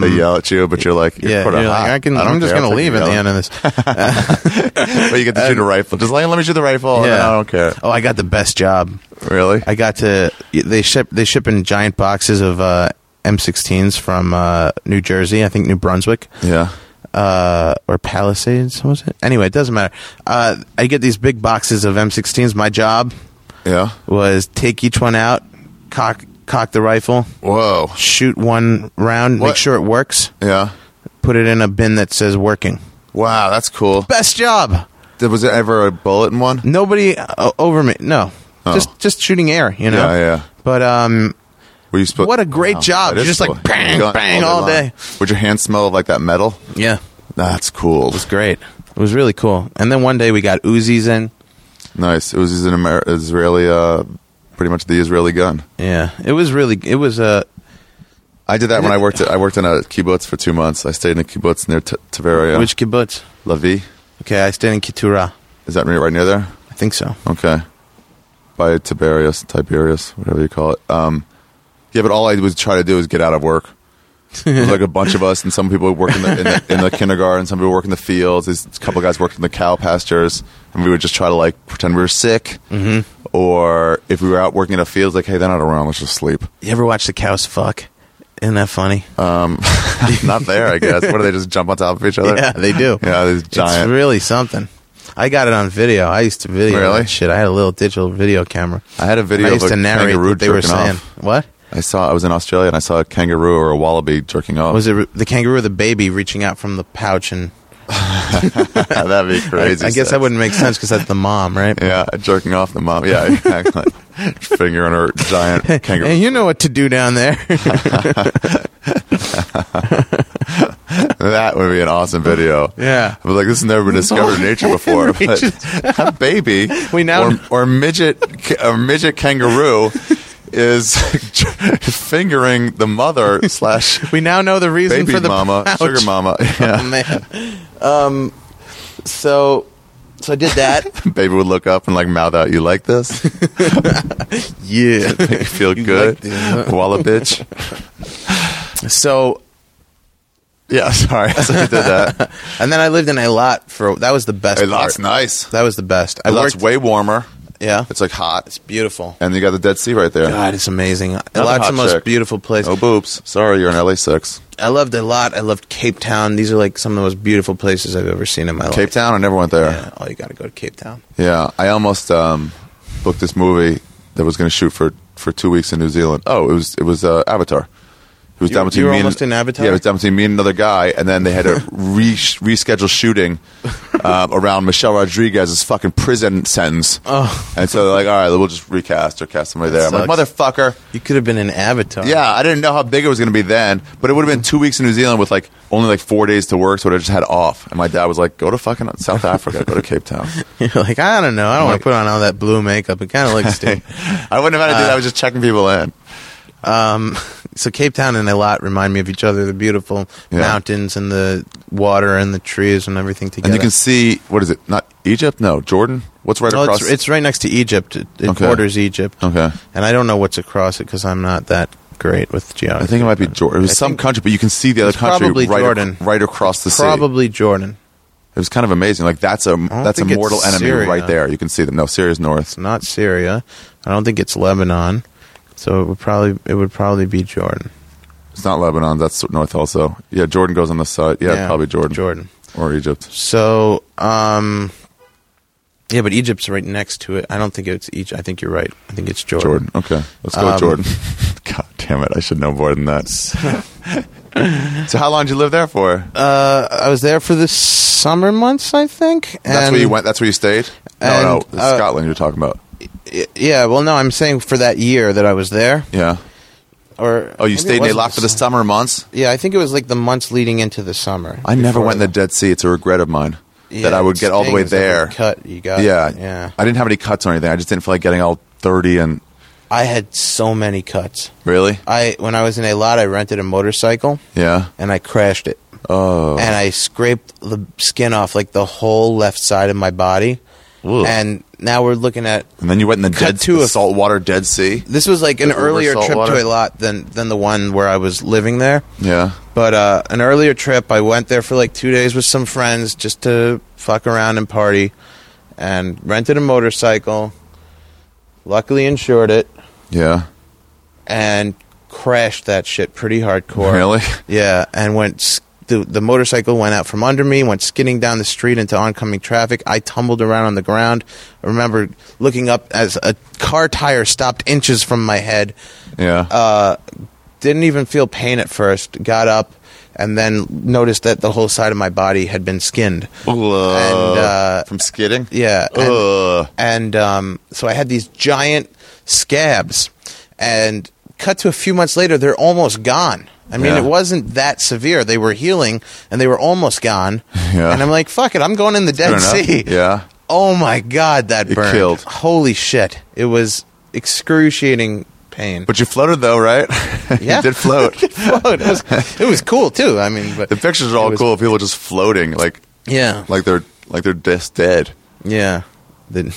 Speaker 1: they yell at you, but you're like, you're
Speaker 3: yeah,
Speaker 1: quite a
Speaker 3: you're
Speaker 1: hot.
Speaker 3: like, I can.
Speaker 1: don't
Speaker 3: I'm just
Speaker 1: care. I'll
Speaker 3: gonna
Speaker 1: take
Speaker 3: leave
Speaker 1: you
Speaker 3: at the
Speaker 1: yelling.
Speaker 3: end of this.
Speaker 1: but you get to shoot a rifle. Just like, let me shoot the rifle. and then I don't care.
Speaker 3: Oh, I got the best job.
Speaker 1: Really?
Speaker 3: I got to. They ship. They ship in giant boxes of uh, M16s from uh, New Jersey. I think New Brunswick.
Speaker 1: yeah.
Speaker 3: uh, or Palisades, what was it? Anyway, it doesn't matter. Uh, I get these big boxes of M16s. My job
Speaker 1: Yeah.
Speaker 3: was take each one out, cock cock the rifle,
Speaker 1: Whoa.
Speaker 3: shoot one round,
Speaker 1: What?
Speaker 3: make sure it works,
Speaker 1: Yeah.
Speaker 3: put it in a bin that says working.
Speaker 1: Wow, that's cool.
Speaker 3: Best job.
Speaker 1: Did- Was there ever a bullet in one?
Speaker 3: Nobody uh, over me. No,
Speaker 1: Oh.
Speaker 3: just just shooting air. You know.
Speaker 1: Yeah, yeah.
Speaker 3: But um,
Speaker 1: Were you spo-
Speaker 3: What a great job.
Speaker 1: that is
Speaker 3: You're just like bang,
Speaker 1: Gun
Speaker 3: bang all
Speaker 1: long.
Speaker 3: day.
Speaker 1: Would your hands smell of like that metal?
Speaker 3: yeah,
Speaker 1: That's cool.
Speaker 3: it was great. It was really cool. And then one day we got Uzis in.
Speaker 1: Nice. It was an Amer- Israeli, uh, pretty much the Israeli gun.
Speaker 3: Yeah, it was really. It was a. Uh,
Speaker 1: I did that when I worked. At, I worked in a kibbutz for two months. I stayed in a kibbutz near T- Tveria.
Speaker 3: Which kibbutz?
Speaker 1: Lavi?
Speaker 3: Okay, I stayed in Kitura.
Speaker 1: Is that near- right near there?
Speaker 3: I think so.
Speaker 1: Okay. By Tiberius, Tiberius, whatever you call it. Um, yeah, but all I was try to do is get out of work. It was like a bunch of us, and some people work in the, in the, in the kindergarten, some people work in the fields. There's a couple guys worked in the cow pastures, and we would just try to like pretend we were sick, mm-hmm. or if we were out working in a field, like, hey, they're not around, let's just sleep.
Speaker 3: You ever watch the cows fuck? Isn't that funny?
Speaker 1: Uh, not there, I guess. What do they just jump on top of each other?
Speaker 3: yeah, they do.
Speaker 1: Yeah, these
Speaker 3: It's
Speaker 1: giant.
Speaker 3: really something. I got it on video. I used to video
Speaker 1: Really?
Speaker 3: that shit. I had a little digital video camera.
Speaker 1: I had a video
Speaker 3: I used
Speaker 1: of a
Speaker 3: to narrate
Speaker 1: kangaroo
Speaker 3: what they were
Speaker 1: jerking
Speaker 3: saying.
Speaker 1: off.
Speaker 3: What
Speaker 1: I saw. I was in Australia and I saw a kangaroo or a wallaby jerking off.
Speaker 3: was it? The kangaroo, or the baby reaching out from the pouch, and
Speaker 1: That'd be crazy.
Speaker 3: I, I guess
Speaker 1: stuff.
Speaker 3: that wouldn't make sense because that's the mom, right?
Speaker 1: Yeah, jerking off the mom. Yeah, exactly. Finger on her giant kangaroo.
Speaker 3: And you know what to do down there.
Speaker 1: That would be an awesome video.
Speaker 3: Yeah.
Speaker 1: I'd be like, this has never been discovered in nature before. But a baby
Speaker 3: We now-
Speaker 1: or, or midget a midget kangaroo is fingering the mother slash
Speaker 3: we now know the reason
Speaker 1: baby
Speaker 3: for the
Speaker 1: mama,
Speaker 3: pouch.
Speaker 1: sugar mama.
Speaker 3: Oh,
Speaker 1: Yeah.
Speaker 3: man. Um, so, so I did that.
Speaker 1: baby would look up and like mouth out, you like this?
Speaker 3: yeah.
Speaker 1: Make you feel good? Walla bitch.
Speaker 3: So,
Speaker 1: Yeah, sorry. So I did that.
Speaker 3: and then I lived in a lot for. That was the best.
Speaker 1: Hey, that's
Speaker 3: part.
Speaker 1: nice.
Speaker 3: That was the best. I
Speaker 1: That's
Speaker 3: worked.
Speaker 1: way warmer.
Speaker 3: yeah,
Speaker 1: It's like hot.
Speaker 3: it's beautiful.
Speaker 1: And you got the Dead Sea right there.
Speaker 3: God, it's amazing.
Speaker 1: hot
Speaker 3: Lot's the most
Speaker 1: chick.
Speaker 3: beautiful place.
Speaker 1: No boobs. Sorry, you're in LA six.
Speaker 3: I loved a lot. I loved Cape Town. These are like some of the most beautiful places I've ever seen in my
Speaker 1: Cape
Speaker 3: life.
Speaker 1: Town, I never went there.
Speaker 3: Oh, Yeah, oh, you got to go to Cape Town.
Speaker 1: Yeah, I almost um, booked this movie that was going to shoot for, for two weeks in New Zealand. Oh, it was it was uh, Avatar. It was
Speaker 3: You-
Speaker 1: down between
Speaker 3: you were
Speaker 1: me
Speaker 3: almost
Speaker 1: and,
Speaker 3: in Avatar?
Speaker 1: Yeah, it was down between me and another guy, and then they had to re- reschedule shooting um, around Michelle Rodriguez's fucking prison sentence.
Speaker 3: Oh.
Speaker 1: And so they're like, all right, we'll just recast or cast somebody there.
Speaker 3: That
Speaker 1: I'm like, motherfucker.
Speaker 3: You could have been an Avatar.
Speaker 1: Yeah, I didn't know how big it was going to be then, but it would have been two weeks in New Zealand with like only like four days to work, so I would've just had off. And my dad was like, "Go to fucking South Africa, go to Cape Town."
Speaker 3: You're like, I don't know. I don't want
Speaker 1: Like-
Speaker 3: to put on all that blue makeup. It kind of looks stupid.
Speaker 1: I wouldn't have had to do that. I was just checking people in.
Speaker 3: so Cape Town and Eilat remind me of each other. The beautiful
Speaker 1: Yeah.
Speaker 3: mountains and the water and the trees and everything
Speaker 1: And
Speaker 3: together.
Speaker 1: you can see what is it? Not Egypt? No, Jordan. What's right
Speaker 3: Oh,
Speaker 1: across?
Speaker 3: it's, it's right next to Egypt. It, it
Speaker 1: Okay.
Speaker 3: borders Egypt.
Speaker 1: okay.
Speaker 3: And I don't know what's across it because I'm not that great with geography.
Speaker 1: I think it might be Jordan. It was
Speaker 3: I
Speaker 1: some
Speaker 3: think-
Speaker 1: country, but you can see the other
Speaker 3: It's
Speaker 1: country
Speaker 3: probably
Speaker 1: right, ac-
Speaker 3: Jordan.
Speaker 1: right across the sea.
Speaker 3: probably Jordan.
Speaker 1: It was kind of amazing. Like that's a that's a
Speaker 3: think it's
Speaker 1: mortal enemy
Speaker 3: Syria.
Speaker 1: right there. You can see them. No, Syria's north.
Speaker 3: It's not Syria. I don't think it's Lebanon. So it would probably it would probably be Jordan.
Speaker 1: It's not Lebanon. That's north also. Yeah, Jordan goes on the side. Yeah, probably Jordan.
Speaker 3: Jordan.
Speaker 1: or Egypt.
Speaker 3: So um yeah, but Egypt's right next to it. I don't think it's Egypt. I think you're right. I think it's
Speaker 1: Jordan. Okay, let's go
Speaker 3: Um,
Speaker 1: with Jordan. God damn it! I should know more than that. so how long did you live there for?
Speaker 3: Uh, I was there for the summer months, I think.
Speaker 1: That's
Speaker 3: and-
Speaker 1: where you went. That's where you stayed. no,
Speaker 3: and,
Speaker 1: no,
Speaker 3: uh,
Speaker 1: Scotland. You're talking about.
Speaker 3: Y- Yeah, well, no, I'm saying for that year that I was there,
Speaker 1: Yeah.
Speaker 3: or
Speaker 1: Oh, you
Speaker 3: maybe it
Speaker 1: stayed in
Speaker 3: wasn't
Speaker 1: Eilat for the
Speaker 3: sum-
Speaker 1: summer months.
Speaker 3: Yeah, I think it was like the months leading into the summer.
Speaker 1: I never
Speaker 3: before
Speaker 1: went in the Dead Sea. It's a regret of mine
Speaker 3: Yeah,
Speaker 1: that I would
Speaker 3: it
Speaker 1: get all the way
Speaker 3: stings, every
Speaker 1: there.
Speaker 3: Cut, you got.
Speaker 1: Yeah,
Speaker 3: yeah.
Speaker 1: I didn't have any cuts or anything. I just didn't feel like getting all thirty and
Speaker 3: I had so many cuts.
Speaker 1: really.
Speaker 3: I when I was in Eilat, I rented a motorcycle
Speaker 1: Yeah.
Speaker 3: and I crashed it,
Speaker 1: Oh.
Speaker 3: and I scraped the skin off like the whole left side of my body,
Speaker 1: Ugh.
Speaker 3: and now we're looking at
Speaker 1: And then you went in the
Speaker 3: Cut
Speaker 1: dead
Speaker 3: to
Speaker 1: the
Speaker 3: a-
Speaker 1: saltwater Dead Sea.
Speaker 3: this was like an
Speaker 1: Over
Speaker 3: earlier
Speaker 1: salt
Speaker 3: trip
Speaker 1: water.
Speaker 3: to Eilat than than the one where I was living there.
Speaker 1: Yeah.
Speaker 3: But uh, an earlier trip, I went there for like two days with some friends just to fuck around and party, and rented a motorcycle. Luckily, insured it
Speaker 1: Yeah.
Speaker 3: and crashed that shit pretty hardcore.
Speaker 1: Really?
Speaker 3: Yeah, and went s- the the motorcycle went out from under me, went skidding down the street into oncoming traffic. I tumbled around on the ground. I remember looking up as a car tire stopped inches from my head
Speaker 1: Yeah.
Speaker 3: uh, didn't even feel pain at first. Got up and then noticed that the whole side of my body had been skinned. and, uh,
Speaker 1: from skidding.
Speaker 3: Yeah, and,
Speaker 1: Ugh.
Speaker 3: and um, so I had these giant scabs. And cut to a few months later, they're almost gone. I mean,
Speaker 1: Yeah.
Speaker 3: it wasn't that severe. They were healing, and they were almost gone.
Speaker 1: Yeah.
Speaker 3: And I'm like, "Fuck it, I'm going in the Dead
Speaker 1: enough.
Speaker 3: Sea."
Speaker 1: Yeah.
Speaker 3: Oh my god, that
Speaker 1: It
Speaker 3: burned.
Speaker 1: killed.
Speaker 3: Holy shit! It was excruciating pain.
Speaker 1: But you floated though, right?
Speaker 3: Yeah.
Speaker 1: you did float.
Speaker 3: Oh, it was it was cool too. I mean, but
Speaker 1: the pictures are all
Speaker 3: It was-
Speaker 1: cool. of People just floating, like
Speaker 3: yeah,
Speaker 1: like they're like they're just dead,
Speaker 3: yeah, The-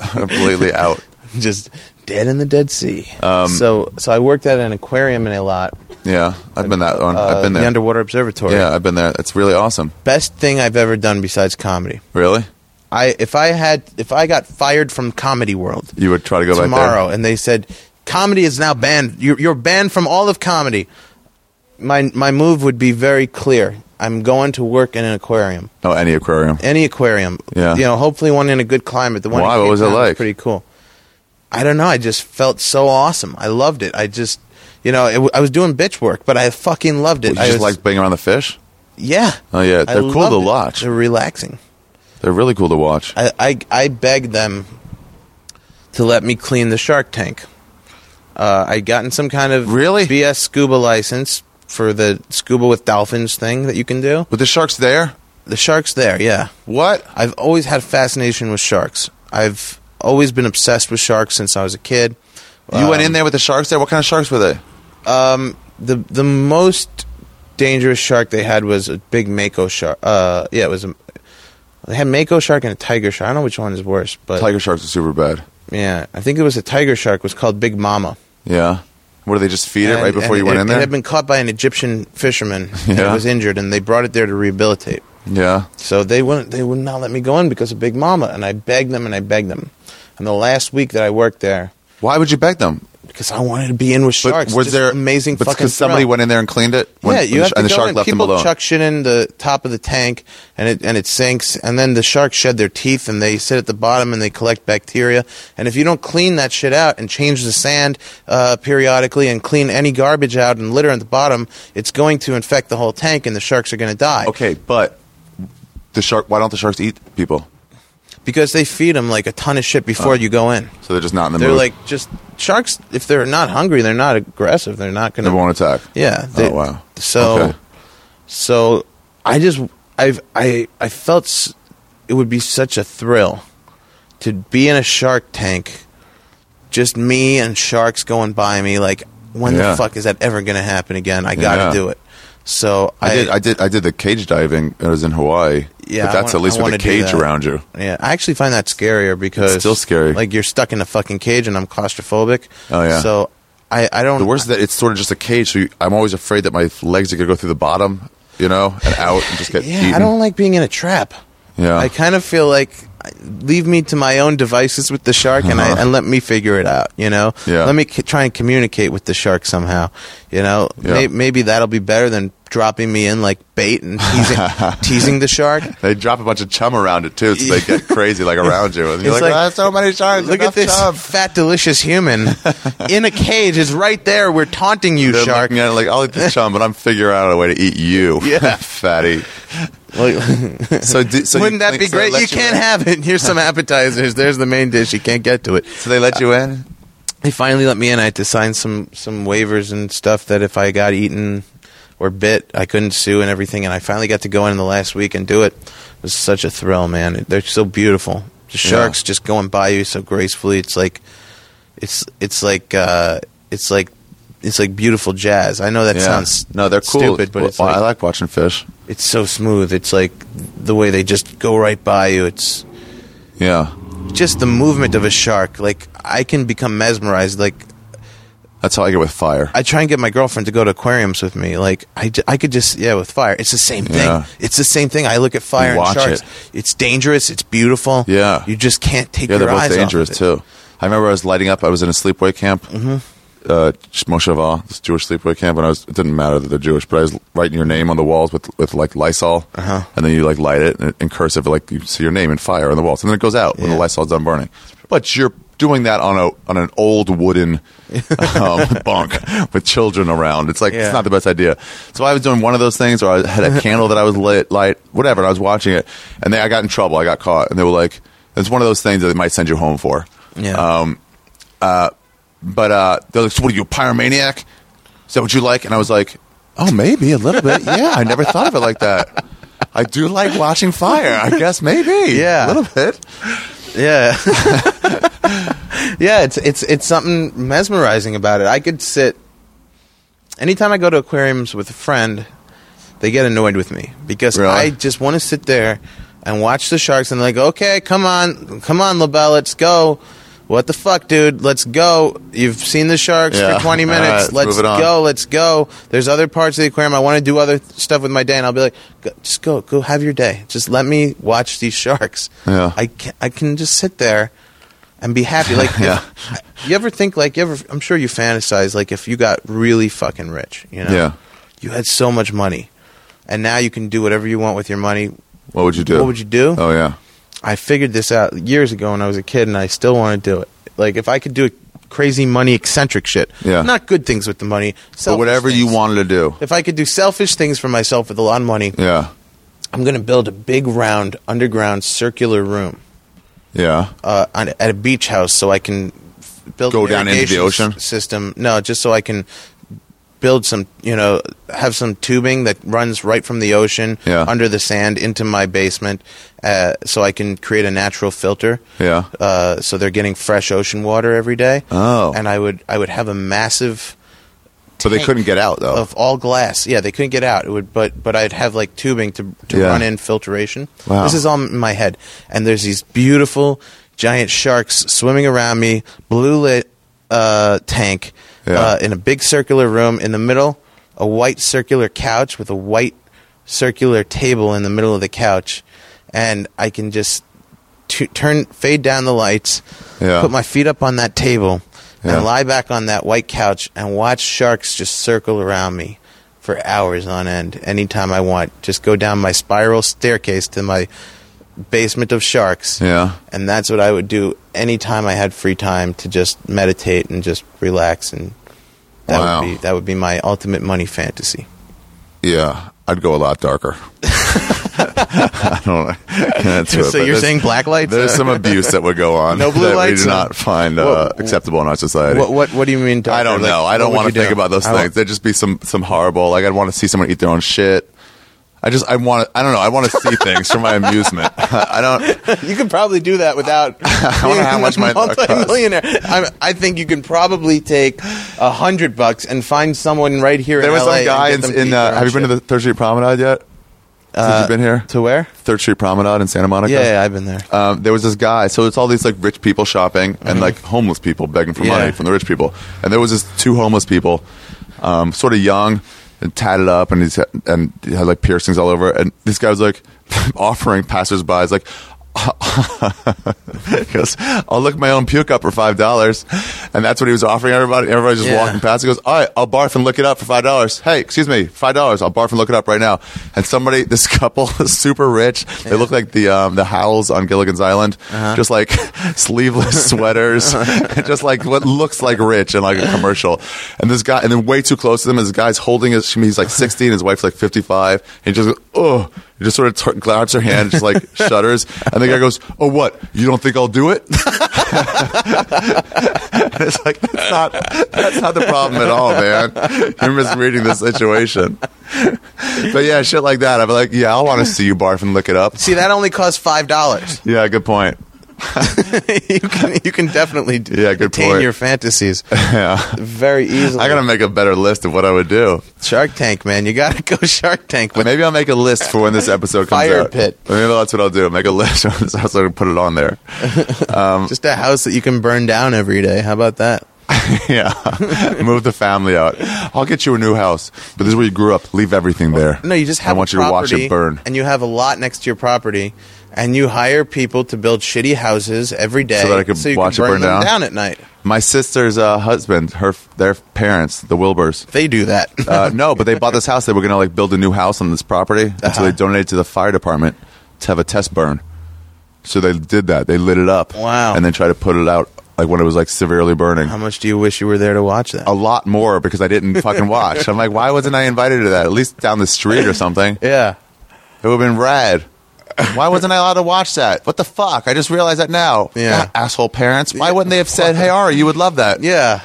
Speaker 1: completely out.
Speaker 3: just dead in the Dead Sea.
Speaker 1: Um,
Speaker 3: so so I worked at an aquarium in a lot.
Speaker 1: Yeah, I've been that one. I've been
Speaker 3: Uh, The
Speaker 1: there.
Speaker 3: underwater observatory.
Speaker 1: yeah, I've been there. It's really awesome.
Speaker 3: best thing I've ever done besides comedy.
Speaker 1: Really,
Speaker 3: I if I had if I got fired from Comedy World
Speaker 1: you would try to go
Speaker 3: tomorrow and they said comedy is now banned. You're, you're banned from all of comedy. My my move would be very clear. I'm going to work in an aquarium.
Speaker 1: Oh, any aquarium.
Speaker 3: Any aquarium.
Speaker 1: Yeah.
Speaker 3: You know, hopefully one in a good climate. The one in
Speaker 1: Why? What
Speaker 3: Cape
Speaker 1: was it
Speaker 3: Town
Speaker 1: like?
Speaker 3: pretty cool. I don't know. I just felt so awesome. I loved it. I just, you know, it, w- I was doing bitch work, but I fucking loved it.
Speaker 1: You
Speaker 3: I
Speaker 1: just
Speaker 3: was,
Speaker 1: like being around the fish.
Speaker 3: yeah.
Speaker 1: Oh, yeah.
Speaker 3: I
Speaker 1: They're cool
Speaker 3: loved
Speaker 1: to
Speaker 3: it.
Speaker 1: watch.
Speaker 3: They're relaxing.
Speaker 1: They're really cool to watch.
Speaker 3: I, I, I begged them to let me clean the shark tank. Uh, I'd gotten some kind of
Speaker 1: Really?
Speaker 3: BS scuba license for the scuba with dolphins thing that you can do.
Speaker 1: But the sharks there.
Speaker 3: The shark's there, yeah.
Speaker 1: What?
Speaker 3: I've always had fascination with sharks. I've always been obsessed with sharks since I was a kid.
Speaker 1: You went in there with the sharks there. What kind of sharks were they?
Speaker 3: Um, the the most dangerous shark they had was a big mako shark. Uh, yeah, it was a. They had mako shark and a tiger shark. I don't know which one is worse, but
Speaker 1: Tiger sharks are super bad.
Speaker 3: yeah, I think it was a tiger shark. It was called Big Mama.
Speaker 1: Yeah. What do they just feed it
Speaker 3: And-
Speaker 1: right before
Speaker 3: and
Speaker 1: you went
Speaker 3: it-
Speaker 1: in
Speaker 3: It
Speaker 1: there?
Speaker 3: had been caught by an Egyptian fisherman. and it
Speaker 1: Yeah.
Speaker 3: was injured, and they brought it there to rehabilitate.
Speaker 1: yeah.
Speaker 3: So they wouldn't they would not let me go in because of Big Mama, and I begged them and I begged them. And the last week that I worked there,
Speaker 1: Why would you beg them?
Speaker 3: because I wanted to be in with
Speaker 1: But
Speaker 3: sharks.
Speaker 1: was
Speaker 3: Just
Speaker 1: there
Speaker 3: amazing
Speaker 1: But
Speaker 3: fucking
Speaker 1: because somebody
Speaker 3: thrill.
Speaker 1: went in there and cleaned it. when-
Speaker 3: yeah,
Speaker 1: when
Speaker 3: you
Speaker 1: the
Speaker 3: have
Speaker 1: sh-
Speaker 3: to
Speaker 1: and the
Speaker 3: go
Speaker 1: shark
Speaker 3: in.
Speaker 1: left
Speaker 3: People
Speaker 1: them alone.
Speaker 3: chuck shit in the top of the tank, and it and it sinks, and then the sharks shed their teeth, and they sit at the bottom, and they collect bacteria. And if you don't clean that shit out and change the sand uh, periodically, and clean any garbage out and litter at the bottom, it's going to infect the whole tank, and the sharks are going to die.
Speaker 1: Okay, but the shark. Why don't the sharks eat people?
Speaker 3: because they feed them like a ton of shit
Speaker 1: Uh,
Speaker 3: before you go in.
Speaker 1: So they're just not in the
Speaker 3: They're
Speaker 1: mood.
Speaker 3: like just sharks. If they're not hungry, they're not aggressive. They're not going
Speaker 1: they won't attack.
Speaker 3: Yeah. they-
Speaker 1: oh wow.
Speaker 3: So,
Speaker 1: Okay.
Speaker 3: so I just I've I I felt s- it would be such a thrill to be in a shark tank, just me and sharks going by me. Like, when
Speaker 1: Yeah.
Speaker 3: the fuck is that ever going to happen again? I got to
Speaker 1: Yeah.
Speaker 3: do it. So I,
Speaker 1: I did. I did. I did the cage diving. I was in Hawaii.
Speaker 3: Yeah,
Speaker 1: but
Speaker 3: I
Speaker 1: that's
Speaker 3: wanna-
Speaker 1: at least with a
Speaker 3: I wanna do
Speaker 1: cage
Speaker 3: that.
Speaker 1: around you.
Speaker 3: Yeah, I actually find that scarier because
Speaker 1: It's still scary.
Speaker 3: Like you're stuck in a fucking cage, and I'm claustrophobic.
Speaker 1: Oh, yeah.
Speaker 3: So I, I don't.
Speaker 1: The worst is that it's sort of just a cage. So you, I'm always afraid that my legs are gonna go through the bottom, you know, and out and just get
Speaker 3: yeah,
Speaker 1: eaten.
Speaker 3: I don't like being in a trap.
Speaker 1: yeah,
Speaker 3: I kind of feel like leave me to my own devices with the shark, and
Speaker 1: Uh-huh.
Speaker 3: I and let me figure it out. You know,
Speaker 1: Yeah.
Speaker 3: let me c- try and communicate with the shark somehow. You know,
Speaker 1: Yeah.
Speaker 3: May- maybe that'll be better than dropping me in like bait and teasing, teasing the shark.
Speaker 1: they drop a bunch of chum around it too, so they get crazy like around you. And you're
Speaker 3: It's
Speaker 1: like,
Speaker 3: like,
Speaker 1: "Ah, so many sharks.
Speaker 3: Look at
Speaker 1: enough
Speaker 3: this
Speaker 1: chum."
Speaker 3: fat, delicious human in a cage. It's right there. We're taunting you,
Speaker 1: They're
Speaker 3: shark.
Speaker 1: looking at it like, I'll eat this chum, but I'm figuring out a way to eat you,
Speaker 3: Yeah.
Speaker 1: fatty.
Speaker 3: Like-
Speaker 1: So, do, so you
Speaker 3: Wouldn't that
Speaker 1: think-
Speaker 3: be
Speaker 1: so they
Speaker 3: great?
Speaker 1: uh, let
Speaker 3: You can't have it. Here's some appetizers. There's the main dish. You can't get to it.
Speaker 1: So they let you in.
Speaker 3: They finally let me in. I had to sign some some waivers and stuff that if I got eaten or bit, I couldn't sue and everything. And I finally got to go in the last week and do it. It was such a thrill, man. They're so beautiful. The sharks just going by you so gracefully. It's like it's it's like uh, it's like it's like beautiful jazz. I know that
Speaker 1: Yeah.
Speaker 3: sounds
Speaker 1: no, they're cool.
Speaker 3: stupid, but
Speaker 1: Well,
Speaker 3: it's like,
Speaker 1: I like watching fish.
Speaker 3: it's so smooth. It's like the way they just go right by you. It's
Speaker 1: Yeah,
Speaker 3: just the movement of a shark. Like I can become mesmerized. Like
Speaker 1: that's how I get with fire.
Speaker 3: I try and get my girlfriend to go to aquariums with me. Like I, ju- I could just yeah with fire. It's the same thing.
Speaker 1: Yeah.
Speaker 3: It's the same thing. I look at fire
Speaker 1: You watch
Speaker 3: and sharks.
Speaker 1: it.
Speaker 3: It's dangerous. It's beautiful.
Speaker 1: Yeah.
Speaker 3: you just can't take
Speaker 1: Yeah,
Speaker 3: your
Speaker 1: they're both
Speaker 3: eyes off
Speaker 1: dangerous
Speaker 3: of it.
Speaker 1: too. I remember I was lighting up. I was in a sleepaway camp, mm-hmm. uh, Shmoshava, this Jewish sleepaway camp, and I was. It didn't matter that they're Jewish, but I was writing your name on the walls with with like Lysol,
Speaker 3: Uh-huh.
Speaker 1: and then you like light it and in cursive, like you see your name in fire on the walls, and then it goes out when the
Speaker 3: Yeah.
Speaker 1: Lysol's done burning. But you're doing that on a on an old wooden um, bunk with children around. It's like
Speaker 3: Yeah.
Speaker 1: it's not the best idea. So I was doing one of those things, or I had a candle that I was lit, light, whatever, and I was watching it, and they, I got in trouble. I got caught, and they were like, "It's one of those things that they might send you home for."
Speaker 3: Yeah.
Speaker 1: Um, uh, but uh, they're like, "So what are you, a pyromaniac? Is that what you like?" And I was like, "Oh, maybe a little bit. Yeah, I never thought of it like that." I do like watching fire. I guess maybe.
Speaker 3: Yeah.
Speaker 1: A little bit.
Speaker 3: Yeah. yeah, it's it's it's something mesmerizing about it. I could sit anytime I go to aquariums with a friend, they get annoyed with me because
Speaker 1: Really?
Speaker 3: I just want to sit there and watch the sharks and like, okay, come on, come on, LaBelle, let's go. What the fuck, dude? Let's go. You've seen the sharks
Speaker 1: Yeah.
Speaker 3: for 20
Speaker 1: All
Speaker 3: minutes.
Speaker 1: right,
Speaker 3: let's
Speaker 1: move it on.
Speaker 3: go. "Oh, Let's go. There's other parts of the aquarium. I want to do other th- stuff with my day. And I'll be like, go, just go. Go have your day. Just let me watch these sharks.
Speaker 1: Yeah.
Speaker 3: I can, I can just sit there and be happy. Like,
Speaker 1: Yeah.
Speaker 3: if- you ever think like you ever? I'm sure you fantasize like if you got really fucking rich, you know?
Speaker 1: Yeah.
Speaker 3: You had so much money, and now you can do whatever you want with your money.
Speaker 1: What would you do?
Speaker 3: What would you do?
Speaker 1: Oh yeah.
Speaker 3: I figured this out years ago when I was a kid, and I still want to do it. Like if I could do crazy money eccentric shit,
Speaker 1: Yeah.
Speaker 3: not good things with the money,
Speaker 1: But
Speaker 3: selfish
Speaker 1: whatever you
Speaker 3: things.
Speaker 1: wanted to do.
Speaker 3: If I could do selfish things for myself with a lot of money,
Speaker 1: Yeah.
Speaker 3: I'm going to build a big, round, underground, circular room
Speaker 1: Yeah.
Speaker 3: uh, on, at a beach house so I can f- build
Speaker 1: Go
Speaker 3: an
Speaker 1: down into the
Speaker 3: irrigation s-
Speaker 1: ocean?
Speaker 3: system. No, just so I can build some, you know, have some tubing that runs right from the ocean
Speaker 1: Yeah.
Speaker 3: under the sand into my basement, uh, so I can create a natural filter.
Speaker 1: Yeah.
Speaker 3: Uh, so they're getting fresh ocean water every day.
Speaker 1: Oh.
Speaker 3: and I would I would have a massive
Speaker 1: But they
Speaker 3: tank
Speaker 1: couldn't get out though.
Speaker 3: of all glass. Yeah, they couldn't get out. It would, but but I'd have like tubing to to
Speaker 1: Yeah.
Speaker 3: run in filtration.
Speaker 1: Wow.
Speaker 3: This is all in my head. And there's these beautiful giant sharks swimming around me, blue lit uh, tank
Speaker 1: Yeah.
Speaker 3: uh, in a big circular room in the middle, a white circular couch with a white circular table in the middle of the couch, and I can just tu- turn fade down the lights,
Speaker 1: Yeah.
Speaker 3: put my feet up on that table,
Speaker 1: Yeah.
Speaker 3: and lie back on that white couch and watch sharks just circle around me for hours on end. Anytime I want, just go down my spiral staircase to my basement of sharks.
Speaker 1: Yeah.
Speaker 3: And that's what I would do anytime I had free time to just meditate and just relax and that
Speaker 1: Wow.
Speaker 3: would be that would be my ultimate money fantasy.
Speaker 1: Yeah. I'd go a lot darker. I don't. That's
Speaker 3: So,
Speaker 1: it, but
Speaker 3: you're
Speaker 1: there's-
Speaker 3: saying black lights?
Speaker 1: there's some abuse that would go on
Speaker 3: No blue
Speaker 1: that we
Speaker 3: lights,
Speaker 1: do
Speaker 3: uh,
Speaker 1: not find uh,
Speaker 3: what-
Speaker 1: acceptable in our society.
Speaker 3: what, what what do you mean? Doctor?
Speaker 1: I don't
Speaker 3: Like,
Speaker 1: know. I don't
Speaker 3: what would
Speaker 1: want
Speaker 3: you
Speaker 1: to think
Speaker 3: do?
Speaker 1: about those
Speaker 3: I don't-
Speaker 1: things. There'd just be some some horrible. Like I'd want to see someone eat their own shit. I just I want to. I don't know. I want to see things for my amusement. I don't.
Speaker 3: You could probably do that without. I
Speaker 1: wonder how much my thought cost.
Speaker 3: multi-millionaire. I, I think you can probably take a hundred bucks and find someone right here.
Speaker 1: There
Speaker 3: in
Speaker 1: was
Speaker 3: LA
Speaker 1: some
Speaker 3: and
Speaker 1: guy
Speaker 3: get
Speaker 1: in.
Speaker 3: them to eat
Speaker 1: in
Speaker 3: their
Speaker 1: uh,
Speaker 3: own
Speaker 1: have you been
Speaker 3: shit.
Speaker 1: to the Third Street Promenade yet? Since you've been here
Speaker 3: to where?
Speaker 1: Third Street Promenade in Santa Monica.
Speaker 3: Yeah, yeah, I've been there.
Speaker 1: um, there was this guy. So it's all these like rich people shopping and like homeless people begging for
Speaker 3: Mm-hmm. Yeah.
Speaker 1: money from the rich people. And there was this two homeless people, um, sort of young and tatted up, and he's and he had like piercings all over. And this guy was like offering passersby, he's like. he goes, I'll look my own puke up for five dollars, and that's what he was offering everybody. Everybody just
Speaker 3: Yeah.
Speaker 1: walking past. He goes, "All right, I'll barf and look it up for five dollars." Hey, excuse me, five dollars. I'll barf and look it up right now. And somebody, this couple, is super rich. They look like the um, the Howls on Gilligan's Island, just like sleeveless sweaters, and just like what looks like rich and like a commercial. And this guy, and then way too close to them, is this guy's holding his. He's like sixty, and his wife's like fifty five. And he just goes, "Oh." He just sort of t- grabs her hand, just like shudders, and the guy goes, "Oh, what? You don't think I'll do it?" And it's like that's not that's not the problem at all, man. You're misreading the situation. But yeah, shit like that. I'm like, yeah, I want to see you barf and look it up.
Speaker 3: See, that only costs five dollars.
Speaker 1: Yeah, good point.
Speaker 3: you can you can definitely d-
Speaker 1: Yeah, good
Speaker 3: attain
Speaker 1: point.
Speaker 3: your fantasies
Speaker 1: Yeah,
Speaker 3: very easily.
Speaker 1: I gotta make a better list of what I would do.
Speaker 3: Shark Tank, man. You gotta go Shark Tank. With
Speaker 1: Maybe I'll make a list for when this episode comes
Speaker 3: Fire
Speaker 1: out.
Speaker 3: pit.
Speaker 1: Maybe that's what I'll do. Make a list of this episode and put it on there. Um,
Speaker 3: just a house that you can burn down every day. How about that?
Speaker 1: yeah, move the family out. I'll get you a new house, but this is where you grew up. Leave everything there.
Speaker 3: No, you just have.
Speaker 1: I want
Speaker 3: a
Speaker 1: you to watch
Speaker 3: property,
Speaker 1: it burn.
Speaker 3: And you have a lot next to your property, and you hire people to build shitty houses every day,
Speaker 1: So that I could
Speaker 3: you
Speaker 1: watch it burn
Speaker 3: burn them
Speaker 1: down?
Speaker 3: at night.
Speaker 1: My sister's uh, husband, her their parents, the Wilburs.
Speaker 3: They do that.
Speaker 1: uh, no, but they bought this house. They were going to like build a new house on this property, and
Speaker 3: Uh-huh.
Speaker 1: so they donated to the fire department to have a test burn. So they did that. They lit it up.
Speaker 3: Wow.
Speaker 1: And then tried to put it out like when it was like severely burning.
Speaker 3: How much do you wish you were there to watch that?
Speaker 1: A lot more because I didn't fucking watch. I'm like, why wasn't I invited to that? At least down the street or something. It
Speaker 3: yeah,
Speaker 1: would have been rad. Why wasn't I allowed to watch that? What the fuck? I just realized that now. Ah,
Speaker 3: Yeah.
Speaker 1: asshole parents. Why wouldn't they have said, hey, Ari, you would love that?
Speaker 3: yeah.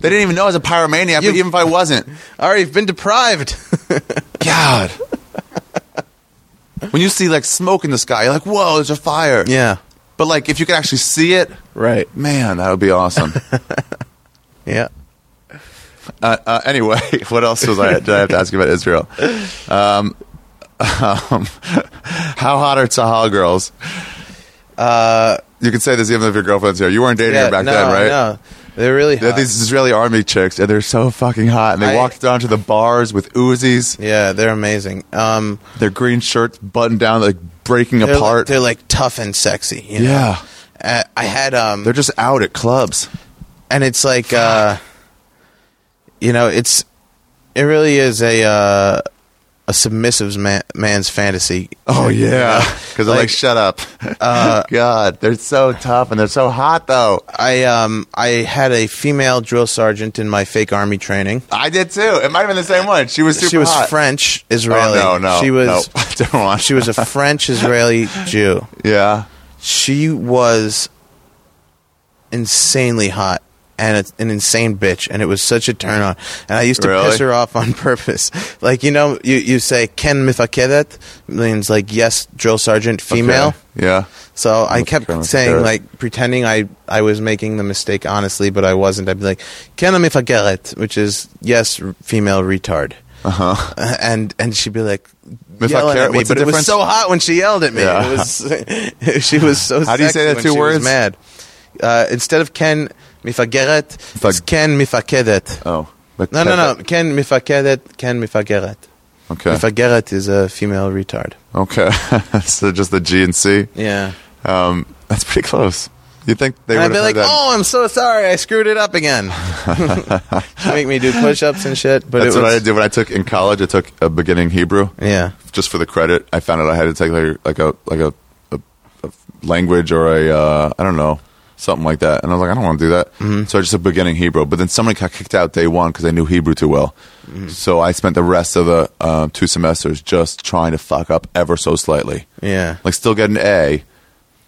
Speaker 1: They didn't even know I was a pyromaniac,
Speaker 3: You-
Speaker 1: but even if I wasn't.
Speaker 3: Already you've been deprived.
Speaker 1: God. when you see like smoke in the sky, you're like, whoa, there's a fire.
Speaker 3: yeah,
Speaker 1: But like if you could actually see it,
Speaker 3: right.
Speaker 1: man, that would be awesome.
Speaker 3: Yeah.
Speaker 1: uh, uh, anyway, what else was I, did I have to ask you about Israel? Um, um, how hot are Sahal girls?
Speaker 3: Uh,
Speaker 1: You can say this even if your girlfriend's here. You weren't dating
Speaker 3: yeah,
Speaker 1: her back
Speaker 3: no,
Speaker 1: then, right?
Speaker 3: No, they're really
Speaker 1: They're
Speaker 3: hot.
Speaker 1: these Israeli army chicks, and they're so fucking hot. And they
Speaker 3: I-
Speaker 1: walked down to the bars with Uzis,
Speaker 3: yeah, they're amazing. Um,
Speaker 1: their green shirts buttoned down, like breaking
Speaker 3: they're,
Speaker 1: apart.
Speaker 3: they're like tough and sexy. You know?
Speaker 1: Yeah.
Speaker 3: Uh, I had um,
Speaker 1: they're just out at clubs.
Speaker 3: and it's like uh you know it's it really is a uh a submissive man, man's fantasy.
Speaker 1: Oh yeah, because I'm like,
Speaker 3: Like- uh,
Speaker 1: shut up. God, they're so tough and they're so hot though.
Speaker 3: I um I had a female drill sergeant in my fake army training.
Speaker 1: I did too. It might have been the same one. She was super
Speaker 3: she was
Speaker 1: hot.
Speaker 3: French
Speaker 1: Oh,
Speaker 3: Israeli.
Speaker 1: no, no,
Speaker 3: she was
Speaker 1: no. I don't want.
Speaker 3: she was a French Israeli Jew.
Speaker 1: yeah.
Speaker 3: She was insanely hot and a, an insane bitch, and it was such a turn on. And I used to
Speaker 1: Really?
Speaker 3: piss her off on purpose. Like you know, you you say Ken Mifakedet means like yes, drill sergeant, female.
Speaker 1: Okay. Yeah.
Speaker 3: So I
Speaker 1: Must
Speaker 3: kept
Speaker 1: try not to
Speaker 3: saying,
Speaker 1: do it.
Speaker 3: like, pretending I, I was making the mistake honestly, but I wasn't. I'd be like, "Kenam ifagelet," which is yes, r- female retard.
Speaker 1: Uh-huh.
Speaker 3: Uh, And and she'd be like,
Speaker 1: Mifakeret,
Speaker 3: yelling at me,
Speaker 1: what's the
Speaker 3: but it was
Speaker 1: difference?
Speaker 3: so hot when she yelled at me.
Speaker 1: Yeah.
Speaker 3: It was she was so.
Speaker 1: How do you
Speaker 3: sexy
Speaker 1: say that
Speaker 3: when
Speaker 1: two
Speaker 3: she was
Speaker 1: words?
Speaker 3: Mad. Uh, instead of Ken mifageret, it's
Speaker 1: Fag-
Speaker 3: Ken mifakedet.
Speaker 1: Oh. But
Speaker 3: No, no, no. Ken mifakedet. Ken mifageret.
Speaker 1: Okay.
Speaker 3: Mifageret is a female retard.
Speaker 1: Okay. so just the G and C.
Speaker 3: Yeah.
Speaker 1: Um, that's pretty close. You think they
Speaker 3: And I'd
Speaker 1: would have
Speaker 3: be like,
Speaker 1: that?
Speaker 3: "Oh, I'm so sorry, I screwed it up again." Make me do push-ups and shit. But
Speaker 1: That's
Speaker 3: it
Speaker 1: what I
Speaker 3: was,
Speaker 1: did when I took in college. I took a beginning Hebrew
Speaker 3: Yeah,
Speaker 1: just for the credit. I found out I had to take like, like a like a, a, a language or a uh, I don't know something like that. And I was like, I don't want to do that.
Speaker 3: Mm-hmm.
Speaker 1: So I just took beginning Hebrew. But then somebody got kicked out day one because they knew Hebrew too well.
Speaker 3: Mm-hmm.
Speaker 1: So I spent the rest of the um, two semesters just trying to fuck up ever so slightly.
Speaker 3: yeah,
Speaker 1: like still get an A,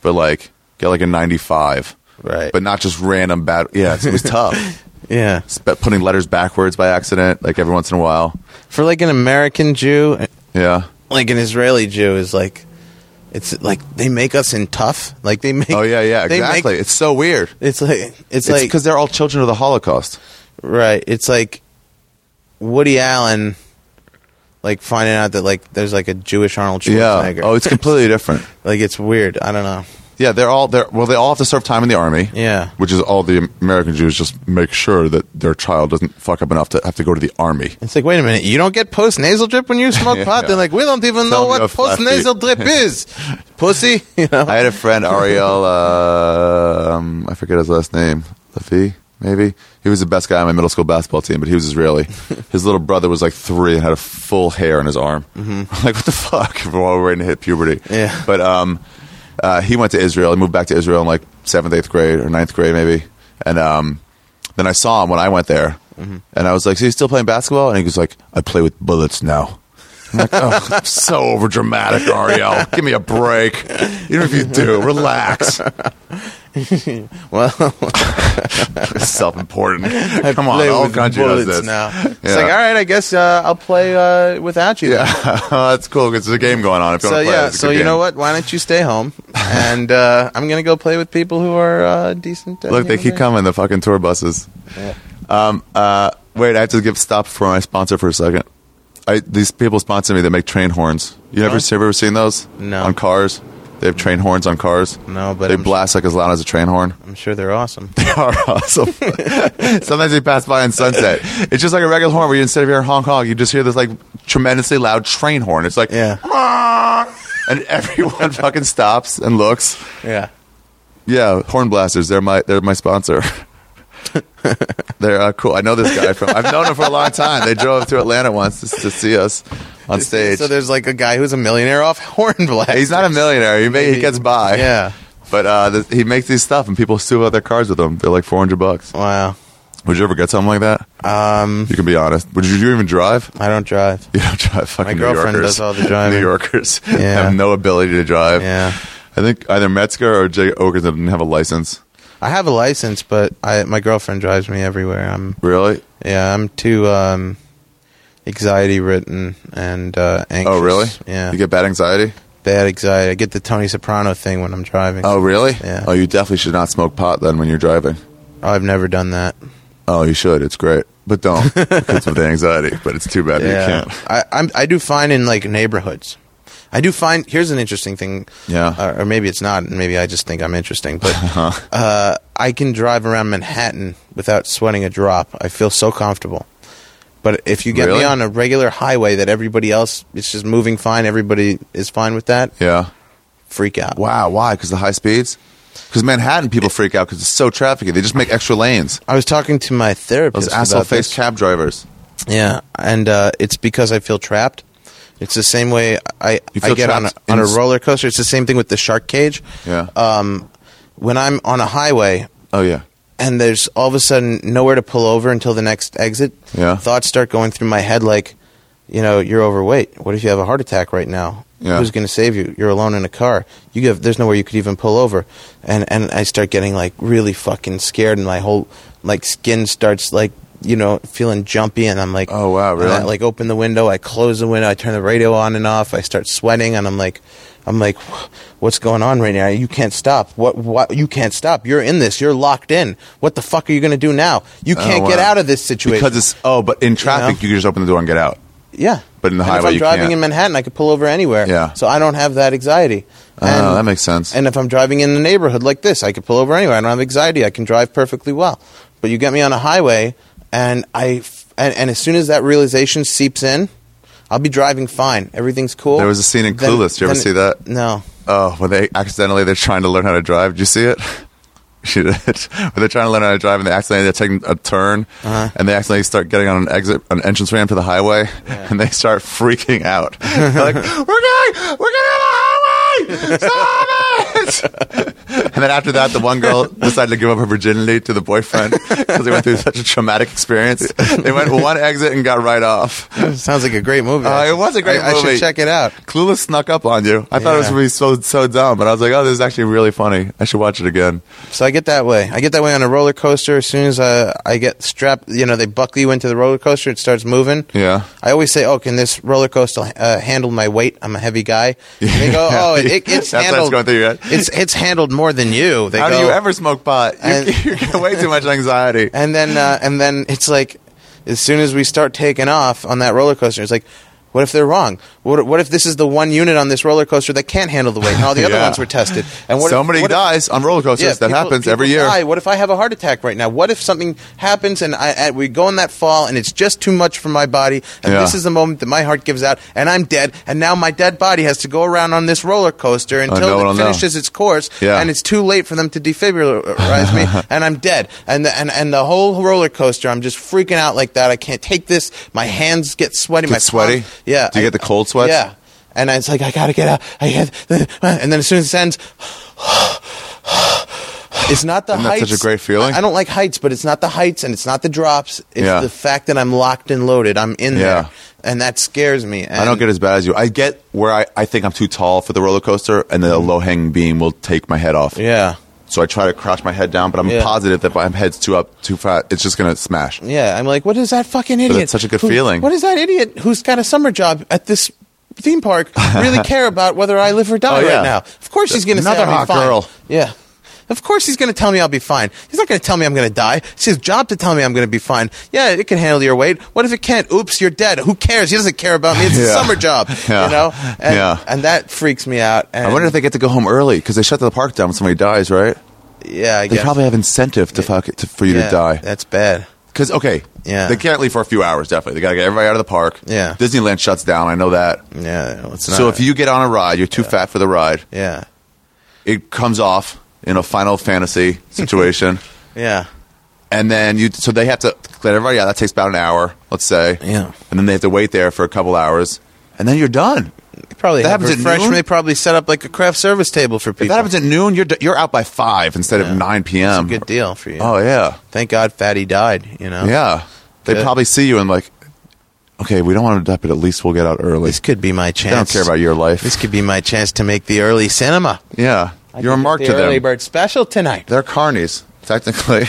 Speaker 1: but like get like a 95.
Speaker 3: Right.
Speaker 1: But not just random bad. Yeah, it was tough.
Speaker 3: yeah.
Speaker 1: Sp- putting letters backwards by accident, like every once in a while.
Speaker 3: For like an American Jew,
Speaker 1: Yeah.
Speaker 3: like an Israeli Jew is like, it's like they make us in tough. Like they make.
Speaker 1: Oh yeah, yeah,
Speaker 3: they make-
Speaker 1: exactly. it's so weird.
Speaker 3: it's like it's,
Speaker 1: It's
Speaker 3: like
Speaker 1: because they're all children of the Holocaust.
Speaker 3: right. It's like Woody Allen, like finding out that like there's like a Jewish Arnold
Speaker 1: Yeah.
Speaker 3: Schwarzenegger.
Speaker 1: Oh, it's completely different.
Speaker 3: like it's weird. I don't know.
Speaker 1: Yeah, they're all they're well. They all have to serve time in the army.
Speaker 3: Yeah.
Speaker 1: Which is all the American Jews just make sure that their child doesn't fuck up enough to have to go to the army.
Speaker 3: It's like, wait a minute, you don't get post nasal drip when you smoke
Speaker 1: Yeah.
Speaker 3: pot? They're like, we don't even
Speaker 1: Tell
Speaker 3: know
Speaker 1: me
Speaker 3: what
Speaker 1: a
Speaker 3: post
Speaker 1: fluffy-
Speaker 3: nasal drip is, pussy. You know?
Speaker 1: I had a friend Ariel. Uh, um, I forget his last name. Lafi, maybe. He was the best guy on my middle school basketball team, but he was Israeli. His little brother was like three and had a full hair on his arm. Like what the fuck? While we're waiting to hit puberty.
Speaker 3: Mm-hmm. Yeah.
Speaker 1: But um, uh, he went to Israel. He moved back to Israel in like seventh, eighth grade or ninth grade maybe. And um, then I saw him when I went there,
Speaker 3: Mm-hmm.
Speaker 1: and I was like, "So you still playing basketball?" And he was like, "I play with bullets now." I'm like, oh, I'm so overdramatic, Ariel. Give me a break. Even if you do, relax.
Speaker 3: well,
Speaker 1: Self-important.
Speaker 3: I
Speaker 1: Come on,
Speaker 3: play
Speaker 1: the whole
Speaker 3: with
Speaker 1: country does
Speaker 3: bullets
Speaker 1: this
Speaker 3: now. It's
Speaker 1: Yeah.
Speaker 3: like, all right, I guess uh, I'll play uh, without you. then.
Speaker 1: Yeah, that's cool because there's a game going on. If you
Speaker 3: So
Speaker 1: want to play,
Speaker 3: yeah,
Speaker 1: it's a
Speaker 3: so
Speaker 1: good
Speaker 3: you know
Speaker 1: game.
Speaker 3: what? Why don't you stay home? And uh, I'm gonna go play with people who are uh, decent. uh,
Speaker 1: Look, they
Speaker 3: human
Speaker 1: keep
Speaker 3: beings.
Speaker 1: coming. The fucking tour buses. Um, uh, wait, I have to give stop for my sponsor for a second. I, these people sponsor me. They make train horns. You ever, you ever seen those?
Speaker 3: No.
Speaker 1: On cars, they have train horns on cars.
Speaker 3: No, but
Speaker 1: they
Speaker 3: I'm-
Speaker 1: blast like as loud as a train horn.
Speaker 3: I'm sure they're awesome.
Speaker 1: They are awesome. Sometimes they pass by on sunset. It's just like a regular horn where you instead of hearing Hong Kong, you just hear this like tremendously loud train horn. It's like
Speaker 3: Yeah.
Speaker 1: and everyone fucking stops and looks.
Speaker 3: Yeah.
Speaker 1: Yeah, horn blasters. They're my they're my sponsor. they're uh, cool. I know this guy from. I've known him for a long time. They drove to Atlanta once to, to see us on stage.
Speaker 3: So there's like a guy who's a millionaire off horn blast.
Speaker 1: He's not a millionaire. He may, he gets by.
Speaker 3: Yeah.
Speaker 1: But uh, th- he makes these stuff, and people sue out their cars with them. They're like four hundred bucks.
Speaker 3: Wow.
Speaker 1: Would you ever get something like that?
Speaker 3: Um,
Speaker 1: You can be honest. Would you, do you even drive?
Speaker 3: I don't drive.
Speaker 1: You don't drive. Fucking
Speaker 3: girlfriend
Speaker 1: New Yorkers.
Speaker 3: does all the driving.
Speaker 1: New Yorkers
Speaker 3: Yeah.
Speaker 1: have no ability to drive.
Speaker 3: Yeah.
Speaker 1: I think either Metzger or Jay Ogerson didn't have a license.
Speaker 3: I have a license, but I my girlfriend drives me everywhere. I'm
Speaker 1: Really?
Speaker 3: yeah, I'm too um, anxiety ridden and uh, anxious.
Speaker 1: Oh, really?
Speaker 3: Yeah,
Speaker 1: You get bad anxiety?
Speaker 3: bad anxiety. I get the Tony Soprano thing when I'm driving.
Speaker 1: Oh, really?
Speaker 3: Yeah.
Speaker 1: Oh, you definitely should not smoke pot then when you're driving.
Speaker 3: I've never done that.
Speaker 1: Oh, you should. It's great. But don't. It's with anxiety. But it's too bad
Speaker 3: yeah,
Speaker 1: you can't.
Speaker 3: I I'm, I do find in like neighborhoods. I do find here's an interesting thing. Uh,
Speaker 1: Yeah. Uh-huh.
Speaker 3: or, or maybe it's not. and Maybe I just think I'm interesting, but uh, I can drive around Manhattan without sweating a drop. I feel so comfortable. But if you get
Speaker 1: Really?
Speaker 3: me on a regular highway that everybody else is just moving fine, everybody is fine with that.
Speaker 1: Yeah.
Speaker 3: Freak out.
Speaker 1: Wow. Why? Because the high speeds? Because Manhattan people freak out because it's so trafficky. They just make extra lanes.
Speaker 3: I was talking to my
Speaker 1: Those
Speaker 3: therapist
Speaker 1: asshole
Speaker 3: about
Speaker 1: faced
Speaker 3: this.
Speaker 1: cab drivers.
Speaker 3: Yeah, and uh, it's because I feel trapped. It's the same way I,
Speaker 1: You feel
Speaker 3: I get on a,
Speaker 1: trapped
Speaker 3: on a
Speaker 1: in-
Speaker 3: roller coaster. It's the same thing with the shark cage.
Speaker 1: Yeah.
Speaker 3: Um, when I'm on a highway
Speaker 1: oh yeah.
Speaker 3: and there's all of a sudden nowhere to pull over until the next exit,
Speaker 1: Yeah.
Speaker 3: thoughts start going through my head like, you know, you're overweight. What if you have a heart attack right now?
Speaker 1: Yeah.
Speaker 3: Who's going to save you? You're alone in a car. You have there's nowhere you could even pull over, and and I start getting like really fucking scared, and my whole like skin starts like you know feeling jumpy, and I'm like,
Speaker 1: Oh, wow,
Speaker 3: and
Speaker 1: really?
Speaker 3: I, like open the window, I close the window, I turn the radio on and off, I start sweating, and I'm like, I'm like, what's going on right now? You can't stop. What? What? You can't stop. You're in this. You're locked in. What the fuck are you going to do now? You
Speaker 1: Oh,
Speaker 3: can't get
Speaker 1: wow.
Speaker 3: out of this situation
Speaker 1: Because it's oh, but in traffic
Speaker 3: know?
Speaker 1: you, can just open the door and get out.
Speaker 3: yeah.
Speaker 1: But in the
Speaker 3: And
Speaker 1: highway,
Speaker 3: if I'm
Speaker 1: you
Speaker 3: driving
Speaker 1: can't.
Speaker 3: in Manhattan, I could pull over anywhere.
Speaker 1: Yeah.
Speaker 3: So I don't have that anxiety.
Speaker 1: Oh, that makes sense.
Speaker 3: And if I'm driving in the neighborhood like this, I could pull over anywhere. I don't have anxiety. I can drive perfectly well. But you get me on a highway, and I f- and, and as soon as that realization seeps in, I'll be driving fine. Everything's cool.
Speaker 1: There was a scene in
Speaker 3: Then-
Speaker 1: Clueless. Did you ever
Speaker 3: then-
Speaker 1: see that?
Speaker 3: No.
Speaker 1: Oh, when they accidentally they're trying to learn how to drive. Did you see it? She did. When they're trying to learn how to drive, and they accidentally they're taking a turn, and they accidentally start getting on an exit, an entrance ramp to the highway, and they start freaking out. They're like, "We're going, we're going on the highway! Stop it!" and then after that, the one girl decided to give up her virginity to the boyfriend because they went through such a traumatic experience. They went one exit and got right off.
Speaker 3: Sounds like a great movie.
Speaker 1: Uh,
Speaker 3: I
Speaker 1: it was a
Speaker 3: should-
Speaker 1: great
Speaker 3: I, I
Speaker 1: movie.
Speaker 3: should check it out.
Speaker 1: Clueless snuck up on you. I thought it was
Speaker 3: Yeah.
Speaker 1: going to be so so dumb, but I was like, oh, this is actually really funny. I should watch it again.
Speaker 3: So I get that way. I get that way on a roller coaster. As soon as I, I get strapped, you know, they buckle you into the roller coaster. It starts moving.
Speaker 1: Yeah.
Speaker 3: I always say, "Oh, can this roller coaster uh, handle my weight? I'm a heavy guy." And they go,
Speaker 1: Yeah.
Speaker 3: "Oh, it, it's
Speaker 1: That's what's
Speaker 3: handled.
Speaker 1: going through your head.
Speaker 3: It's it's handled more than you." They
Speaker 1: How
Speaker 3: go,
Speaker 1: do you ever smoke pot? You,
Speaker 3: And-
Speaker 1: you get way too much anxiety.
Speaker 3: And then uh, and then it's like, as soon as we start taking off on that roller coaster, it's like. What if they're wrong? What, what if this is the one unit on this roller coaster that can't handle the weight, and all the other
Speaker 1: Yeah.
Speaker 3: ones were tested? And what if-
Speaker 1: Somebody
Speaker 3: what if-
Speaker 1: dies on roller coasters. that
Speaker 3: people-
Speaker 1: happens every
Speaker 3: people
Speaker 1: year.
Speaker 3: die. What if I have a heart attack right now? What if something happens and I and we go in that fall and it's just too much for my body? And
Speaker 1: Yeah.
Speaker 3: this is the moment that my heart gives out and I'm dead. And now my dead body has to go around on this roller coaster
Speaker 1: no
Speaker 3: until
Speaker 1: one will
Speaker 3: it
Speaker 1: know.
Speaker 3: finishes its course.
Speaker 1: Yeah.
Speaker 3: And it's too late for them to defibrillarize me and I'm dead. And the, and and the whole roller coaster, I'm just freaking out like that. I can't take this. My hands get sweaty. my
Speaker 1: Get sweaty?
Speaker 3: palms- yeah.
Speaker 1: Do you
Speaker 3: I-
Speaker 1: get the cold sweats?
Speaker 3: Yeah. And I- it's like I gotta get out. I get, and then as soon as it ends, it's not the
Speaker 1: Isn't that
Speaker 3: heights.
Speaker 1: such a great feeling?
Speaker 3: I, I don't like heights, but it's not the heights and it's not the drops. It's
Speaker 1: Yeah.
Speaker 3: the fact that I'm locked and loaded. I'm in
Speaker 1: Yeah.
Speaker 3: there, and that scares me. And
Speaker 1: I don't get as bad as you. I get where I, I think I'm too tall for the roller coaster, and the low hanging beam will take my head off.
Speaker 3: Mm-hmm. Yeah,
Speaker 1: So I try to crouch my head down, but I'm
Speaker 3: Yeah.
Speaker 1: positive that if my head's too up, too fat, it's just going to smash.
Speaker 3: yeah. I'm like, what is that fucking idiot?
Speaker 1: that's such a good
Speaker 3: who-
Speaker 1: feeling.
Speaker 3: What is that idiot who's got a summer job at this? Theme park really care about whether I live or die
Speaker 1: Oh, yeah.
Speaker 3: right now. Of course, he's going to say
Speaker 1: Another
Speaker 3: I'll be
Speaker 1: hot
Speaker 3: fine.
Speaker 1: girl.
Speaker 3: Yeah. Of course he's going to tell me I'll be fine. He's not going to tell me I'm going to die. It's his job to tell me I'm going to be fine. Yeah, it can handle your weight. What if it can't? Oops, you're dead. Who cares? He doesn't care about me. It's
Speaker 1: Yeah.
Speaker 3: a summer job,
Speaker 1: Yeah.
Speaker 3: you know. And,
Speaker 1: Yeah.
Speaker 3: and that freaks me out. And
Speaker 1: I wonder if they get to go home early because they shut the park down when somebody dies, right?
Speaker 3: yeah, I
Speaker 1: They
Speaker 3: guess.
Speaker 1: probably have incentive to fuck to, for you
Speaker 3: yeah,
Speaker 1: to die.
Speaker 3: That's bad.
Speaker 1: Because okay,
Speaker 3: Yeah.
Speaker 1: they can't leave for a few hours. Definitely, they got to get everybody out of the park.
Speaker 3: Yeah.
Speaker 1: Disneyland shuts down. I know that.
Speaker 3: Yeah, well, it's
Speaker 1: So
Speaker 3: not-
Speaker 1: if you get on a ride, you're too fat for the ride.
Speaker 3: yeah,
Speaker 1: It comes off in a Final Fantasy situation,
Speaker 3: yeah,
Speaker 1: and then you. So they have to let everybody out. That takes about an hour, let's say.
Speaker 3: Yeah.
Speaker 1: And then they have to wait there for a couple hours, and then you're done.
Speaker 3: they probably
Speaker 1: That
Speaker 3: have
Speaker 1: happens at
Speaker 3: refreshment.
Speaker 1: noon?
Speaker 3: They probably set up like a craft service table for people.
Speaker 1: If that happens at noon, you're d- you're out by five instead
Speaker 3: Yeah.
Speaker 1: of nine p.m.
Speaker 3: Good deal for you.
Speaker 1: Oh yeah.
Speaker 3: Thank God, Fatty died. You know.
Speaker 1: Yeah. They
Speaker 3: Good.
Speaker 1: probably see you and like, okay, we don't want to die, but at least we'll get out early.
Speaker 3: This could be my chance.
Speaker 1: They don't care about your life.
Speaker 3: This could be my chance to make the early cinema.
Speaker 1: yeah. You're a mark to them.
Speaker 3: special tonight.
Speaker 1: They're carnies, technically.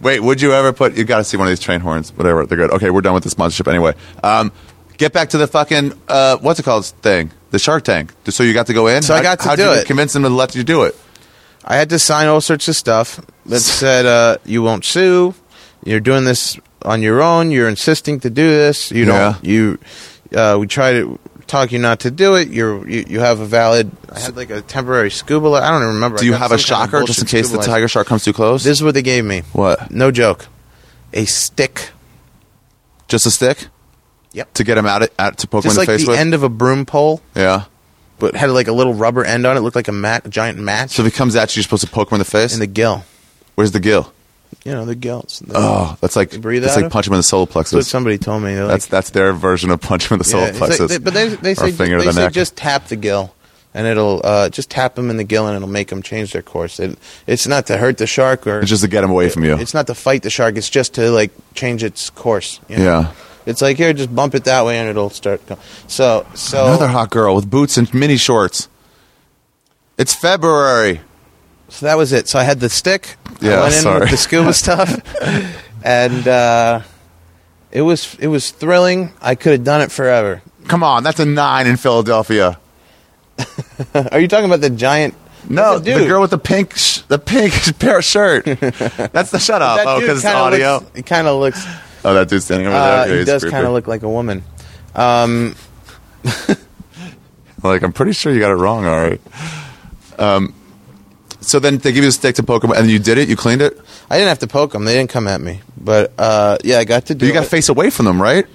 Speaker 1: Wait, would you ever put, you got to see one of these train horns, whatever. They're good. Okay, we're done with the sponsorship anyway. Um, get back to the fucking, uh, what's it called thing? The Shark Tank. So you got to go in?
Speaker 3: So I got to
Speaker 1: How'd
Speaker 3: do
Speaker 1: you
Speaker 3: it.
Speaker 1: convince them to let you do it?
Speaker 3: I had to sign all sorts of stuff that said uh, you won't sue. You're doing this on your own. You're insisting to do this. You
Speaker 1: Yeah.
Speaker 3: don't. You. Uh, we try to talk you not to do it. You're. You, you have a valid. I had like a temporary scuba. li- I don't even remember.
Speaker 1: Do
Speaker 3: I
Speaker 1: you
Speaker 3: got
Speaker 1: have a
Speaker 3: some kind of
Speaker 1: shocker just in
Speaker 3: bullshit
Speaker 1: case the
Speaker 3: scuba license.
Speaker 1: tiger shark comes too close?
Speaker 3: This is what they gave me.
Speaker 1: what?
Speaker 3: No joke. A stick.
Speaker 1: Just a stick?
Speaker 3: Yep.
Speaker 1: To get him out, out to poke him in
Speaker 3: Just
Speaker 1: the
Speaker 3: like
Speaker 1: face
Speaker 3: the
Speaker 1: with?
Speaker 3: end of a broom pole,
Speaker 1: yeah.
Speaker 3: but had like a little rubber end on it. Looked like a mat, a giant match
Speaker 1: So if he comes at you, you're supposed to poke him in the face?
Speaker 3: in the gill.
Speaker 1: Where's the gill?
Speaker 3: you know, the gills.
Speaker 1: Oh, that's like
Speaker 3: You breathe
Speaker 1: that's
Speaker 3: out
Speaker 1: like
Speaker 3: of-
Speaker 1: punch him in the solar
Speaker 3: that's what
Speaker 1: plexus.
Speaker 3: somebody told me. They're like,
Speaker 1: that's that's their version of punch him in the solar
Speaker 3: Yeah, it's like-
Speaker 1: plexus.
Speaker 3: they- but they, they
Speaker 1: or
Speaker 3: say,
Speaker 1: finger
Speaker 3: they
Speaker 1: to the
Speaker 3: say
Speaker 1: neck.
Speaker 3: just tap the gill, and it'll uh, just tap them in the gill, and it'll make them change their course. It, it's not to hurt the shark or
Speaker 1: it's just to get him away from you.
Speaker 3: It's not to fight the shark. It's just to like change its course. you know?
Speaker 1: Yeah.
Speaker 3: It's like here, just bump it that way, and it'll start. Going. So so
Speaker 1: Another hot girl with boots and mini shorts. It's February.
Speaker 3: So that was it. So I had the stick.
Speaker 1: Yeah,
Speaker 3: I went in
Speaker 1: sorry.
Speaker 3: with the scuba stuff, and uh, it was it was thrilling. I could have done it forever.
Speaker 1: Come on, that's a nine in Philadelphia.
Speaker 3: Are you talking about the giant?
Speaker 1: No,
Speaker 3: That's a dude.
Speaker 1: the girl with the pink, sh- the pink pair of shirt. That's the shut up.
Speaker 3: That
Speaker 1: Oh,
Speaker 3: dude
Speaker 1: because it's
Speaker 3: kinda
Speaker 1: audio.
Speaker 3: Looks, it kind of looks.
Speaker 1: oh, that dude's standing over there.
Speaker 3: Uh,
Speaker 1: Okay,
Speaker 3: he
Speaker 1: he's
Speaker 3: does
Speaker 1: creepy.
Speaker 3: kind of look like a woman. Um,
Speaker 1: Like I'm pretty sure you got it wrong. All right. Um, so then they give you a stick to Pokemon, and you did it. You cleaned it.
Speaker 3: I didn't have to poke them; they didn't come at me. But uh, yeah, I got to do.
Speaker 1: But you got to
Speaker 3: it.
Speaker 1: face away from them, right?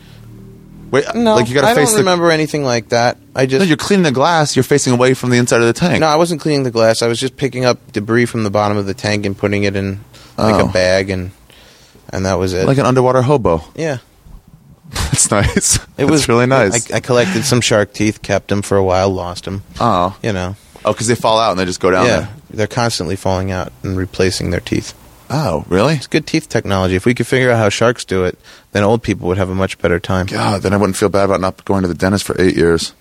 Speaker 1: Wait,
Speaker 3: No,
Speaker 1: like you got
Speaker 3: I
Speaker 1: to face
Speaker 3: don't
Speaker 1: the.
Speaker 3: remember anything like that. I
Speaker 1: No,
Speaker 3: just
Speaker 1: you're cleaning the glass. You're facing away from the inside of the tank.
Speaker 3: No, I wasn't cleaning the glass. I was just picking up debris from the bottom of the tank and putting it in like
Speaker 1: Oh.
Speaker 3: a bag, and and that was it.
Speaker 1: like an underwater hobo.
Speaker 3: yeah,
Speaker 1: That's nice.
Speaker 3: it
Speaker 1: That's
Speaker 3: was
Speaker 1: really nice.
Speaker 3: I, I collected some shark teeth, kept them for a while, lost them.
Speaker 1: oh,
Speaker 3: You know,
Speaker 1: oh, because they fall out and they just go down
Speaker 3: yeah,
Speaker 1: there.
Speaker 3: they're constantly falling out and replacing their teeth.
Speaker 1: Oh, really?
Speaker 3: It's good teeth technology. If we could figure out how sharks do it, then old people would have a much better time.
Speaker 1: God, then I wouldn't feel bad about not going to the dentist for eight years.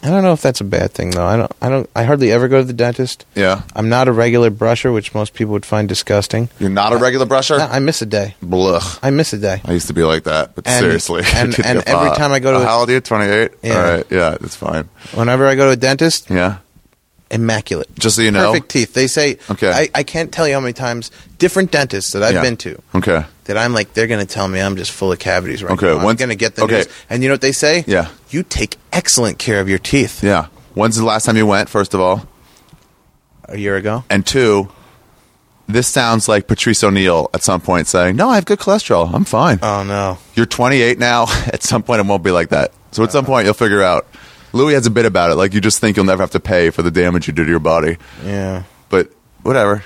Speaker 3: I don't know if that's a bad thing though. I don't. I don't. I hardly ever go to the dentist.
Speaker 1: Yeah,
Speaker 3: I'm not a regular brusher, which most people would find disgusting.
Speaker 1: you're not a regular brusher.
Speaker 3: Uh, No, I miss a day.
Speaker 1: Blech.
Speaker 3: I miss a day.
Speaker 1: I used to be like that, but
Speaker 3: And-
Speaker 1: seriously,
Speaker 3: and-
Speaker 1: Give me
Speaker 3: and
Speaker 1: a
Speaker 3: every
Speaker 1: five.
Speaker 3: time I go to
Speaker 1: Oh,
Speaker 3: the-
Speaker 1: how old are you? Twenty eight.
Speaker 3: Yeah.
Speaker 1: All right, yeah, it's fine.
Speaker 3: Whenever I go to a dentist,
Speaker 1: Yeah,
Speaker 3: immaculate.
Speaker 1: just so you know.
Speaker 3: Perfect teeth. They say,
Speaker 1: Okay.
Speaker 3: I, I can't tell you how many times different dentists that I've
Speaker 1: Yeah.
Speaker 3: been to
Speaker 1: Okay.
Speaker 3: that I'm like, they're going to tell me I'm just full of cavities right
Speaker 1: Okay,
Speaker 3: now. I'm
Speaker 1: once-
Speaker 3: going to get the
Speaker 1: okay.
Speaker 3: news. And you know what they say?
Speaker 1: Yeah.
Speaker 3: You take excellent care of your teeth.
Speaker 1: Yeah. When's the last time you went? First of all,
Speaker 3: A year ago.
Speaker 1: and two, this sounds like Patrice O'Neill at some point saying, "No, I have good cholesterol. I'm fine."
Speaker 3: Oh, no.
Speaker 1: you're 28 now. At some point, it won't be like that. So at some point, you'll figure out. Louis has a bit about it. Like you just think you'll never have to pay for the damage you do to your body,
Speaker 3: Yeah.
Speaker 1: but whatever.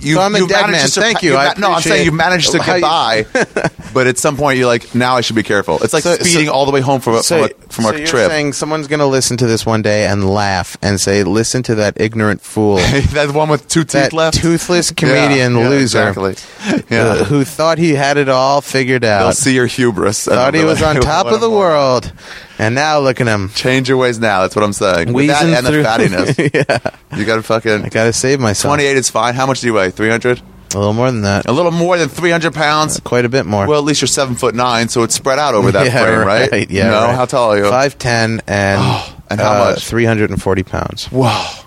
Speaker 1: You,
Speaker 3: So I'm a
Speaker 1: you've
Speaker 3: dead
Speaker 1: managed
Speaker 3: man.
Speaker 1: to surpa-
Speaker 3: Thank you.
Speaker 1: you've
Speaker 3: I
Speaker 1: ma- no, I'm
Speaker 3: appreciate
Speaker 1: saying you've managed to
Speaker 3: how
Speaker 1: get
Speaker 3: you-
Speaker 1: by, but at some point you're like, now I should be careful. It's like
Speaker 3: So- so-
Speaker 1: speeding all the way home from a,
Speaker 3: So,
Speaker 1: from a, from
Speaker 3: so
Speaker 1: a
Speaker 3: you're
Speaker 1: trip.
Speaker 3: saying someone's going to listen to this one day and laugh and say, listen to that ignorant fool.
Speaker 1: That's one with two teeth
Speaker 3: That
Speaker 1: left.
Speaker 3: toothless
Speaker 1: Yeah,
Speaker 3: comedian
Speaker 1: yeah,
Speaker 3: loser
Speaker 1: Exactly. Yeah.
Speaker 3: uh, who thought he had it all figured
Speaker 1: They'll
Speaker 3: out.
Speaker 1: see your hubris. and
Speaker 3: Thought he
Speaker 1: they'll be
Speaker 3: was
Speaker 1: like,
Speaker 3: on top
Speaker 1: "What
Speaker 3: of the
Speaker 1: am I?"
Speaker 3: world, and now look at him.
Speaker 1: Change your ways now. That's what I'm saying. With that
Speaker 3: Wheezing
Speaker 1: and the
Speaker 3: through-
Speaker 1: fattiness,
Speaker 3: yeah,
Speaker 1: you got to fucking
Speaker 3: I gotta save myself.
Speaker 1: 28 is fine. How much do you weigh? 300?
Speaker 3: A little more than that.
Speaker 1: A little more than 300 pounds.
Speaker 3: Quite a bit more.
Speaker 1: Well, at least you're seven foot nine, so it's spread out over that
Speaker 3: Yeah,
Speaker 1: frame, right?
Speaker 3: Yeah.
Speaker 1: No,
Speaker 3: right.
Speaker 1: how tall are you? Oh,
Speaker 3: Five ten and uh,
Speaker 1: and how much?
Speaker 3: Three hundred and forty pounds.
Speaker 1: Wow.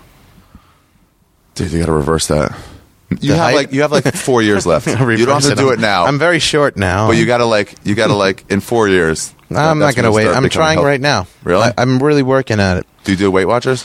Speaker 1: Dude, you got to reverse that. You
Speaker 3: The
Speaker 1: have
Speaker 3: height?
Speaker 1: like you have like four years left. you
Speaker 3: Reverse
Speaker 1: don't have to
Speaker 3: it.
Speaker 1: do
Speaker 3: I'm-
Speaker 1: it now,
Speaker 3: I'm very short now.
Speaker 1: but you got to like you got to like in four years.
Speaker 3: Um, hmm. I'm not
Speaker 1: that's when
Speaker 3: gonna
Speaker 1: you
Speaker 3: wait.
Speaker 1: start
Speaker 3: I'm
Speaker 1: becoming
Speaker 3: trying
Speaker 1: healthy.
Speaker 3: right now.
Speaker 1: Really?
Speaker 3: I, I'm really working at it.
Speaker 1: Do you do Weight Watchers?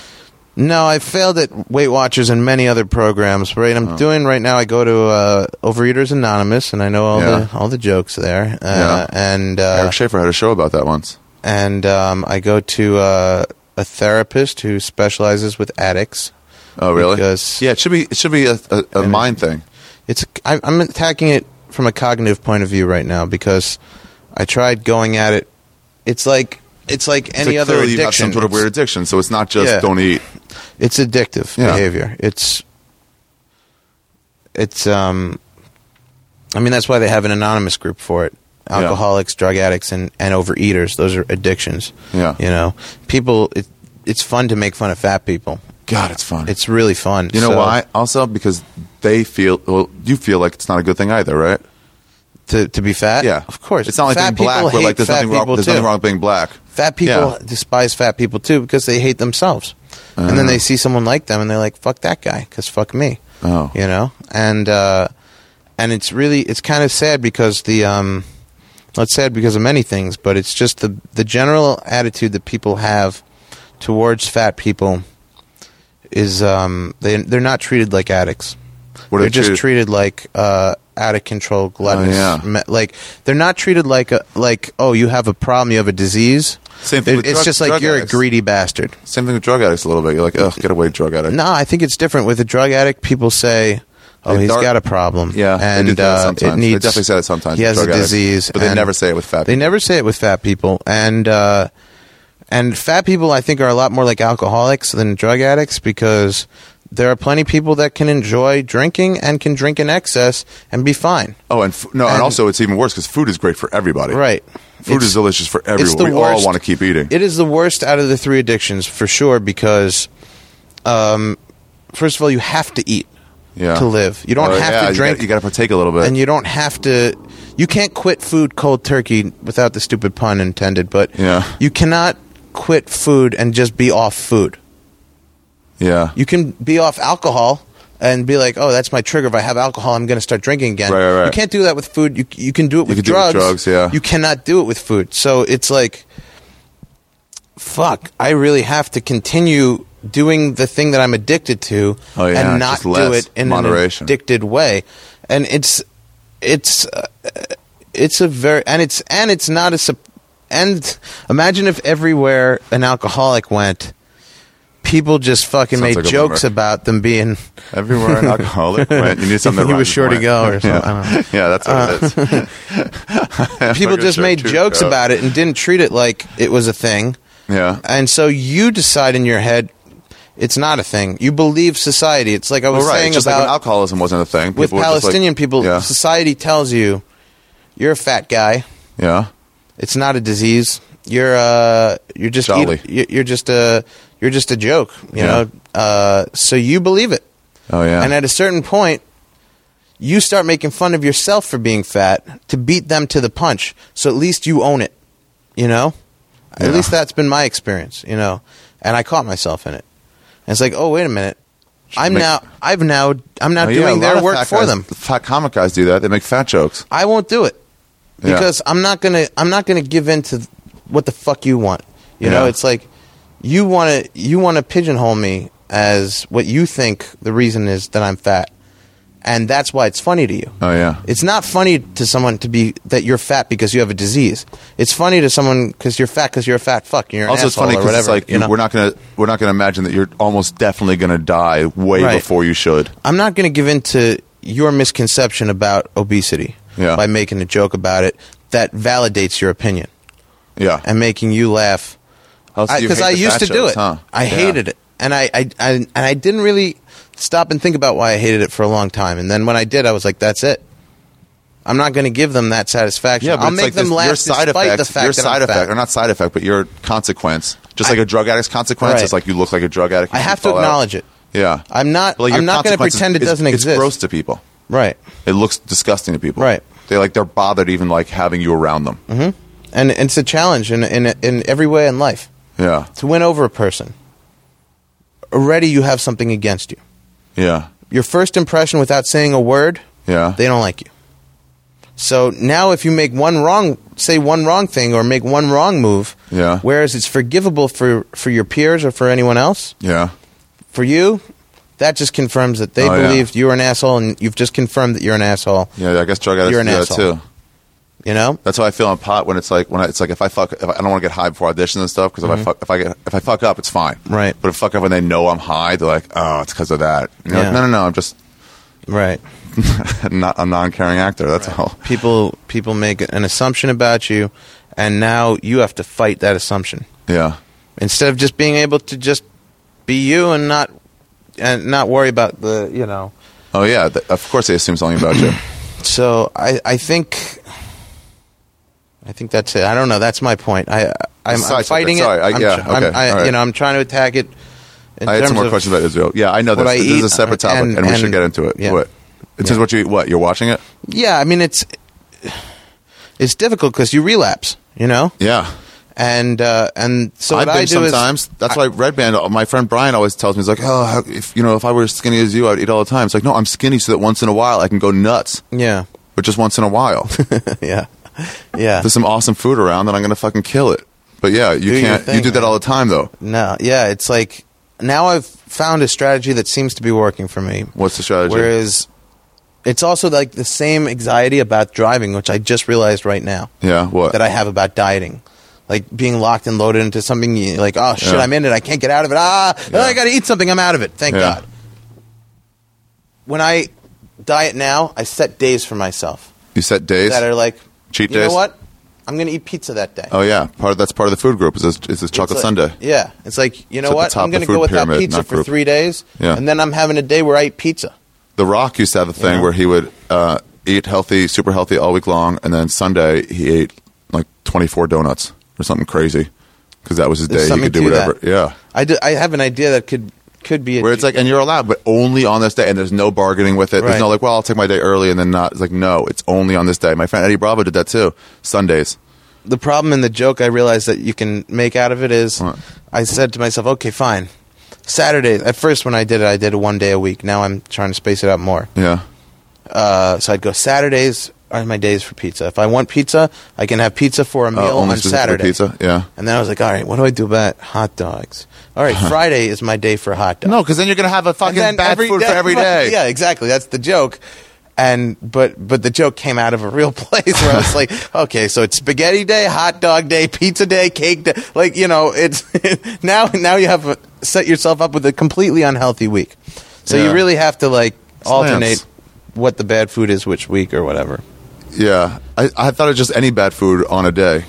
Speaker 3: No, I failed at Weight Watchers and many other programs. Right,
Speaker 1: Oh.
Speaker 3: I'm doing right now. I go to uh, Overeaters Anonymous, and I know all
Speaker 1: Yeah.
Speaker 3: the all the jokes there.
Speaker 1: Yeah.
Speaker 3: Uh, And uh,
Speaker 1: Eric Schaefer had a show about that once.
Speaker 3: and um, I go to uh, a therapist who specializes with addicts.
Speaker 1: Oh, really?
Speaker 3: Because-
Speaker 1: yeah, it should be it should be a, a, a mind thing.
Speaker 3: It's I, I'm attacking it from a cognitive point of view right now because I tried going at it. It's like it's like any
Speaker 1: So
Speaker 3: other
Speaker 1: clearly
Speaker 3: addiction.
Speaker 1: you have some sort of weird addiction, so it's not just
Speaker 3: Yeah.
Speaker 1: don't eat.
Speaker 3: It's addictive
Speaker 1: Yeah.
Speaker 3: behavior. It's it's um I mean that's why they have an anonymous group for it.
Speaker 1: Yeah.
Speaker 3: Alcoholics, drug addicts and and overeaters, those are addictions.
Speaker 1: Yeah.
Speaker 3: You know, people it, it's fun to make fun of fat people.
Speaker 1: God, it's fun.
Speaker 3: It's really fun.
Speaker 1: You know
Speaker 3: So,
Speaker 1: why? Also because they feel well, you feel like it's not a good thing either, right?
Speaker 3: To, to be fat?
Speaker 1: Yeah,
Speaker 3: Of course.
Speaker 1: It's not like
Speaker 3: fat
Speaker 1: being black.
Speaker 3: people
Speaker 1: Where
Speaker 3: hate
Speaker 1: like there's
Speaker 3: fat
Speaker 1: nothing wrong.
Speaker 3: people
Speaker 1: There's
Speaker 3: too.
Speaker 1: nothing wrong with being black.
Speaker 3: Fat people
Speaker 1: Yeah.
Speaker 3: despise fat people too because they hate themselves. and
Speaker 1: Uh-huh.
Speaker 3: then they see someone like them and they're like, fuck that guy because fuck me.
Speaker 1: Oh.
Speaker 3: You know? And, uh, and it's really, it's kind of sad because the, um, well, it's sad because of many things, but it's just the, the general attitude that people have towards fat people is, um, they, they're not treated like addicts
Speaker 1: What are
Speaker 3: they're
Speaker 1: they
Speaker 3: just
Speaker 1: treated-
Speaker 3: treated like uh, out of control gluttonous.
Speaker 1: Oh, yeah.
Speaker 3: me- like they're not treated like a, like oh you have a problem, you have a disease.
Speaker 1: Same thing with
Speaker 3: it's
Speaker 1: drug-
Speaker 3: just like
Speaker 1: drug
Speaker 3: you're
Speaker 1: addicts.
Speaker 3: a greedy bastard.
Speaker 1: Same thing with drug addicts a little bit. You're like, ugh, get away, drug addict.
Speaker 3: No, I think it's different with a drug addict. People say Oh,
Speaker 1: They
Speaker 3: he's
Speaker 1: dark-
Speaker 3: got a problem.
Speaker 1: Yeah, they
Speaker 3: and
Speaker 1: do that
Speaker 3: uh,
Speaker 1: sometimes.
Speaker 3: it
Speaker 1: They
Speaker 3: needs.
Speaker 1: definitely say that sometimes
Speaker 3: He
Speaker 1: with
Speaker 3: has a
Speaker 1: drug addicts,
Speaker 3: disease,
Speaker 1: but they
Speaker 3: and-
Speaker 1: never say it with fat
Speaker 3: They
Speaker 1: people.
Speaker 3: never say it with fat people, and uh, and fat people I think are a lot more like alcoholics than drug addicts because there are plenty of people that can enjoy drinking and can drink in excess and be fine.
Speaker 1: Oh, and f- no, and,
Speaker 3: And-
Speaker 1: also it's even worse because food is great for everybody.
Speaker 3: Right.
Speaker 1: Food
Speaker 3: It's-
Speaker 1: is delicious for everyone.
Speaker 3: it's the
Speaker 1: we
Speaker 3: worst.
Speaker 1: all want to keep eating.
Speaker 3: It is the worst out of the three addictions for sure because, um, first of all, you have to eat
Speaker 1: yeah.
Speaker 3: to live. You don't
Speaker 1: Oh,
Speaker 3: have
Speaker 1: yeah,
Speaker 3: to drink,
Speaker 1: You got to partake a little bit.
Speaker 3: and you don't have to. You can't quit food cold turkey without the stupid pun intended, but
Speaker 1: Yeah.
Speaker 3: you cannot quit food and just be off food.
Speaker 1: yeah.
Speaker 3: You can be off alcohol and be like, "Oh, that's my trigger. If I have alcohol, I'm going to start drinking again."
Speaker 1: Right, right, right.
Speaker 3: You can't do that with food. You you can do it with
Speaker 1: can do it with
Speaker 3: drugs.
Speaker 1: drugs, yeah.
Speaker 3: You cannot do it with food. So it's like, fuck. I really have to continue doing the thing that I'm addicted to
Speaker 1: Oh, yeah,
Speaker 3: and
Speaker 1: it's
Speaker 3: not
Speaker 1: just
Speaker 3: do
Speaker 1: less
Speaker 3: it in
Speaker 1: moderation.
Speaker 3: an addicted way. And it's it's uh, it's a very and it's and it's not a sup- and imagine if everywhere an alcoholic went people just fucking
Speaker 1: Sounds
Speaker 3: made
Speaker 1: like a
Speaker 3: jokes
Speaker 1: bummer.
Speaker 3: about them being
Speaker 1: Everywhere an alcoholic went, you need something.
Speaker 3: He
Speaker 1: rhymes
Speaker 3: was
Speaker 1: with
Speaker 3: sure to
Speaker 1: went.
Speaker 3: go or something, I don't
Speaker 1: Yeah, yeah that's what it is. I'm
Speaker 3: people
Speaker 1: gonna
Speaker 3: just
Speaker 1: show
Speaker 3: made
Speaker 1: two
Speaker 3: jokes
Speaker 1: jokes.
Speaker 3: about it and didn't treat it like it was a thing
Speaker 1: Yeah.
Speaker 3: and so you decide in your head it's not a thing you believe society it's like i was
Speaker 1: Well, right.
Speaker 3: saying
Speaker 1: It's just
Speaker 3: about
Speaker 1: like when alcoholism wasn't a thing.
Speaker 3: with
Speaker 1: people were just like-
Speaker 3: palestinian people
Speaker 1: Yeah.
Speaker 3: society tells you you're a fat guy
Speaker 1: yeah.
Speaker 3: it's not a disease. You're uh, you're just
Speaker 1: Jolly.
Speaker 3: you- you're just a you're just a joke, you
Speaker 1: Yeah.
Speaker 3: know. Uh, so you believe it,
Speaker 1: Oh yeah.
Speaker 3: and at a certain point, you start making fun of yourself for being fat to beat them to the punch. So at least you own it, you know.
Speaker 1: Yeah.
Speaker 3: At least that's been my experience, you know. And I caught myself in it. And it's like, oh wait a minute, I'm
Speaker 1: make-
Speaker 3: now I've now I'm now
Speaker 1: Oh, yeah, a lot
Speaker 3: doing their
Speaker 1: of
Speaker 3: work
Speaker 1: fat
Speaker 3: for
Speaker 1: guys-
Speaker 3: them.
Speaker 1: Fat comic guys do that. They make fat jokes.
Speaker 3: I won't do it
Speaker 1: Yeah.
Speaker 3: because I'm not gonna I'm not gonna give in to th- what the fuck you want. You know,
Speaker 1: Yeah.
Speaker 3: it's like you want to you want to pigeonhole me as what you think the reason is that I'm fat, and that's why it's funny to you.
Speaker 1: Oh yeah.
Speaker 3: It's not funny to someone to be that you're fat because you have a disease. It's funny to someone because you're fat because you're a fat fuck. And you're an
Speaker 1: also, it's
Speaker 3: asshole
Speaker 1: funny
Speaker 3: or
Speaker 1: because
Speaker 3: whatever.
Speaker 1: it's like
Speaker 3: you know?
Speaker 1: we're not gonna we're not gonna imagine that you're almost definitely gonna die way
Speaker 3: Right.
Speaker 1: before you should.
Speaker 3: I'm not going to give in to your misconception about obesity
Speaker 1: Yeah.
Speaker 3: by making a joke about it that validates your opinion
Speaker 1: Yeah.
Speaker 3: and making you laugh
Speaker 1: Oh, so you
Speaker 3: because
Speaker 1: hate
Speaker 3: I,
Speaker 1: the
Speaker 3: used
Speaker 1: fat
Speaker 3: to do
Speaker 1: jokes,
Speaker 3: it.
Speaker 1: huh?
Speaker 3: I
Speaker 1: Yeah.
Speaker 3: hated it, and I, I, I and I didn't really stop and think about why I hated it for a long time. And then when I did, I was like, "That's it. I'm not going to give them that satisfaction.
Speaker 1: Yeah, but
Speaker 3: I'll
Speaker 1: it's
Speaker 3: make
Speaker 1: like
Speaker 3: them
Speaker 1: this-
Speaker 3: laugh
Speaker 1: your side
Speaker 3: despite
Speaker 1: effect,
Speaker 3: the fact
Speaker 1: your
Speaker 3: that
Speaker 1: side
Speaker 3: I'm
Speaker 1: effect,
Speaker 3: fat.
Speaker 1: or not side effect, but your consequence. Just
Speaker 3: I-
Speaker 1: like a drug addict's consequence,
Speaker 3: Right.
Speaker 1: it's like you look like a drug addict.
Speaker 3: I
Speaker 1: you
Speaker 3: have to
Speaker 1: fall out.
Speaker 3: acknowledge it.
Speaker 1: Yeah,
Speaker 3: I'm not.
Speaker 1: But, like, your
Speaker 3: I'm not going to
Speaker 1: consequence
Speaker 3: pretend it
Speaker 1: is-
Speaker 3: doesn't
Speaker 1: it's
Speaker 3: exist.
Speaker 1: gross to people.
Speaker 3: Right.
Speaker 1: It looks disgusting to people.
Speaker 3: Right.
Speaker 1: They like they're bothered even like having you around them. Mm-hmm.
Speaker 3: And it's a challenge in in in every way in life
Speaker 1: Yeah.
Speaker 3: to win over a person. Already, you have something against you.
Speaker 1: Yeah.
Speaker 3: Your first impression, without saying a word,
Speaker 1: Yeah.
Speaker 3: they don't like you. So now, if you make one wrong, say one wrong thing or make one wrong move,
Speaker 1: Yeah.
Speaker 3: whereas it's forgivable for for your peers or for anyone else,
Speaker 1: yeah.
Speaker 3: for you, that just confirms that they
Speaker 1: Oh, yeah.
Speaker 3: believed you're an asshole, and you've just confirmed that you're an asshole.
Speaker 1: Yeah. I guess drug addicts
Speaker 3: You're an
Speaker 1: do
Speaker 3: asshole.
Speaker 1: that too.
Speaker 3: You know,
Speaker 1: That's how I feel on pot when it's like when I, it's like if I fuck if I, I don't want to get high before auditions and stuff because if I fuck if I get, if I fuck up it's fine
Speaker 3: Mm-hmm. Right.
Speaker 1: but if I fuck up and they know I'm high they're like oh it's because of that you know,
Speaker 3: Yeah.
Speaker 1: like, no no no I'm just
Speaker 3: right?
Speaker 1: not a non-caring actor that's all
Speaker 3: People people make an assumption about you, and now you have to fight that assumption
Speaker 1: yeah
Speaker 3: instead of just being able to just be you and not and not worry about the you know
Speaker 1: oh yeah th- of course they assume something about you
Speaker 3: So I, I think, I think that's it. I don't know. That's my point. I, I'm, I'm
Speaker 1: Sidestep
Speaker 3: fighting
Speaker 1: it.
Speaker 3: it.
Speaker 1: Sorry, I-
Speaker 3: I'm
Speaker 1: yeah,
Speaker 3: tr-
Speaker 1: okay,
Speaker 3: I'm, I,
Speaker 1: all right.
Speaker 3: You know, I'm trying to attack it. In
Speaker 1: I had
Speaker 3: terms
Speaker 1: some more
Speaker 3: of,
Speaker 1: questions about Israel yeah I know
Speaker 3: what
Speaker 1: this
Speaker 3: I
Speaker 1: this
Speaker 3: eat,
Speaker 1: is a separate
Speaker 3: uh,
Speaker 1: topic and,
Speaker 3: and-
Speaker 1: we should
Speaker 3: and-
Speaker 1: get into it
Speaker 3: yeah.
Speaker 1: what it says what you eat what you're watching it
Speaker 3: Yeah, I mean it's it's difficult because you relapse. You know,
Speaker 1: yeah
Speaker 3: and uh, and so what
Speaker 1: I've
Speaker 3: I
Speaker 1: been
Speaker 3: do
Speaker 1: sometimes.
Speaker 3: is
Speaker 1: That's why Red Band. My friend Brian always tells me, "He's like, oh, how- if you know, if I were as skinny as you, I'd eat all the time." It's like, no, I'm skinny so that once in a while I can go nuts,
Speaker 3: yeah,
Speaker 1: but just once in a while.
Speaker 3: yeah, yeah.
Speaker 1: There's some awesome food around, and I'm gonna fucking kill it. But yeah, you
Speaker 3: Do your
Speaker 1: can't. you
Speaker 3: thing,
Speaker 1: do that
Speaker 3: man.
Speaker 1: all the time, though.
Speaker 3: No, yeah, it's like now I've found a strategy that seems to be working for me.
Speaker 1: What's the strategy?
Speaker 3: Whereas it's also like the same anxiety about driving, which I just realized right now
Speaker 1: yeah, what?
Speaker 3: that I have about dieting. Like being locked and loaded into something you- like, oh shit,
Speaker 1: Yeah.
Speaker 3: I'm in it. I can't get out of it. Ah,
Speaker 1: Yeah.
Speaker 3: I got to eat something. I'm out of it. Thank
Speaker 1: Yeah.
Speaker 3: God. When I diet now, I set days for myself
Speaker 1: You set days.
Speaker 3: that are like
Speaker 1: Cheat
Speaker 3: you
Speaker 1: days?
Speaker 3: know what? I'm going to eat pizza that day.
Speaker 1: Oh yeah, part of that's part of the food group. Is this, is this chocolate
Speaker 3: It's like-
Speaker 1: Sunday?
Speaker 3: Yeah, it's like you
Speaker 1: at
Speaker 3: know
Speaker 1: the
Speaker 3: what?
Speaker 1: top
Speaker 3: I'm
Speaker 1: of
Speaker 3: going
Speaker 1: the
Speaker 3: to go
Speaker 1: food
Speaker 3: without
Speaker 1: pyramid,
Speaker 3: pizza
Speaker 1: not
Speaker 3: for
Speaker 1: group.
Speaker 3: three days,
Speaker 1: Yeah.
Speaker 3: and then I'm having a day where I eat pizza.
Speaker 1: The Rock used to have a thing
Speaker 3: know?
Speaker 1: where he would uh, eat healthy, super healthy all week long, and then Sunday he ate like 24 donuts or something crazy because that was his
Speaker 3: There's
Speaker 1: day. He
Speaker 3: something
Speaker 1: could do
Speaker 3: to
Speaker 1: whatever.
Speaker 3: that.
Speaker 1: Yeah.
Speaker 3: I, do, I have an idea that could could be a
Speaker 1: Where it's like, and you're allowed, but only on this day, and there's no bargaining with it. There's
Speaker 3: Right.
Speaker 1: no like, well, I'll take my day early and then not. It's like, no, it's only on this day. My friend Eddie Bravo did that too. Sundays.
Speaker 3: the problem in the joke I realized that you can make out of it is
Speaker 1: What?
Speaker 3: I said to myself, okay, fine. Saturday, at first when I did it, I did it one day a week. Now I'm trying to space it out more.
Speaker 1: Yeah.
Speaker 3: Uh, so I'd go, Saturdays are my days for pizza. If I want pizza, I can have pizza for a meal
Speaker 1: Uh, only
Speaker 3: on
Speaker 1: specifically
Speaker 3: Saturday.
Speaker 1: pizza. Yeah.
Speaker 3: And then I was like, all right, what do I do about hot dogs? All right, Friday is my day for hot dogs.
Speaker 1: No, because then you're gonna have a
Speaker 3: And
Speaker 1: fucking
Speaker 3: then
Speaker 1: bad
Speaker 3: every-
Speaker 1: food for
Speaker 3: that's
Speaker 1: every
Speaker 3: my-
Speaker 1: day.
Speaker 3: Yeah, exactly. That's the joke. And but but the joke came out of a real place where I was like, okay, so it's spaghetti day, hot dog day, pizza day, cake day. Like you know, it's now now you have set yourself up with a completely unhealthy week. So
Speaker 1: Yeah.
Speaker 3: you really have to like
Speaker 1: Slants.
Speaker 3: alternate what the bad food is which week or whatever.
Speaker 1: Yeah, I, I thought it was just any bad food on a day.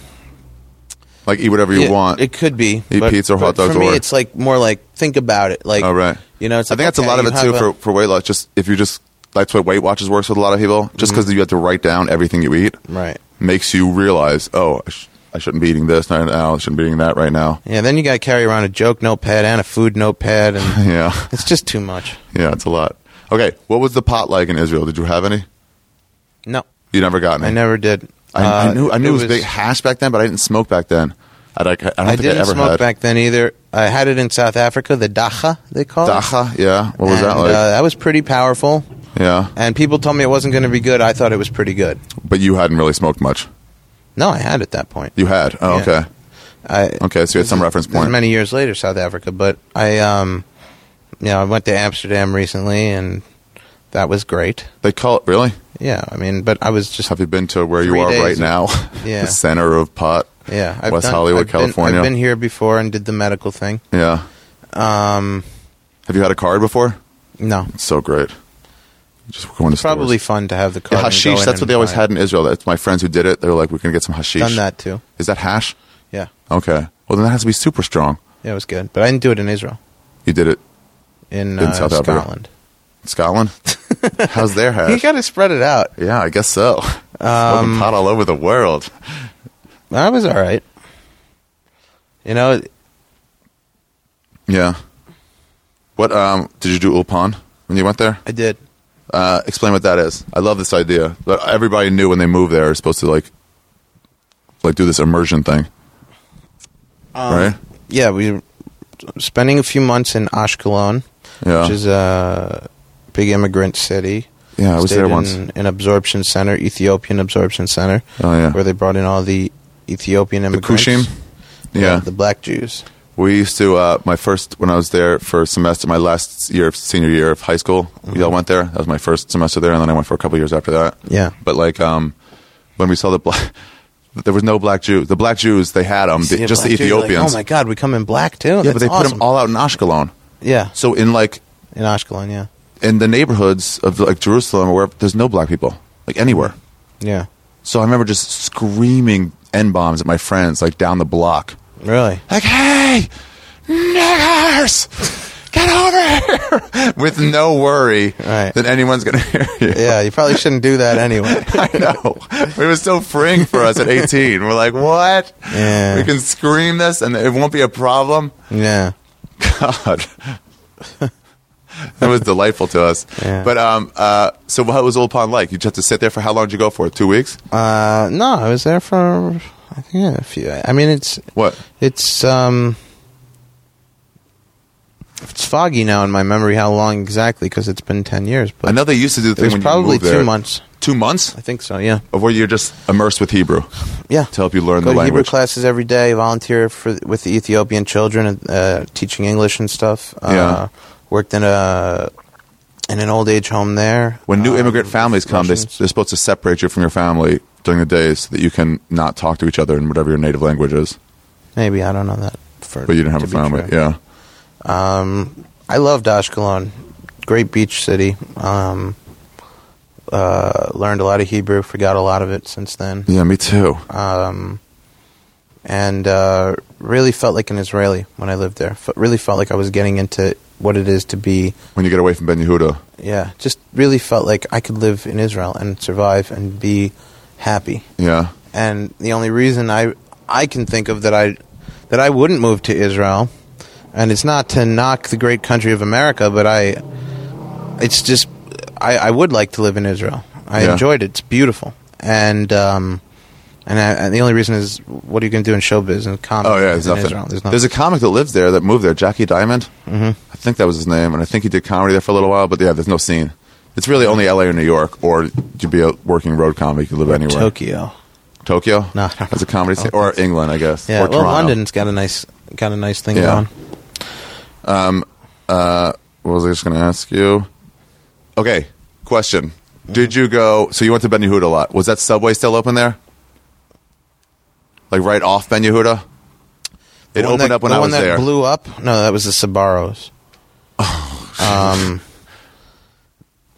Speaker 1: Like eat whatever you
Speaker 3: Yeah,
Speaker 1: want.
Speaker 3: It could be
Speaker 1: Eat
Speaker 3: but-
Speaker 1: pizza or hot
Speaker 3: but
Speaker 1: dogs
Speaker 3: For me,
Speaker 1: or-
Speaker 3: it's like more like think about it. Like
Speaker 1: oh right.
Speaker 3: you know, it's
Speaker 1: I
Speaker 3: like,
Speaker 1: think that's a
Speaker 3: okay,
Speaker 1: lot of
Speaker 3: you
Speaker 1: it too
Speaker 3: have
Speaker 1: for,
Speaker 3: a-
Speaker 1: for weight loss. Just if you just that's what Weight Watchers works with a lot of people. Just
Speaker 3: Mm-hmm.
Speaker 1: because you have to write down everything you eat
Speaker 3: right.
Speaker 1: makes you realize, oh, I, sh- I shouldn't be eating this right now. I shouldn't be eating that right now.
Speaker 3: Yeah, then you got to carry around a joke notepad and a food notepad, and
Speaker 1: Yeah,
Speaker 3: it's just too much.
Speaker 1: yeah, it's a lot. Okay, what was the pot like in Israel? Did you have any?
Speaker 3: No,
Speaker 1: You never got any.
Speaker 3: I never did.
Speaker 1: I, I
Speaker 3: Uh,
Speaker 1: knew I knew it was,
Speaker 3: was-
Speaker 1: big hash back then, but I didn't smoke back then. I, don't- I don't
Speaker 3: I
Speaker 1: think I
Speaker 3: didn't
Speaker 1: ever
Speaker 3: smoke
Speaker 1: had.
Speaker 3: back then either. I had it in South Africa, the dacha they call it.
Speaker 1: Dacha, yeah. What was
Speaker 3: And,
Speaker 1: that like?
Speaker 3: Uh, that was pretty powerful,
Speaker 1: yeah,
Speaker 3: and people told me it wasn't going to be good. I thought it was pretty good.
Speaker 1: but you hadn't really smoked much.
Speaker 3: No, I had at that point.
Speaker 1: You had. Oh,
Speaker 3: Yeah.
Speaker 1: okay.
Speaker 3: I,
Speaker 1: Okay, so you had some reference
Speaker 3: this is
Speaker 1: point.
Speaker 3: Many years later, South Africa, but I, um, you know, I went to Amsterdam recently, and that was great.
Speaker 1: They call it really.
Speaker 3: Yeah, I mean, but I was just
Speaker 1: Have you been to where you
Speaker 3: Three
Speaker 1: are
Speaker 3: days
Speaker 1: right
Speaker 3: of-
Speaker 1: now?
Speaker 3: Yeah.
Speaker 1: the center of pot.
Speaker 3: Yeah, I've
Speaker 1: West
Speaker 3: done-
Speaker 1: Hollywood,
Speaker 3: I've been-
Speaker 1: California.
Speaker 3: I've been here before and did the medical thing.
Speaker 1: Yeah.
Speaker 3: Um,
Speaker 1: Have you had a card before?
Speaker 3: no,
Speaker 1: It's so great. Just going to stores.
Speaker 3: probably fun to have the
Speaker 1: Yeah,
Speaker 3: car.
Speaker 1: hashish. That's what they always had in Israel. That's my friends who did it. They're like, we're gonna get some hashish.
Speaker 3: Done that too.
Speaker 1: Is that hash?
Speaker 3: Yeah,
Speaker 1: Okay. Well, then that has to be super strong.
Speaker 3: yeah, it was good, but I didn't do it in Israel.
Speaker 1: You did it In
Speaker 3: In, uh,
Speaker 1: South Africa.
Speaker 3: Scotland,
Speaker 1: in Scotland. How's their
Speaker 3: you
Speaker 1: hash?
Speaker 3: got to spread it out.
Speaker 1: yeah, I guess so. Smoking
Speaker 3: Um,
Speaker 1: pot all over the world.
Speaker 3: I was all right. You know,
Speaker 1: Yeah. What um did you do Ulpan when you went there?
Speaker 3: I did.
Speaker 1: Uh, explain what that is. I love this idea. But everybody knew when they moved there, are supposed to like, like do this immersion thing,
Speaker 3: Um,
Speaker 1: right?
Speaker 3: Yeah, we were spending a few months in Ashkelon,
Speaker 1: Yeah.
Speaker 3: which is a big immigrant city.
Speaker 1: Yeah, I was
Speaker 3: Stayed
Speaker 1: there once.
Speaker 3: In an absorption center, Ethiopian absorption center.
Speaker 1: Oh, yeah.
Speaker 3: where they brought in all the Ethiopian
Speaker 1: The
Speaker 3: immigrants.
Speaker 1: Kushim. Yeah,
Speaker 3: the black Jews.
Speaker 1: we used to. Uh, my first when I was there for a semester, my last year, of senior year of high school, we all went there. That was my first semester there, and then I went for a couple years after that.
Speaker 3: Mm-hmm. Yeah.
Speaker 1: but like um, when we saw the black, there was no black Jews. The black Jews they had them,
Speaker 3: See a
Speaker 1: just the
Speaker 3: black Jew, you're like,
Speaker 1: Ethiopians.
Speaker 3: oh my God, we come in black too.
Speaker 1: yeah, but they put them all out in Ashkelon.
Speaker 3: Yeah,
Speaker 1: So in like
Speaker 3: in Ashkelon. Yeah,
Speaker 1: in the neighborhoods of like Jerusalem or wherever, there's no black people like anywhere.
Speaker 3: yeah,
Speaker 1: So I remember just screaming n bombs at my friends like down the block,
Speaker 3: really.
Speaker 1: like "Hey, niggers, get over here!" with no worry
Speaker 3: Right.
Speaker 1: that anyone's gonna hear you.
Speaker 3: Yeah, you probably shouldn't do that anyway.
Speaker 1: I know. It was so freeing for us at 18. We're like, what?
Speaker 3: Yeah.
Speaker 1: We can scream this and it won't be a problem.
Speaker 3: yeah,
Speaker 1: God. that was delightful to us.
Speaker 3: Yeah.
Speaker 1: But um, uh, so what was Old Pond like? You just have to sit there for how long did you go for? Two weeks?
Speaker 3: uh, no, I was there for I think a few. I mean, it's
Speaker 1: What?
Speaker 3: it's um, it's foggy now in my memory how long exactly because it's been ten years. But
Speaker 1: I know they used to do the
Speaker 3: it
Speaker 1: thing
Speaker 3: was
Speaker 1: when
Speaker 3: probably
Speaker 1: you moved there.
Speaker 3: two months.
Speaker 1: Two months
Speaker 3: I think so. Yeah,
Speaker 1: of where you're just immersed with Hebrew
Speaker 3: yeah.
Speaker 1: to help you learn
Speaker 3: go
Speaker 1: the
Speaker 3: to Hebrew
Speaker 1: language.
Speaker 3: classes every day. Volunteer for with the Ethiopian children, and, uh, teaching English and stuff.
Speaker 1: Yeah.
Speaker 3: Uh, worked in a in an old age home there.
Speaker 1: When new
Speaker 3: Um,
Speaker 1: immigrant families come, they,
Speaker 3: Russians.
Speaker 1: they're supposed to separate you from your family during the days so that you can not talk to each other in whatever your native language is.
Speaker 3: maybe I don't know that. For,
Speaker 1: But you didn't have
Speaker 3: to
Speaker 1: a
Speaker 3: be
Speaker 1: family,
Speaker 3: true.
Speaker 1: yeah.
Speaker 3: Um, I loved Ashkelon. Great beach city. Um, uh, learned a lot of Hebrew, forgot a lot of it since then,
Speaker 1: Yeah, me too.
Speaker 3: um, and uh, really felt like an Israeli when I lived there. F- really felt like I was getting into what it is to be.
Speaker 1: When you get away from Ben Yehuda,
Speaker 3: Yeah, just really felt like I could live in Israel and survive and be happy.
Speaker 1: yeah,
Speaker 3: and the only reason I I can think of that I that I wouldn't move to Israel, and it's not to knock the great country of America, but I it's just I, I would like to live in Israel. I
Speaker 1: Yeah.
Speaker 3: enjoyed it; it's beautiful, and um, and, I, and the only reason is what are you going to do in showbiz and comedy?
Speaker 1: oh yeah, there's
Speaker 3: in
Speaker 1: nothing.
Speaker 3: Israel? There's
Speaker 1: There's,
Speaker 3: nothing.
Speaker 1: a comic that lives there that moved there, Jackie Diamond. Mm-hmm. I think that was his name, and I think he did comedy there for a little while. But yeah, there's no scene. It's really only L.A. or New York, or to be a working road comic, you could live anywhere.
Speaker 3: Tokyo.
Speaker 1: Tokyo?
Speaker 3: No.
Speaker 1: That's a comedy scene. Or England, I guess.
Speaker 3: Yeah,
Speaker 1: or
Speaker 3: well,
Speaker 1: Toronto.
Speaker 3: London's got a nice got a nice thing
Speaker 1: Yeah.
Speaker 3: going.
Speaker 1: What was I just going to ask you? Okay, question. Did you go? So you went to Ben Yehuda a lot. Was that subway still open there? Like right off Ben Yehuda? It
Speaker 3: The one
Speaker 1: opened
Speaker 3: that-
Speaker 1: up when
Speaker 3: the
Speaker 1: I
Speaker 3: one
Speaker 1: was
Speaker 3: that
Speaker 1: there.
Speaker 3: Blew up? No, that was the Sabaros.
Speaker 1: Oh,
Speaker 3: um,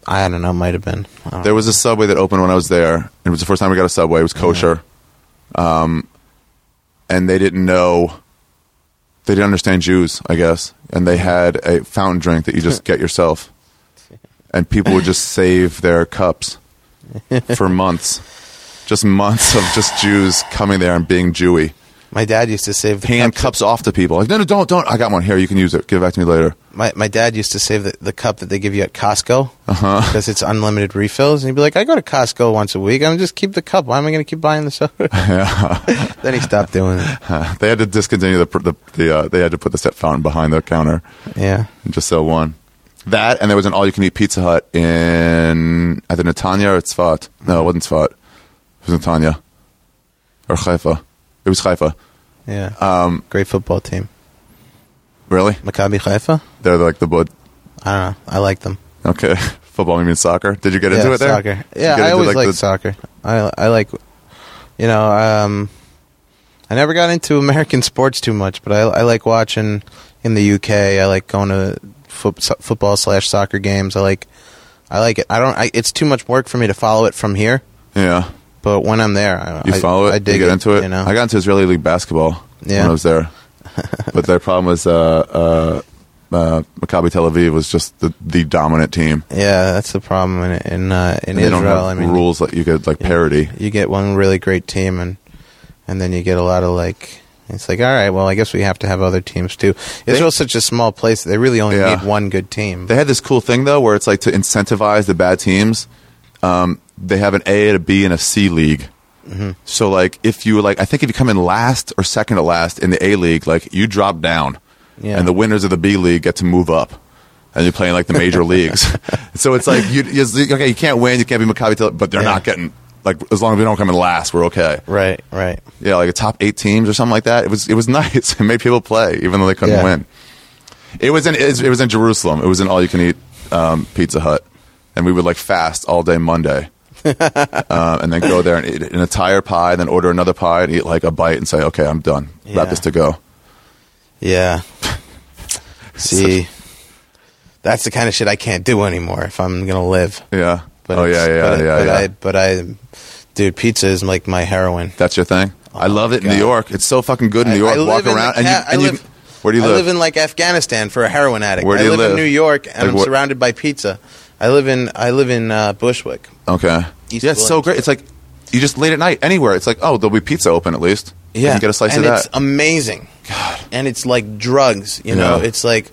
Speaker 3: I don't know. Might have been. I don't
Speaker 1: There was a subway that opened when I was there. and It was the first time we got a subway. It was kosher, um, and they didn't know. They didn't understand Jews, I guess, and they had a fountain drink that you just get yourself, and people would just save their cups for months, just months of just Jews coming there and being Jewy,
Speaker 3: know. my dad used to save the
Speaker 1: hand
Speaker 3: cup.
Speaker 1: cups off to people. Like, no, no, don't, don't. I got one here. You can use it. Give it back to me later.
Speaker 3: My my dad used to save the, the cup that they give you at Costco
Speaker 1: Uh-huh.
Speaker 3: because it's unlimited refills, and he'd be like, "I go to Costco once a week. I'm just keep the cup. Why am I going to keep buying the soda?" then he stopped doing it.
Speaker 1: They had to discontinue the pr- the, the uh, they had to put the set fountain behind the counter.
Speaker 3: Yeah.
Speaker 1: and just sell one. That and there was an all-you-can-eat Pizza Hut in either Netanya or Tzfat. No, it wasn't Tzfat. It was Netanya or Haifa. It was Haifa.
Speaker 3: Yeah.
Speaker 1: Um,
Speaker 3: Great football team.
Speaker 1: Really?
Speaker 3: Maccabi Haifa.
Speaker 1: They're like the bud.
Speaker 3: I don't know. I like them.
Speaker 1: Okay, football. You mean soccer? Did you get into
Speaker 3: yeah,
Speaker 1: it there?
Speaker 3: Soccer.
Speaker 1: Did you
Speaker 3: Yeah,
Speaker 1: get
Speaker 3: I
Speaker 1: into,
Speaker 3: always
Speaker 1: like,
Speaker 3: liked
Speaker 1: the-
Speaker 3: soccer. I I like, you know, um, I never got into American sports too much, but I I like watching in the UK. I like going to foot, so- football slash soccer games. I like I like it. I don't. I, it's too much work for me to follow it from here.
Speaker 1: Yeah,
Speaker 3: But when I'm there, I,
Speaker 1: you
Speaker 3: I-
Speaker 1: follow it.
Speaker 3: I dig
Speaker 1: you get into it.
Speaker 3: You know,
Speaker 1: I got into Israeli league basketball
Speaker 3: Yeah.
Speaker 1: when I was there, but their problem was uh, uh, uh, Maccabi Tel Aviv was just the, the dominant team.
Speaker 3: yeah, that's the problem in in, uh, in
Speaker 1: they
Speaker 3: Israel.
Speaker 1: don't have
Speaker 3: I mean,
Speaker 1: rules that you could like parody.
Speaker 3: you get one really great team and and then you get a lot of like it's like all right well i guess we have to have other teams too israel's such a small place they really only
Speaker 1: Yeah.
Speaker 3: need one good team
Speaker 1: They had this cool thing though, where it's like to incentivize the bad teams. Um, they have an A and a B and a C league.
Speaker 3: Mm-hmm.
Speaker 1: So like, if you like, I think if you come in last or second to last in the A league, like you drop down,
Speaker 3: Yeah.
Speaker 1: and the winners of the B league get to move up, and you're playing like the major leagues. So it's like you, you okay, you can't win, you can't be Maccabi, Tel- but they're
Speaker 3: Yeah.
Speaker 1: not getting like as long as we don't come in last, we're okay.
Speaker 3: right right
Speaker 1: Yeah, like a top eight teams or something like that. It was it was nice. It made people play even though they couldn't
Speaker 3: Yeah.
Speaker 1: win. It was in it was in Jerusalem. It was an all you can eat um, Pizza Hut, and we would like fast all day Monday, uh, and then go there and eat an entire pie, then order another pie and eat like a bite and say, okay, I'm done.
Speaker 3: Yeah.
Speaker 1: About this to go.
Speaker 3: yeah see that's the kind of shit i can't do anymore if i'm gonna live
Speaker 1: Yeah. oh yeah,
Speaker 3: it's-
Speaker 1: yeah,
Speaker 3: but, I-
Speaker 1: yeah,
Speaker 3: but
Speaker 1: yeah.
Speaker 3: i but i dude pizza is like my heroin
Speaker 1: That's your thing. I love it in
Speaker 3: Oh, God.
Speaker 1: New York. It's so fucking good in New York.
Speaker 3: I, I
Speaker 1: Walk
Speaker 3: live in
Speaker 1: around
Speaker 3: the
Speaker 1: and you,
Speaker 3: ca-
Speaker 1: and
Speaker 3: I
Speaker 1: you-
Speaker 3: live,
Speaker 1: where do you
Speaker 3: I
Speaker 1: live?
Speaker 3: live in like Afghanistan for a heroin addict.
Speaker 1: Where do you
Speaker 3: I live,
Speaker 1: live?
Speaker 3: in New York, and
Speaker 1: Like
Speaker 3: I'm
Speaker 1: what-
Speaker 3: surrounded by pizza. I live in I live in uh, Bushwick.
Speaker 1: Okay.
Speaker 3: East
Speaker 1: yeah, it's so
Speaker 3: Village.
Speaker 1: great. It's like you just late at night anywhere. It's like oh, there'll be pizza open at least. You can get a slice
Speaker 3: and
Speaker 1: of
Speaker 3: It's um,
Speaker 1: that.
Speaker 3: amazing. God, and it's like drugs. You know,
Speaker 1: Yeah.
Speaker 3: it's like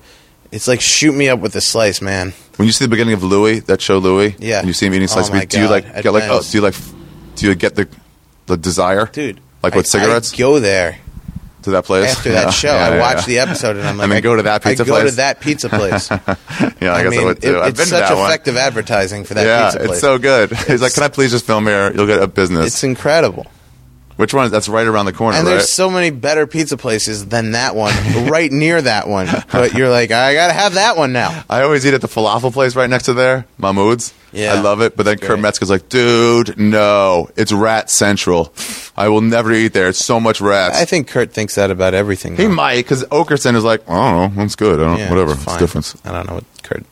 Speaker 3: it's like shoot me up with a slice, man.
Speaker 1: when you see the beginning of Louis, that show Louis,
Speaker 3: Yeah.
Speaker 1: and you see him eating
Speaker 3: Oh
Speaker 1: slices,
Speaker 3: my
Speaker 1: of pizza, do you
Speaker 3: God.
Speaker 1: like
Speaker 3: At
Speaker 1: get like oh,
Speaker 3: Ben's.
Speaker 1: do you like f- do you get the the desire,
Speaker 3: Dude,
Speaker 1: Like with
Speaker 3: I- I
Speaker 1: cigarettes
Speaker 3: go there
Speaker 1: to that place
Speaker 3: after
Speaker 1: Yeah.
Speaker 3: that show.
Speaker 1: Yeah,
Speaker 3: I
Speaker 1: yeah,
Speaker 3: watch
Speaker 1: yeah.
Speaker 3: the episode, and I'm like,
Speaker 1: And then
Speaker 3: I
Speaker 1: go to that pizza
Speaker 3: I go
Speaker 1: place.
Speaker 3: to that pizza place.
Speaker 1: yeah, I, guess I
Speaker 3: mean,
Speaker 1: would
Speaker 3: it-
Speaker 1: too. I've
Speaker 3: it's
Speaker 1: been to
Speaker 3: such
Speaker 1: that one.
Speaker 3: effective advertising for that
Speaker 1: yeah,
Speaker 3: pizza place.
Speaker 1: it's so good. He's like,
Speaker 3: It's-
Speaker 1: "Can I please just film here? You'll get a business."
Speaker 3: it's incredible.
Speaker 1: Which one? That's right around the corner,
Speaker 3: And
Speaker 1: right?
Speaker 3: there's so many better pizza places than that one, right near that one. But you're like, I gotta have that one now.
Speaker 1: I always eat at the falafel place right next to there, Mahmoud's.
Speaker 3: Yeah.
Speaker 1: I love it. But then
Speaker 3: It's
Speaker 1: Kurt
Speaker 3: great.
Speaker 1: Metzger's like, dude, no, it's rat central. I will never eat there. It's so much rats.
Speaker 3: I think Kurt thinks that about everything.
Speaker 1: he
Speaker 3: though.
Speaker 1: might, because Okerson is like, I don't know, that's good. I don't,
Speaker 3: Yeah,
Speaker 1: whatever,
Speaker 3: it's
Speaker 1: it's,
Speaker 3: fine.
Speaker 1: difference.
Speaker 3: I don't know what Kurt.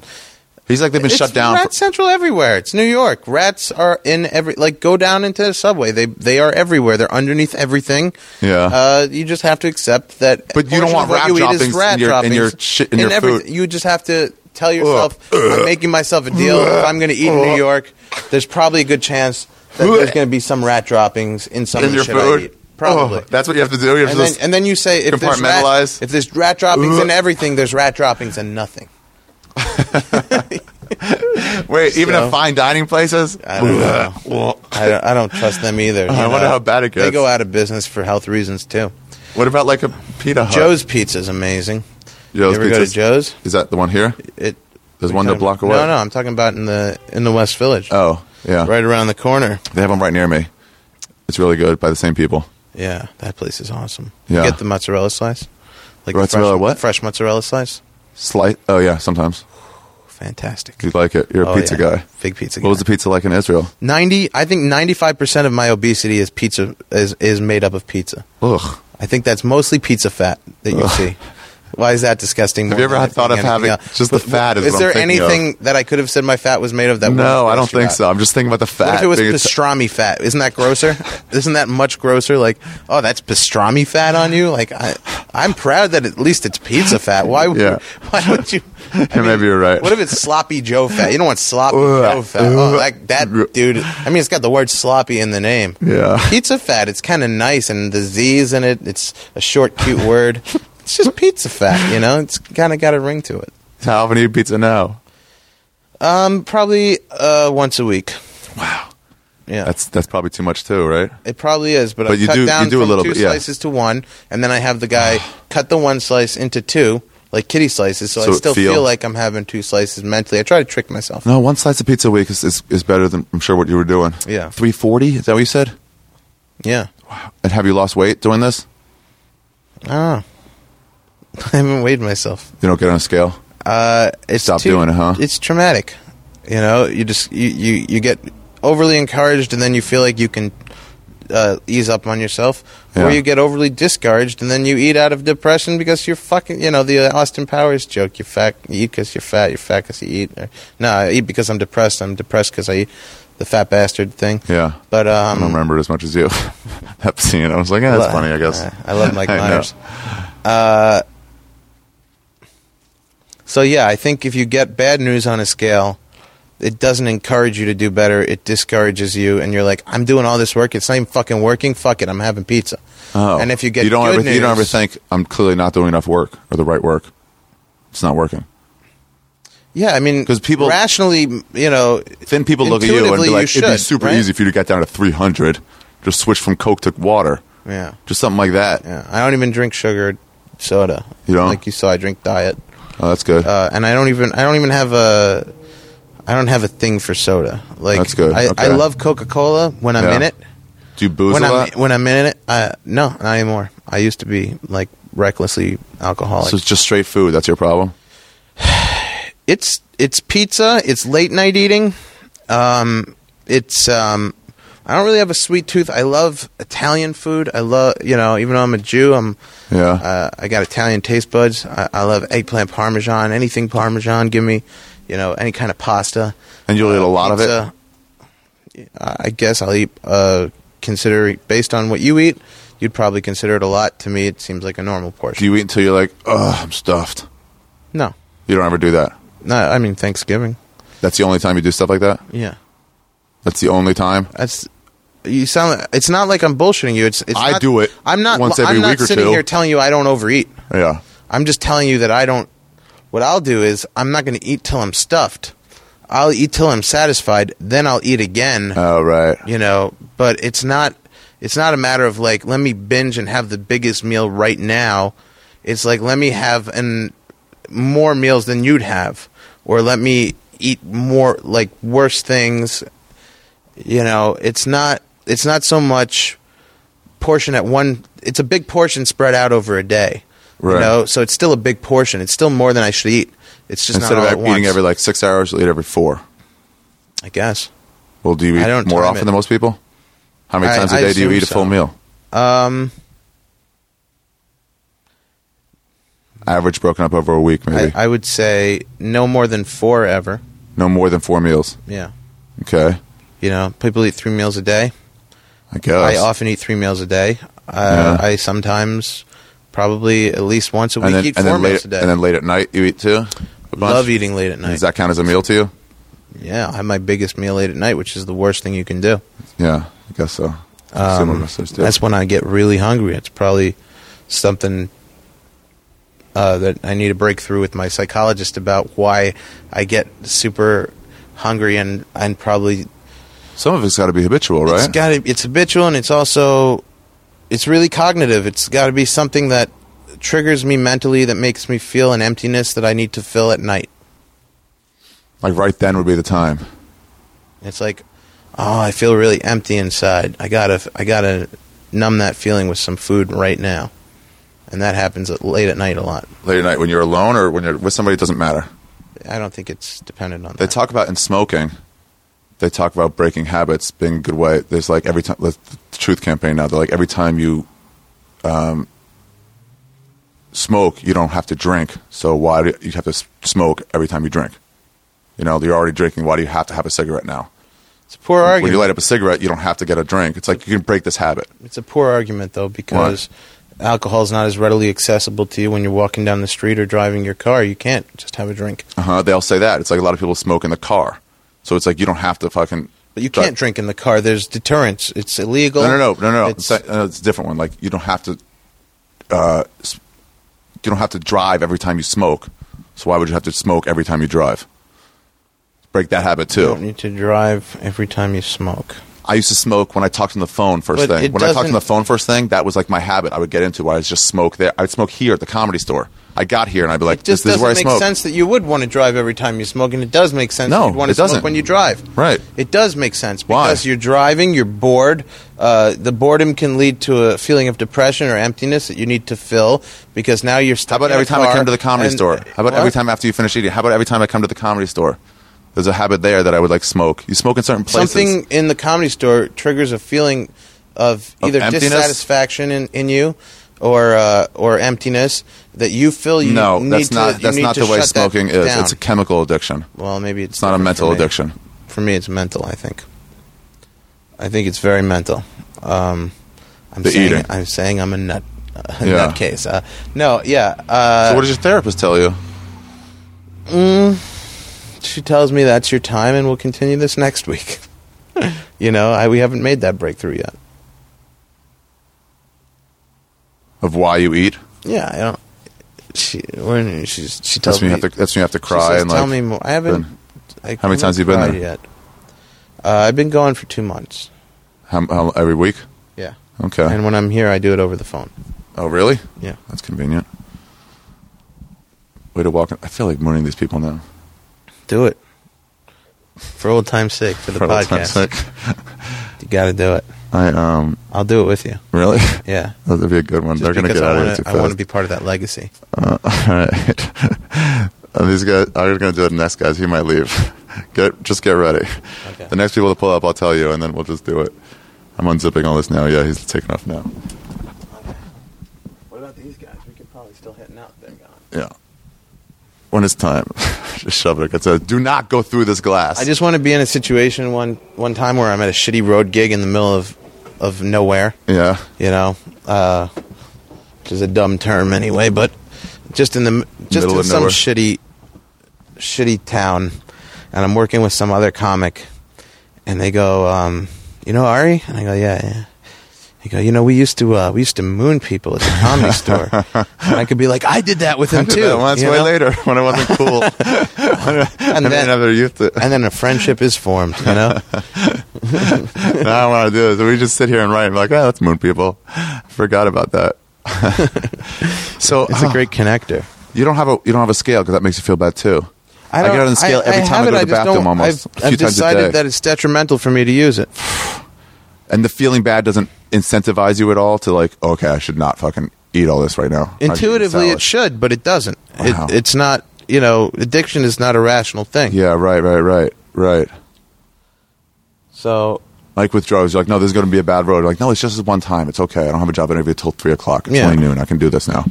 Speaker 1: He's like they've been
Speaker 3: it's
Speaker 1: shut down.
Speaker 3: Rat
Speaker 1: for-
Speaker 3: Central everywhere. It's New York. Rats are in every. Like go down into the subway. They they are everywhere. They're underneath everything.
Speaker 1: Yeah.
Speaker 3: Uh, you just have to accept that.
Speaker 1: But you don't
Speaker 3: portion
Speaker 1: want
Speaker 3: of what
Speaker 1: rat
Speaker 3: you eat is
Speaker 1: droppings in
Speaker 3: rat
Speaker 1: your- in your
Speaker 3: droppings
Speaker 1: shit- in your
Speaker 3: everything.
Speaker 1: food.
Speaker 3: You just have to tell yourself, I'm making myself a deal. If I'm going to eat in New York, there's probably a good chance that
Speaker 1: Ugh.
Speaker 3: there's going to be some rat droppings in some
Speaker 1: in
Speaker 3: of the
Speaker 1: your
Speaker 3: shit I
Speaker 1: food.
Speaker 3: eat. Probably.
Speaker 1: Oh, that's what you have to do. You have
Speaker 3: and
Speaker 1: to
Speaker 3: then,
Speaker 1: just-
Speaker 3: and then you say if there's
Speaker 1: Compartmentalize.
Speaker 3: rat, if there's rat droppings in
Speaker 1: Ugh.
Speaker 3: everything, there's rat droppings in nothing.
Speaker 1: wait, even
Speaker 3: so-
Speaker 1: at fine dining places.
Speaker 3: I don't know. I don't, I don't trust them either. you
Speaker 1: I wonder
Speaker 3: know.
Speaker 1: how bad it
Speaker 3: They
Speaker 1: gets.
Speaker 3: go out of business for health reasons too.
Speaker 1: What about like a pita hut?
Speaker 3: Joe's Pizza is amazing.
Speaker 1: Joe's
Speaker 3: you ever go to
Speaker 1: Pizza's-
Speaker 3: Joe's?
Speaker 1: Is that the one here?
Speaker 3: It
Speaker 1: There's
Speaker 3: we
Speaker 1: one to
Speaker 3: talking-
Speaker 1: block away.
Speaker 3: No, no, I'm talking about in the in the West Village.
Speaker 1: Oh, yeah.
Speaker 3: right around the corner.
Speaker 1: They have them right near me. It's really good by the same people.
Speaker 3: Yeah, that place is awesome.
Speaker 1: Yeah.
Speaker 3: You get the mozzarella slice, like the
Speaker 1: Mozzarella
Speaker 3: fresh,
Speaker 1: what?
Speaker 3: the Fresh mozzarella slice.
Speaker 1: Slice. Oh yeah, sometimes
Speaker 3: Fantastic.
Speaker 1: you like it. You're a
Speaker 3: Oh,
Speaker 1: pizza
Speaker 3: yeah.
Speaker 1: guy.
Speaker 3: Big pizza.
Speaker 1: What was
Speaker 3: guy.
Speaker 1: the pizza like in Israel?
Speaker 3: ninety? I think ninety-five percent of my obesity is pizza is is made up of pizza.
Speaker 1: Ugh.
Speaker 3: I think that's mostly pizza fat that you see. Why is that disgusting?
Speaker 1: Have
Speaker 3: more
Speaker 1: you ever
Speaker 3: than
Speaker 1: had thought of
Speaker 3: anything
Speaker 1: having
Speaker 3: else?
Speaker 1: just the fat is
Speaker 3: Is
Speaker 1: what I'm
Speaker 3: there
Speaker 1: thinking of.
Speaker 3: anything that I could have said my fat was made of
Speaker 1: No,
Speaker 3: that? wouldn't
Speaker 1: I don't
Speaker 3: gross you
Speaker 1: think
Speaker 3: out?
Speaker 1: so. I'm just thinking about the
Speaker 3: What
Speaker 1: fat.
Speaker 3: if it was
Speaker 1: being a-
Speaker 3: pastrami fat? Isn't that grosser? Isn't that much grosser? Like, oh, that's pastrami fat on you. Like, I, I'm proud that at least it's pizza fat. Why would?
Speaker 1: Yeah.
Speaker 3: Why would you? I
Speaker 1: Yeah, maybe you're right.
Speaker 3: What if it's sloppy Joe fat? You don't want sloppy
Speaker 1: Ugh.
Speaker 3: Joe fat. Oh,
Speaker 1: Ugh.
Speaker 3: like that dude. I mean, it's got the word sloppy in the name.
Speaker 1: Yeah.
Speaker 3: Pizza fat. It's kind of nice, and the Z's in it. It's a short, cute word. It's just pizza fat. You know, it's kind of got a ring to it.
Speaker 1: How often do you eat pizza now?
Speaker 3: Um, probably uh, once a week.
Speaker 1: Wow,
Speaker 3: Yeah.
Speaker 1: that's that's probably too much too, right?
Speaker 3: It probably is, but,
Speaker 1: But
Speaker 3: I've
Speaker 1: you
Speaker 3: cut
Speaker 1: do-
Speaker 3: down
Speaker 1: you do a
Speaker 3: from
Speaker 1: little
Speaker 3: two
Speaker 1: bit, yeah.
Speaker 3: slices to one, and then I have the guy cut the one slice into two, like kitty slices, so,
Speaker 1: So
Speaker 3: I
Speaker 1: it
Speaker 3: still
Speaker 1: feels-
Speaker 3: feel like I'm having two slices mentally. I try to trick myself.
Speaker 1: No, one slice of pizza a week is, is, is better than I'm sure what you were doing.
Speaker 3: Yeah.
Speaker 1: three forty. Is that what you said?
Speaker 3: Yeah.
Speaker 1: And have you lost weight doing this?
Speaker 3: Oh. I haven't weighed myself.
Speaker 1: You don't get on a scale.
Speaker 3: Uh, it's
Speaker 1: Stop
Speaker 3: too-
Speaker 1: doing it, huh?
Speaker 3: It's traumatic. You know, you just you, you, you get overly encouraged, and then you feel like you can uh, ease up on yourself,
Speaker 1: Yeah.
Speaker 3: or you get overly discouraged, and then you eat out of depression because you're fucking. You know the uh, Austin Powers joke: you fat, you eat because you're fat, you're fat because you eat. Or, no, I eat because I'm depressed. I'm depressed because I eat. The fat bastard thing.
Speaker 1: Yeah.
Speaker 3: But
Speaker 1: I
Speaker 3: um,
Speaker 1: don't remember it as much as you. that scene, I was like, yeah, that's funny. I guess.
Speaker 3: uh, I love Mike
Speaker 1: I know.
Speaker 3: Myers. Uh, so yeah, I think if you get bad news on a scale, it doesn't encourage you to do better. It discourages you, and you're like, "I'm doing all this work. It's not even fucking working. Fuck it. I'm having pizza."
Speaker 1: Oh.
Speaker 3: And if you get
Speaker 1: you don't
Speaker 3: good
Speaker 1: ever you don't
Speaker 3: news-
Speaker 1: ever think I'm clearly not doing enough work or the right work. It's not working.
Speaker 3: Yeah, I mean,
Speaker 1: 'Cause people-
Speaker 3: rationally, you know,
Speaker 1: Then people look at you and
Speaker 3: Intuitively,
Speaker 1: be
Speaker 3: you
Speaker 1: like, "It'd be
Speaker 3: should,
Speaker 1: super
Speaker 3: right?
Speaker 1: easy for you to get down to 300. Just switch from Coke to water,
Speaker 3: yeah,
Speaker 1: just something like that."
Speaker 3: yeah. I don't even drink sugar soda.
Speaker 1: You don't?
Speaker 3: like you saw. I drink diet,
Speaker 1: Oh, that's good.
Speaker 3: uh, and I don't even I don't even have a I don't have a thing for soda. Like
Speaker 1: That's good.
Speaker 3: I,
Speaker 1: Okay.
Speaker 3: I love Coca Cola when I'm
Speaker 1: Yeah.
Speaker 3: in it.
Speaker 1: Do you booze
Speaker 3: when
Speaker 1: a
Speaker 3: I'm
Speaker 1: lot?
Speaker 3: when I'm in it, uh, no, not anymore. I used to be like recklessly alcoholic.
Speaker 1: so it's just straight food. That's your problem.
Speaker 3: it's it's pizza. It's late night eating. Um, it's um, I don't really have a sweet tooth. I love Italian food. I love you know even though I'm a Jew, I'm
Speaker 1: Yeah.
Speaker 3: uh, I got Italian taste buds. I, I love eggplant parmesan. Anything parmesan, give me you know any kind of pasta.
Speaker 1: and you'll eat a lot of it.
Speaker 3: Uh, pizza. I I guess I'll eat. Uh, consider based on what you eat, you'd probably consider it a lot. To me, it seems like a normal
Speaker 1: Do
Speaker 3: portion.
Speaker 1: you eat until you're like, "Oh, I'm stuffed."
Speaker 3: no,
Speaker 1: You don't ever do that.
Speaker 3: no. I mean Thanksgiving.
Speaker 1: That's the only time you do stuff like that.
Speaker 3: Yeah,
Speaker 1: That's the only time.
Speaker 3: that's. You sound. It's not like I'm bullshitting you. It's. it's
Speaker 1: I
Speaker 3: not-
Speaker 1: do it
Speaker 3: I'm not.
Speaker 1: once every
Speaker 3: I'm not
Speaker 1: week or
Speaker 3: sitting
Speaker 1: two.
Speaker 3: here telling you I don't overeat.
Speaker 1: Yeah.
Speaker 3: I'm just telling you that I don't. What I'll do is I'm not going to eat till I'm stuffed. I'll eat till I'm satisfied. Then I'll eat again.
Speaker 1: Oh, right.
Speaker 3: you know but it's not it's not a matter of like let me binge and have the biggest meal right now it's like let me have an more meals than you'd have or let me eat more like worse things you know it's not it's not so much portion at one it's a big portion spread out over a day you
Speaker 1: Right.
Speaker 3: know so it's still a big portion it's still more than i should eat it's just
Speaker 1: Instead of
Speaker 3: not
Speaker 1: e
Speaker 3: all
Speaker 1: eating
Speaker 3: at once,
Speaker 1: every like six hours, you'll eat every four.
Speaker 3: i guess
Speaker 1: Well, do you eat
Speaker 3: I don't
Speaker 1: more
Speaker 3: time
Speaker 1: often
Speaker 3: it.
Speaker 1: than most people? How many
Speaker 3: I-
Speaker 1: times a
Speaker 3: I
Speaker 1: day do you
Speaker 3: assume
Speaker 1: eat a full
Speaker 3: so.
Speaker 1: meal?
Speaker 3: um
Speaker 1: Average broken up over a week, maybe.
Speaker 3: I, I would say no more than four ever
Speaker 1: No more than four meals.
Speaker 3: Yeah.
Speaker 1: Okay.
Speaker 3: You know, people eat three meals a day.
Speaker 1: I guess.
Speaker 3: I often eat three meals a day. Uh,
Speaker 1: Yeah.
Speaker 3: I sometimes probably at least once a week
Speaker 1: and then,
Speaker 3: eat four
Speaker 1: and then late,
Speaker 3: meals a day.
Speaker 1: and then late at night you eat too. A bunch?
Speaker 3: Love eating late at night.
Speaker 1: Does that count as a meal to you?
Speaker 3: Yeah, I have my biggest meal late at night, which is the worst thing you can do.
Speaker 1: Yeah, I guess so.
Speaker 3: Um,
Speaker 1: Similar message, too.
Speaker 3: That's when I get really hungry. It's probably something uh, that I need a breakthrough with my psychologist about why I get super hungry and and probably
Speaker 1: Some of it's got to be habitual, right?
Speaker 3: it's got it's habitual and it's also it's really cognitive. It's got to be something that triggers me mentally that makes me feel an emptiness that I need to fill at night.
Speaker 1: like right then would be the time.
Speaker 3: It's like, oh, I feel really empty inside. I gotta, I gotta numb that feeling with some food right now, and that happens at, late at night a lot.
Speaker 1: Late at night when you're alone or when you're with somebody, it doesn't matter.
Speaker 3: I don't think it's dependent on
Speaker 1: They
Speaker 3: that.
Speaker 1: talk about in smoking. They talk about breaking habits being a good way. There's like every time the, the truth campaign now. They're like every time you um, smoke, you don't have to drink. So why do you have to s- smoke every time you drink? You know, you're already drinking. Why do you have to have a cigarette now?
Speaker 3: it's a poor
Speaker 1: When
Speaker 3: argument.
Speaker 1: you light up a cigarette, you don't have to get a drink. It's like you can break this habit.
Speaker 3: it's a poor argument though because alcohol is not as readily accessible to you when you're walking down the street or driving your car. You can't just have a drink,
Speaker 1: Uh-huh, they'll say that. It's like a lot of people smoke in the car. So it's like you don't have to fucking.
Speaker 3: but you can't drink in the car. There's deterrence. It's illegal.
Speaker 1: No, no, no, no, no. no.
Speaker 3: It's-
Speaker 1: It's, uh, it's a different one. Like you don't have to. Uh, s- you don't have to drive every time you smoke. So why would you have to smoke every time you drive? Break that habit
Speaker 3: you don't
Speaker 1: too.
Speaker 3: need to drive every time you smoke.
Speaker 1: I used to smoke when I talked on the phone first
Speaker 3: But
Speaker 1: thing.
Speaker 3: it
Speaker 1: When I talked on
Speaker 3: doesn't-
Speaker 1: the phone first thing, that was like my habit. I would get into. Where I was just smoke there. I'd smoke here at the comedy store. I got here and I'd be like,
Speaker 3: It just
Speaker 1: "This is
Speaker 3: doesn't
Speaker 1: where I
Speaker 3: make
Speaker 1: smoke."
Speaker 3: sense that you would want to drive every time you smoke, and it does make sense.
Speaker 1: No,
Speaker 3: that you'd want to
Speaker 1: it doesn't.
Speaker 3: smoke when you drive.
Speaker 1: Right.
Speaker 3: It does make sense
Speaker 1: Why?
Speaker 3: because you're driving, you're bored. Uh, the boredom can lead to a feeling of depression or emptiness that you need to fill because now you're
Speaker 1: How
Speaker 3: stuck.
Speaker 1: about
Speaker 3: in a
Speaker 1: every time I
Speaker 3: car
Speaker 1: come to the comedy
Speaker 3: and-
Speaker 1: store? How about
Speaker 3: What?
Speaker 1: every time after you finish eating? How about every time I come to the comedy store? There's a habit there that I would like smoke. You smoke in certain places.
Speaker 3: something in the comedy store triggers a feeling of
Speaker 1: Of
Speaker 3: either
Speaker 1: emptiness?
Speaker 3: dissatisfaction in, in you or uh, or emptiness that you feel? You
Speaker 1: no,
Speaker 3: need
Speaker 1: that's
Speaker 3: to-
Speaker 1: not
Speaker 3: you
Speaker 1: that's
Speaker 3: need
Speaker 1: not
Speaker 3: to
Speaker 1: the way
Speaker 3: shut that
Speaker 1: smoking is.
Speaker 3: down.
Speaker 1: It's a chemical addiction.
Speaker 3: well, maybe it's
Speaker 1: It's not a
Speaker 3: different
Speaker 1: mental
Speaker 3: for me.
Speaker 1: addiction.
Speaker 3: for me it's mental i think i think it's very mental um i'm
Speaker 1: The
Speaker 3: saying
Speaker 1: eating.
Speaker 3: i'm saying i'm a nut a
Speaker 1: Yeah.
Speaker 3: nut case uh, no yeah uh
Speaker 1: so what does your therapist tell you?
Speaker 3: she tells me that's your time and we'll continue this next week you know I, we haven't made that breakthrough yet
Speaker 1: Of why you eat?
Speaker 3: yeah i don't she when she's
Speaker 1: That's
Speaker 3: she tells
Speaker 1: when
Speaker 3: me
Speaker 1: you have to that's when you have to
Speaker 3: she
Speaker 1: cry
Speaker 3: says,
Speaker 1: and
Speaker 3: tell
Speaker 1: like
Speaker 3: me more i haven't
Speaker 1: then-
Speaker 3: I
Speaker 1: How many times
Speaker 3: haven't
Speaker 1: you been
Speaker 3: cried
Speaker 1: there?
Speaker 3: yet uh, i've been going for two months
Speaker 1: how, how, every week?
Speaker 3: yeah
Speaker 1: Okay.
Speaker 3: and when i'm here i do it over the phone
Speaker 1: oh really?
Speaker 3: yeah
Speaker 1: That's convenient. Way to walk in. I feel like mourning these people now.
Speaker 3: Do it. For old time's sake, for the
Speaker 1: For old time's
Speaker 3: podcast.
Speaker 1: sake.
Speaker 3: You got to do it.
Speaker 1: I um
Speaker 3: I'll do it with you.
Speaker 1: really
Speaker 3: Yeah.
Speaker 1: that'd be a good one.
Speaker 3: Just
Speaker 1: They're gonna
Speaker 3: because
Speaker 1: get
Speaker 3: I
Speaker 1: out
Speaker 3: wanna,
Speaker 1: of here too
Speaker 3: I want to
Speaker 1: fast.
Speaker 3: be part of that legacy.
Speaker 1: Uh, all right. Uh, These guys, I'm going to do it next, guys. He might leave. Get just get ready.
Speaker 3: Okay.
Speaker 1: The next people to pull up, I'll tell you, and then we'll just do it. I'm unzipping all this now. Yeah, he's taking off now.
Speaker 3: What about these guys? We could probably still hit out. They're gone.
Speaker 1: Yeah. When it's time, just shove it. It says, "Do not go through this glass."
Speaker 3: I just want to be in a situation one one time where I'm at a shitty road gig in the middle of of nowhere.
Speaker 1: yeah.
Speaker 3: You know, uh, which is a dumb term anyway, but just in the just
Speaker 1: Middle
Speaker 3: in
Speaker 1: of
Speaker 3: some
Speaker 1: nowhere.
Speaker 3: shitty shitty town, and I'm working with some other comic, and they go, um, you know Ari, and I go, yeah, yeah. They go, you know, we used to uh, we used to moon people at the comedy store. And I could be like, I did that with him
Speaker 1: I did
Speaker 3: too.
Speaker 1: that once
Speaker 3: you
Speaker 1: way
Speaker 3: know?
Speaker 1: later when it wasn't cool. and
Speaker 3: then-
Speaker 1: then other youth. to-
Speaker 3: And then a friendship is formed, you know.
Speaker 1: now I want to do this. We just sit here and write. I'm like, oh, that's moon people. Forgot about that. so
Speaker 3: It's a great connector.
Speaker 1: You don't have a you don't have a scale because that makes you feel bad too. I, get on the scale every time I go to the
Speaker 3: have it, just
Speaker 1: bathroom
Speaker 3: don't-
Speaker 1: almost
Speaker 3: I've,
Speaker 1: a few
Speaker 3: I've
Speaker 1: times
Speaker 3: decided
Speaker 1: a day.
Speaker 3: that it's detrimental for me to use it.
Speaker 1: and the feeling bad doesn't incentivize you at all to like, okay, I should not fucking eat all this right now. I should eat
Speaker 3: Intuitively,
Speaker 1: salad.
Speaker 3: it should, but it doesn't.
Speaker 1: Wow.
Speaker 3: It, it's not. You know, addiction is not a rational thing.
Speaker 1: Yeah, right, right, right, right.
Speaker 3: So
Speaker 1: Like with drugs, you're like, no, this is going to be a bad road. You're like, no, it's just this one time. It's okay. I don't have a job interview till three o'clock. It's
Speaker 3: Yeah.
Speaker 1: only noon. I can do this now.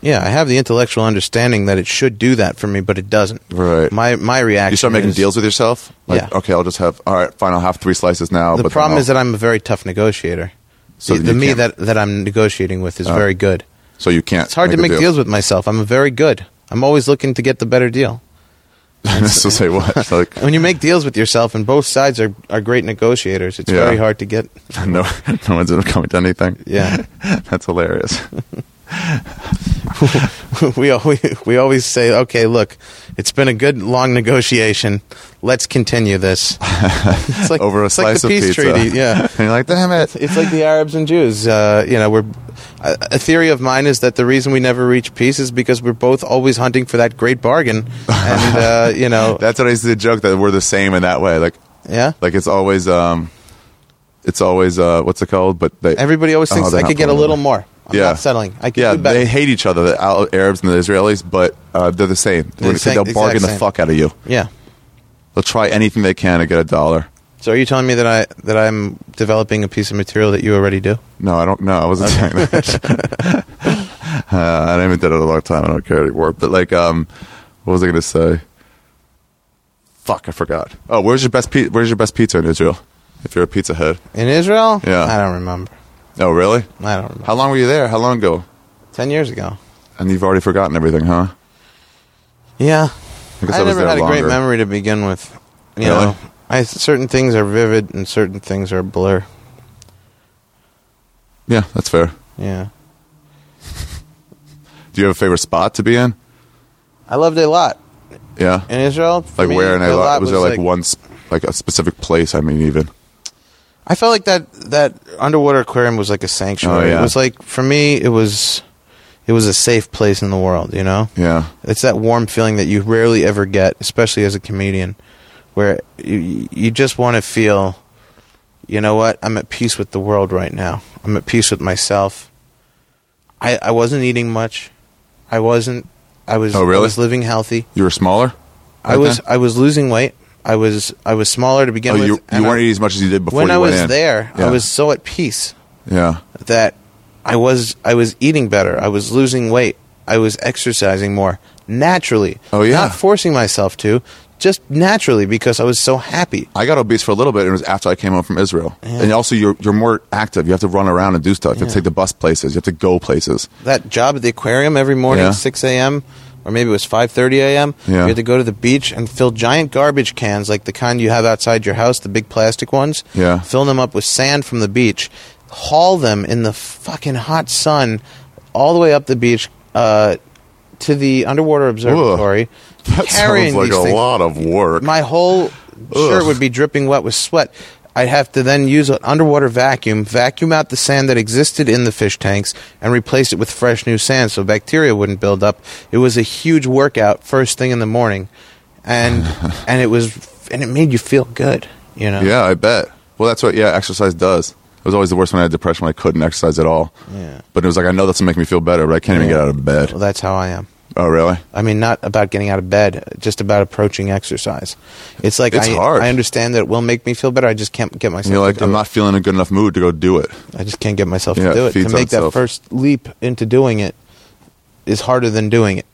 Speaker 3: yeah, I have the intellectual understanding that it should do that for me, but it doesn't.
Speaker 1: Right.
Speaker 3: My my reaction.
Speaker 1: You start making
Speaker 3: is-
Speaker 1: deals with yourself. Like,
Speaker 3: Yeah.
Speaker 1: Okay, I'll just have. All right, fine. I'll have three slices now.
Speaker 3: The
Speaker 1: but then
Speaker 3: problem
Speaker 1: I'll-
Speaker 3: is that I'm a very tough negotiator.
Speaker 1: So
Speaker 3: the
Speaker 1: then
Speaker 3: the
Speaker 1: you
Speaker 3: me
Speaker 1: can't-
Speaker 3: that that I'm negotiating with is very good.
Speaker 1: so you can't.
Speaker 3: It's hard to
Speaker 1: a
Speaker 3: make
Speaker 1: deal.
Speaker 3: deals with myself. I'm very good. I'm always looking to get the better deal.
Speaker 1: so say what? Like,
Speaker 3: When you make deals with yourself, and both sides are, are great negotiators, it's
Speaker 1: Yeah.
Speaker 3: very hard to get.
Speaker 1: no, no one's coming to anything.
Speaker 3: Yeah.
Speaker 1: that's hilarious.
Speaker 3: we always we always say, okay, look, it's been a good long negotiation. Let's continue this. It's like
Speaker 1: Over a
Speaker 3: it's
Speaker 1: slice
Speaker 3: like the
Speaker 1: of
Speaker 3: peace
Speaker 1: pizza.
Speaker 3: treaty. Yeah,
Speaker 1: and you're like, damn it.
Speaker 3: it's like the Arabs and Jews. Uh, you know, we're a, a theory of mine is that the reason we never reach peace is because we're both always hunting for that great bargain, and uh, you know,
Speaker 1: That's what I used to joke that we're the same in that way. Like,
Speaker 3: yeah.
Speaker 1: like it's always, um, it's always, uh, what's it called? But they,
Speaker 3: Everybody always
Speaker 1: Oh,
Speaker 3: thinks
Speaker 1: they're
Speaker 3: I
Speaker 1: not
Speaker 3: could get a
Speaker 1: pulling
Speaker 3: little
Speaker 1: over.
Speaker 3: more. I'm not settling. I could
Speaker 1: yeah,
Speaker 3: do better.
Speaker 1: they hate each other, the Al- Arabs and the Israelis, but uh, they're the same.
Speaker 3: They're the same-
Speaker 1: They'll bargain
Speaker 3: exact
Speaker 1: the
Speaker 3: same.
Speaker 1: fuck out of you.
Speaker 3: yeah.
Speaker 1: They'll try anything they can to get a dollar.
Speaker 3: So are you telling me that I that I'm developing a piece of material that you already do?
Speaker 1: No, I don't. No, I wasn't saying that. uh, I haven't done it in a long time. I don't care anymore. But like, um, what was I going to say? Fuck, I forgot. Oh, where's your best? Pe- where's your best pizza in Israel? If you're a pizza head.
Speaker 3: In Israel?
Speaker 1: Yeah.
Speaker 3: I don't remember.
Speaker 1: Oh, really?
Speaker 3: I don't remember.
Speaker 1: How long were you there? How long ago?
Speaker 3: Ten years ago.
Speaker 1: And you've already forgotten everything, huh?
Speaker 3: Yeah.
Speaker 1: I guess I
Speaker 3: I,
Speaker 1: was
Speaker 3: never
Speaker 1: there
Speaker 3: had a great
Speaker 1: longer.
Speaker 3: memory to begin with. You
Speaker 1: Really?
Speaker 3: know, I, certain things are vivid and certain things are a blur.
Speaker 1: Yeah, that's fair.
Speaker 3: Yeah.
Speaker 1: Do you have a favorite spot to be in?
Speaker 3: I loved a lot
Speaker 1: Yeah.
Speaker 3: in Israel. for
Speaker 1: like
Speaker 3: me,
Speaker 1: where in
Speaker 3: Eilat
Speaker 1: Eilat? Was, there like, one, sp- like a specific place? I mean, even.
Speaker 3: I felt like that that underwater aquarium was like a sanctuary.
Speaker 1: Oh, yeah.
Speaker 3: It was like for me, it was it was a safe place in the world. You know.
Speaker 1: Yeah.
Speaker 3: It's that warm feeling that you rarely ever get, especially as a comedian, where you, you just want to feel, you know what? I'm at peace with the world right now. I'm at peace with myself. I I wasn't eating much. I wasn't. I was.
Speaker 1: Oh, really?
Speaker 3: I was living healthy.
Speaker 1: You were smaller.
Speaker 3: I was. I was losing weight. I was. I was smaller to begin
Speaker 1: Oh,
Speaker 3: with.
Speaker 1: you, you
Speaker 3: and I-
Speaker 1: weren't eating as much as you did before.
Speaker 3: when
Speaker 1: you
Speaker 3: I
Speaker 1: went
Speaker 3: was
Speaker 1: in.
Speaker 3: there,
Speaker 1: Yeah.
Speaker 3: I was so at peace
Speaker 1: Yeah.
Speaker 3: that I was I was eating better, I was losing weight, I was exercising more naturally.
Speaker 1: Oh, yeah.
Speaker 3: not forcing myself to, just naturally because I was so happy.
Speaker 1: I got obese for a little bit, and it was after I came home from Israel.
Speaker 3: Yeah.
Speaker 1: And also, you're you're more active. You have to run around and do stuff. You have to
Speaker 3: Yeah.
Speaker 1: take the bus places. You have to go places.
Speaker 3: That job at the aquarium every morning,
Speaker 1: Yeah.
Speaker 3: six a.m. or maybe it was five thirty a.m.
Speaker 1: Yeah.
Speaker 3: We had to go to the beach and fill giant garbage cans like the kind you have outside your house, the big plastic ones.
Speaker 1: Yeah.
Speaker 3: fill them up with sand from the beach, haul them in the fucking hot sun all the way up the beach. Uh, to the underwater observatory,
Speaker 1: That sounds like
Speaker 3: these
Speaker 1: a
Speaker 3: things.
Speaker 1: lot of work.
Speaker 3: my whole shirt
Speaker 1: Ugh.
Speaker 3: would be dripping wet with sweat. I'd have to then use an underwater vacuum, vacuum out the sand that existed in the fish tanks, and replace it with fresh new sand so bacteria wouldn't build up. It was a huge workout first thing in the morning, and and it was and it made you feel good, you know.
Speaker 1: yeah, I bet. Well, that's what yeah, exercise does. It was always the worst when I had depression when I couldn't exercise at all.
Speaker 3: Yeah.
Speaker 1: But it was like I know that's gonna make me feel better, but I can't even get out of bed.
Speaker 3: Well, that's how I am.
Speaker 1: Oh, really?
Speaker 3: I mean, not about getting out of bed, just about approaching exercise. It's like
Speaker 1: It's
Speaker 3: I,
Speaker 1: hard.
Speaker 3: I understand that it will make me feel better. I just can't get myself.
Speaker 1: You're
Speaker 3: to
Speaker 1: like
Speaker 3: do
Speaker 1: I'm
Speaker 3: it.
Speaker 1: not feeling in a good enough mood to go do it.
Speaker 3: I just can't get myself
Speaker 1: Yeah,
Speaker 3: to do
Speaker 1: it
Speaker 3: it. To
Speaker 1: feeds on
Speaker 3: make that
Speaker 1: itself.
Speaker 3: first leap into doing it is harder than doing it.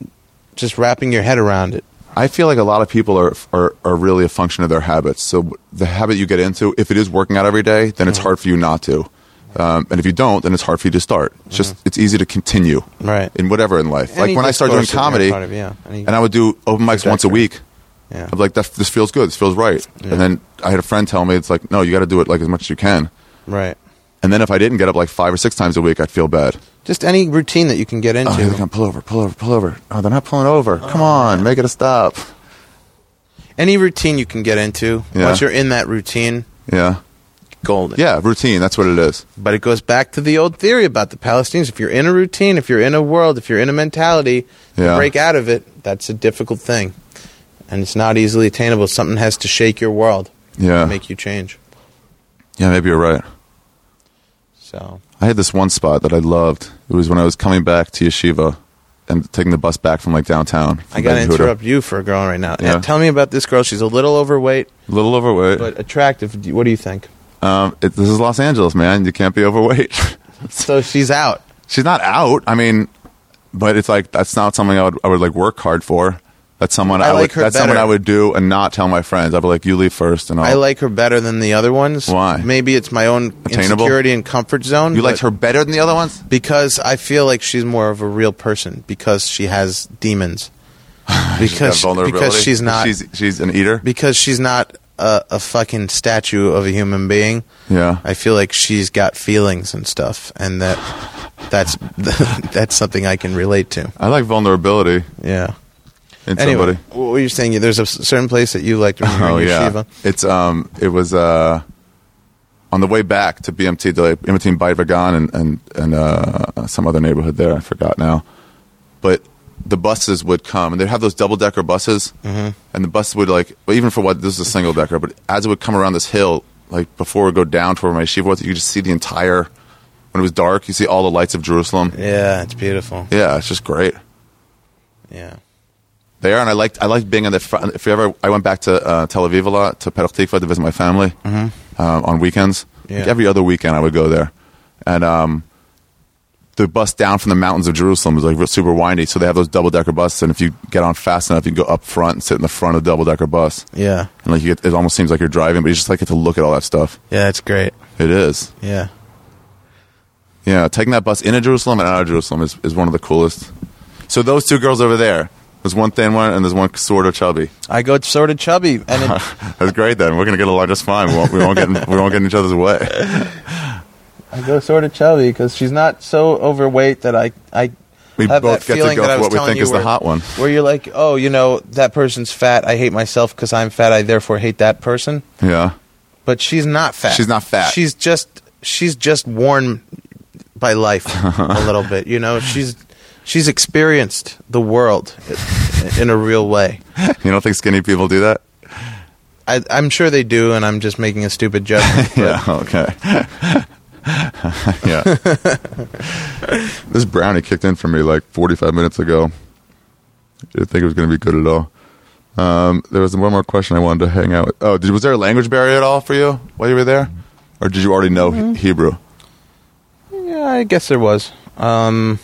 Speaker 3: Just wrapping your head around it.
Speaker 1: I feel like a lot of people are, are are really a function of their habits. So the habit you get into, if it is working out every day, then it's
Speaker 3: Mm-hmm.
Speaker 1: hard for you not to, um, and if you don't, then it's hard for you to start. It's just it's easy to continue,
Speaker 3: Mm-hmm. Right.
Speaker 1: In whatever in life,
Speaker 3: Any
Speaker 1: like when I started doing
Speaker 3: discourse that
Speaker 1: comedy,
Speaker 3: you're part of, yeah. Any-
Speaker 1: and I would do open mics once a
Speaker 3: trajectory.
Speaker 1: week.
Speaker 3: Yeah.
Speaker 1: I'm like, that, this feels good. This feels right.
Speaker 3: Yeah.
Speaker 1: And then I had a friend tell me, it's like, no, you got to do it like as much as you can.
Speaker 3: Right.
Speaker 1: And then if I didn't get up like five or six times a week, I'd feel bad.
Speaker 3: Just any routine that you can get into.
Speaker 1: Oh, they're gonna pull over, pull over, pull over. Oh, they're not pulling over. Come
Speaker 3: Oh,
Speaker 1: on, make it a stop.
Speaker 3: any routine you can get into.
Speaker 1: Yeah.
Speaker 3: Once you're in that routine,
Speaker 1: Yeah.
Speaker 3: golden.
Speaker 1: Yeah, routine. That's what it is.
Speaker 3: But it goes back to the old theory about the Palestinians. If you're in a routine, if you're in a world, if you're in a mentality,
Speaker 1: Yeah.
Speaker 3: to break out of it, that's a difficult thing. And it's not easily attainable. Something has to shake your world,
Speaker 1: Yeah.
Speaker 3: make you change.
Speaker 1: Yeah, maybe you're right.
Speaker 3: So.
Speaker 1: I had this one spot that I loved. It was when I was coming back to yeshiva and taking the bus back from like downtown. from
Speaker 3: I got to
Speaker 1: Ben Yehuda.
Speaker 3: interrupt you for a girl right now.
Speaker 1: Yeah.
Speaker 3: Yeah, Tell me about this girl. She's a little overweight,
Speaker 1: A little overweight.
Speaker 3: but attractive. Do- What do you think?
Speaker 1: um, it, this is Los Angeles, man. You can't be overweight.
Speaker 3: So she's out.
Speaker 1: She's not out. I mean, but it's like that's not something I would I would like work hard for. That's someone
Speaker 3: I
Speaker 1: I,
Speaker 3: like
Speaker 1: would.
Speaker 3: her
Speaker 1: That's someone
Speaker 3: better.
Speaker 1: I would do and not tell my friends. I'd be like, you leave first, and I'll,
Speaker 3: I like her better than the other ones.
Speaker 1: Why?
Speaker 3: Maybe it's my own
Speaker 1: Attainable?
Speaker 3: insecurity and comfort zone.
Speaker 1: You
Speaker 3: but-
Speaker 1: liked her better than the other ones.
Speaker 3: because I feel like she's more of a real person because she has demons.
Speaker 1: That
Speaker 3: Because
Speaker 1: vulnerability.
Speaker 3: because she's not
Speaker 1: She's she's an eater.
Speaker 3: because she's not a, a fucking statue of a human being.
Speaker 1: Yeah.
Speaker 3: I feel like she's got feelings and stuff, and that that's that's something I can relate to.
Speaker 1: I like vulnerability
Speaker 3: Yeah.
Speaker 1: in
Speaker 3: Anyway,
Speaker 1: somebody.
Speaker 3: what were you saying? There's a s- certain place that you liked when you were
Speaker 1: Oh
Speaker 3: in
Speaker 1: yeah,
Speaker 3: yeshiva.
Speaker 1: it's um, it was uh, on the way back to BMT, to like, in between Bai Vagan and and and uh, some other neighborhood there. I forgot now, but the buses would come and they'd have those double decker buses,
Speaker 3: Mm-hmm.
Speaker 1: and the bus would like well, even for what this is a single decker, but as it would come around this hill, like before it would go down to where my yeshiva was, you could just see the entire. When it was dark, you see all the lights of Jerusalem.
Speaker 3: Yeah, it's beautiful.
Speaker 1: Yeah, it's just great.
Speaker 3: Yeah.
Speaker 1: They are, and I liked I liked being on the front. If you ever, I went back to uh, Tel Aviv a lot to Petah Tikva to visit my family um, on weekends.
Speaker 3: Yeah.
Speaker 1: Like every other weekend, I would go there, and um, the bus down from the mountains of Jerusalem is like real- super windy. So they have those double decker buses, and if you get on fast enough, you can go up front and sit in the front of the double decker bus,
Speaker 3: Yeah.
Speaker 1: and like you get, it almost seems like you're driving, but you just like get to look at all that stuff.
Speaker 3: Yeah, it's great.
Speaker 1: It is,
Speaker 3: Yeah.
Speaker 1: yeah. Taking that bus into Jerusalem and out of Jerusalem is, is one of the coolest. So those two girls over there, there's one thin one, and there's one sort of chubby.
Speaker 3: I go sort of chubby, and it,
Speaker 1: That's great. Then we're gonna get along just fine. We won't, we won't get in, we won't get in each other's way.
Speaker 3: I go sort of chubby because she's not so overweight that I I
Speaker 1: We
Speaker 3: have
Speaker 1: both
Speaker 3: that
Speaker 1: get to
Speaker 3: feeling
Speaker 1: go
Speaker 3: that I
Speaker 1: for
Speaker 3: was
Speaker 1: what we
Speaker 3: telling
Speaker 1: think
Speaker 3: you
Speaker 1: is the
Speaker 3: where-
Speaker 1: hot one.
Speaker 3: Where you're like, oh, you know, that person's fat. I hate myself because I'm fat. I therefore hate that person.
Speaker 1: Yeah,
Speaker 3: But she's not fat.
Speaker 1: She's not fat.
Speaker 3: She's just she's just worn by life a little bit. You know, she's she's experienced the world i- in a real way.
Speaker 1: you don't think skinny people do that?
Speaker 3: I, I'm sure they do, and I'm just making a stupid judgment. but
Speaker 1: Yeah. Okay. yeah. this brownie kicked in for me like 45 minutes ago. Didn't think it was gonna be good at all. Um, there was one more question I wanted to hang out with. Oh, did, was there a language barrier at all for you while you were there, or did you already know
Speaker 3: Mm-hmm.
Speaker 1: He- Hebrew?
Speaker 3: Yeah, I guess there was. Um,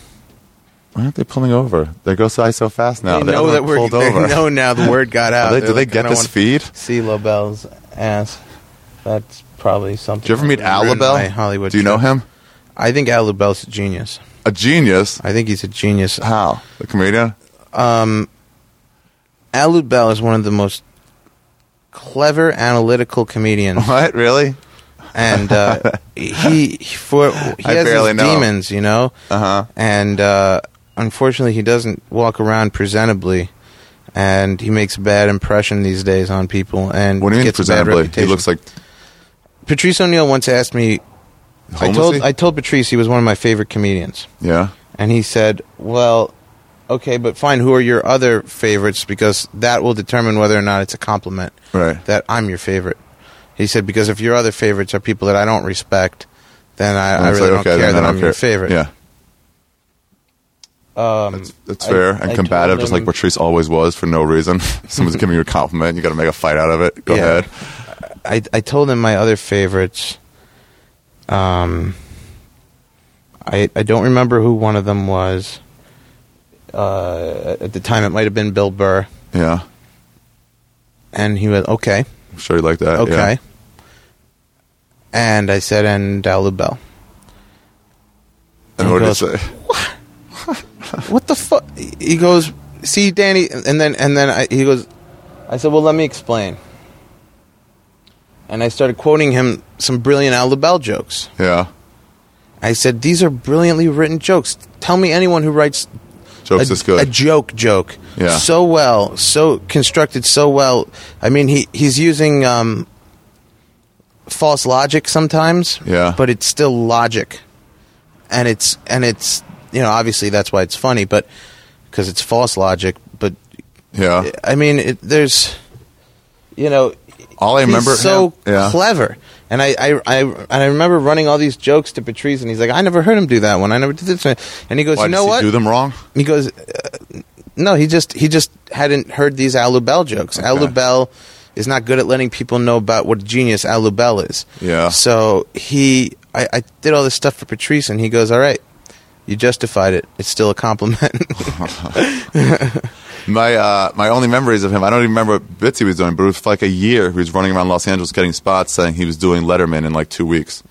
Speaker 1: Why aren't they pulling over? They go by so fast now.
Speaker 3: they
Speaker 1: The
Speaker 3: know
Speaker 1: other
Speaker 3: that
Speaker 1: one
Speaker 3: we're
Speaker 1: pulled
Speaker 3: they
Speaker 1: over.
Speaker 3: know now. The word got out.
Speaker 1: Are they- do
Speaker 3: They're
Speaker 1: they
Speaker 3: like, I
Speaker 1: get
Speaker 3: don't
Speaker 1: this
Speaker 3: wanna
Speaker 1: feed?
Speaker 3: See Lobel's ass. That's probably something.
Speaker 1: Did you ever meet
Speaker 3: that would
Speaker 1: Al
Speaker 3: ruin
Speaker 1: Labelle?
Speaker 3: my Hollywood.
Speaker 1: Do you know
Speaker 3: trip.
Speaker 1: him?
Speaker 3: I think Al Lobel's a genius.
Speaker 1: A genius.
Speaker 3: I think he's a genius.
Speaker 1: How? The comedian?
Speaker 3: Al Lobel is one of the most clever, analytical comedians,
Speaker 1: What? Really?
Speaker 3: and uh, he for he
Speaker 1: I
Speaker 3: has
Speaker 1: barely
Speaker 3: his
Speaker 1: know him.
Speaker 3: demons, you know.
Speaker 1: Uh huh.
Speaker 3: and uh, unfortunately, he doesn't walk around presentably, and he makes a bad impression these days on people. And
Speaker 1: What do you mean
Speaker 3: gets a bad
Speaker 1: presentably? He
Speaker 3: reputation.
Speaker 1: looks like
Speaker 3: Patrice O'Neill once asked me. I
Speaker 1: Homeless-y?
Speaker 3: told I told Patrice he was one of my favorite comedians,
Speaker 1: yeah.
Speaker 3: and he said, "Well, okay, but fine. Who are your other favorites? Because that will determine whether or not it's a compliment
Speaker 1: Right.
Speaker 3: that I'm your favorite." He said, "Because if your other favorites are people that I don't respect, then I, I
Speaker 1: And it's
Speaker 3: really
Speaker 1: like,
Speaker 3: don't
Speaker 1: okay,
Speaker 3: care
Speaker 1: then
Speaker 3: that
Speaker 1: I
Speaker 3: I'm
Speaker 1: don't
Speaker 3: your
Speaker 1: care.
Speaker 3: favorite."
Speaker 1: Yeah.
Speaker 3: Um,
Speaker 1: That's
Speaker 3: I-
Speaker 1: fair
Speaker 3: I
Speaker 1: and
Speaker 3: told
Speaker 1: combative, just like
Speaker 3: him-
Speaker 1: Patrice always was for no reason. Someone's giving you a compliment, you got to make a fight out of it. Go
Speaker 3: Yeah.
Speaker 1: ahead.
Speaker 3: I I told him my other favorites. Um, I I don't remember who one of them was. Uh, at the time, it might have been Bill Burr,
Speaker 1: Yeah.
Speaker 3: and he went, "Okay,
Speaker 1: I'm sure you like that.
Speaker 3: okay."
Speaker 1: Yeah.
Speaker 3: And I said, "And Al Lubell."
Speaker 1: And
Speaker 3: He
Speaker 1: what did you
Speaker 3: goes,
Speaker 1: say?
Speaker 3: What the fuck? He goes, "See, Danny," and then and then I, he goes, "I said, well, let me explain." And I started quoting him some brilliant Al Lubell jokes.
Speaker 1: Yeah.
Speaker 3: I said, "These are brilliantly written jokes. Tell me anyone who writes
Speaker 1: Jokes
Speaker 3: a,
Speaker 1: is good.
Speaker 3: a joke joke
Speaker 1: Yeah.
Speaker 3: so well, so constructed so well. I mean, he he's using um, false logic sometimes,
Speaker 1: Yeah.
Speaker 3: but it's still logic, and it's and it's you know obviously that's why it's funny, but because it's false logic. But
Speaker 1: yeah.
Speaker 3: I mean, it, there's you know
Speaker 1: All I remember.
Speaker 3: he's so
Speaker 1: him- yeah.
Speaker 3: clever. And I, I, I, and I remember running all these jokes to Patrice, and he's like, "I never heard him do that one. I never did this." One. And he goes,
Speaker 1: Why
Speaker 3: "You
Speaker 1: does
Speaker 3: know
Speaker 1: he
Speaker 3: what?"
Speaker 1: do them wrong?
Speaker 3: He goes, uh, "No, he just he just hadn't heard these Alu Bell jokes. Alu Bell is not good at letting people know about what a genius Alu Bell is.
Speaker 1: Yeah.
Speaker 3: So he, I, I did all this stuff for Patrice, and he goes, "All right, You justified it. It's still a compliment.
Speaker 1: My uh, my only memories of him, I don't even remember what bits he was doing, but it was for like a year. He was running around Los Angeles getting spots, saying he was doing Letterman in like two weeks,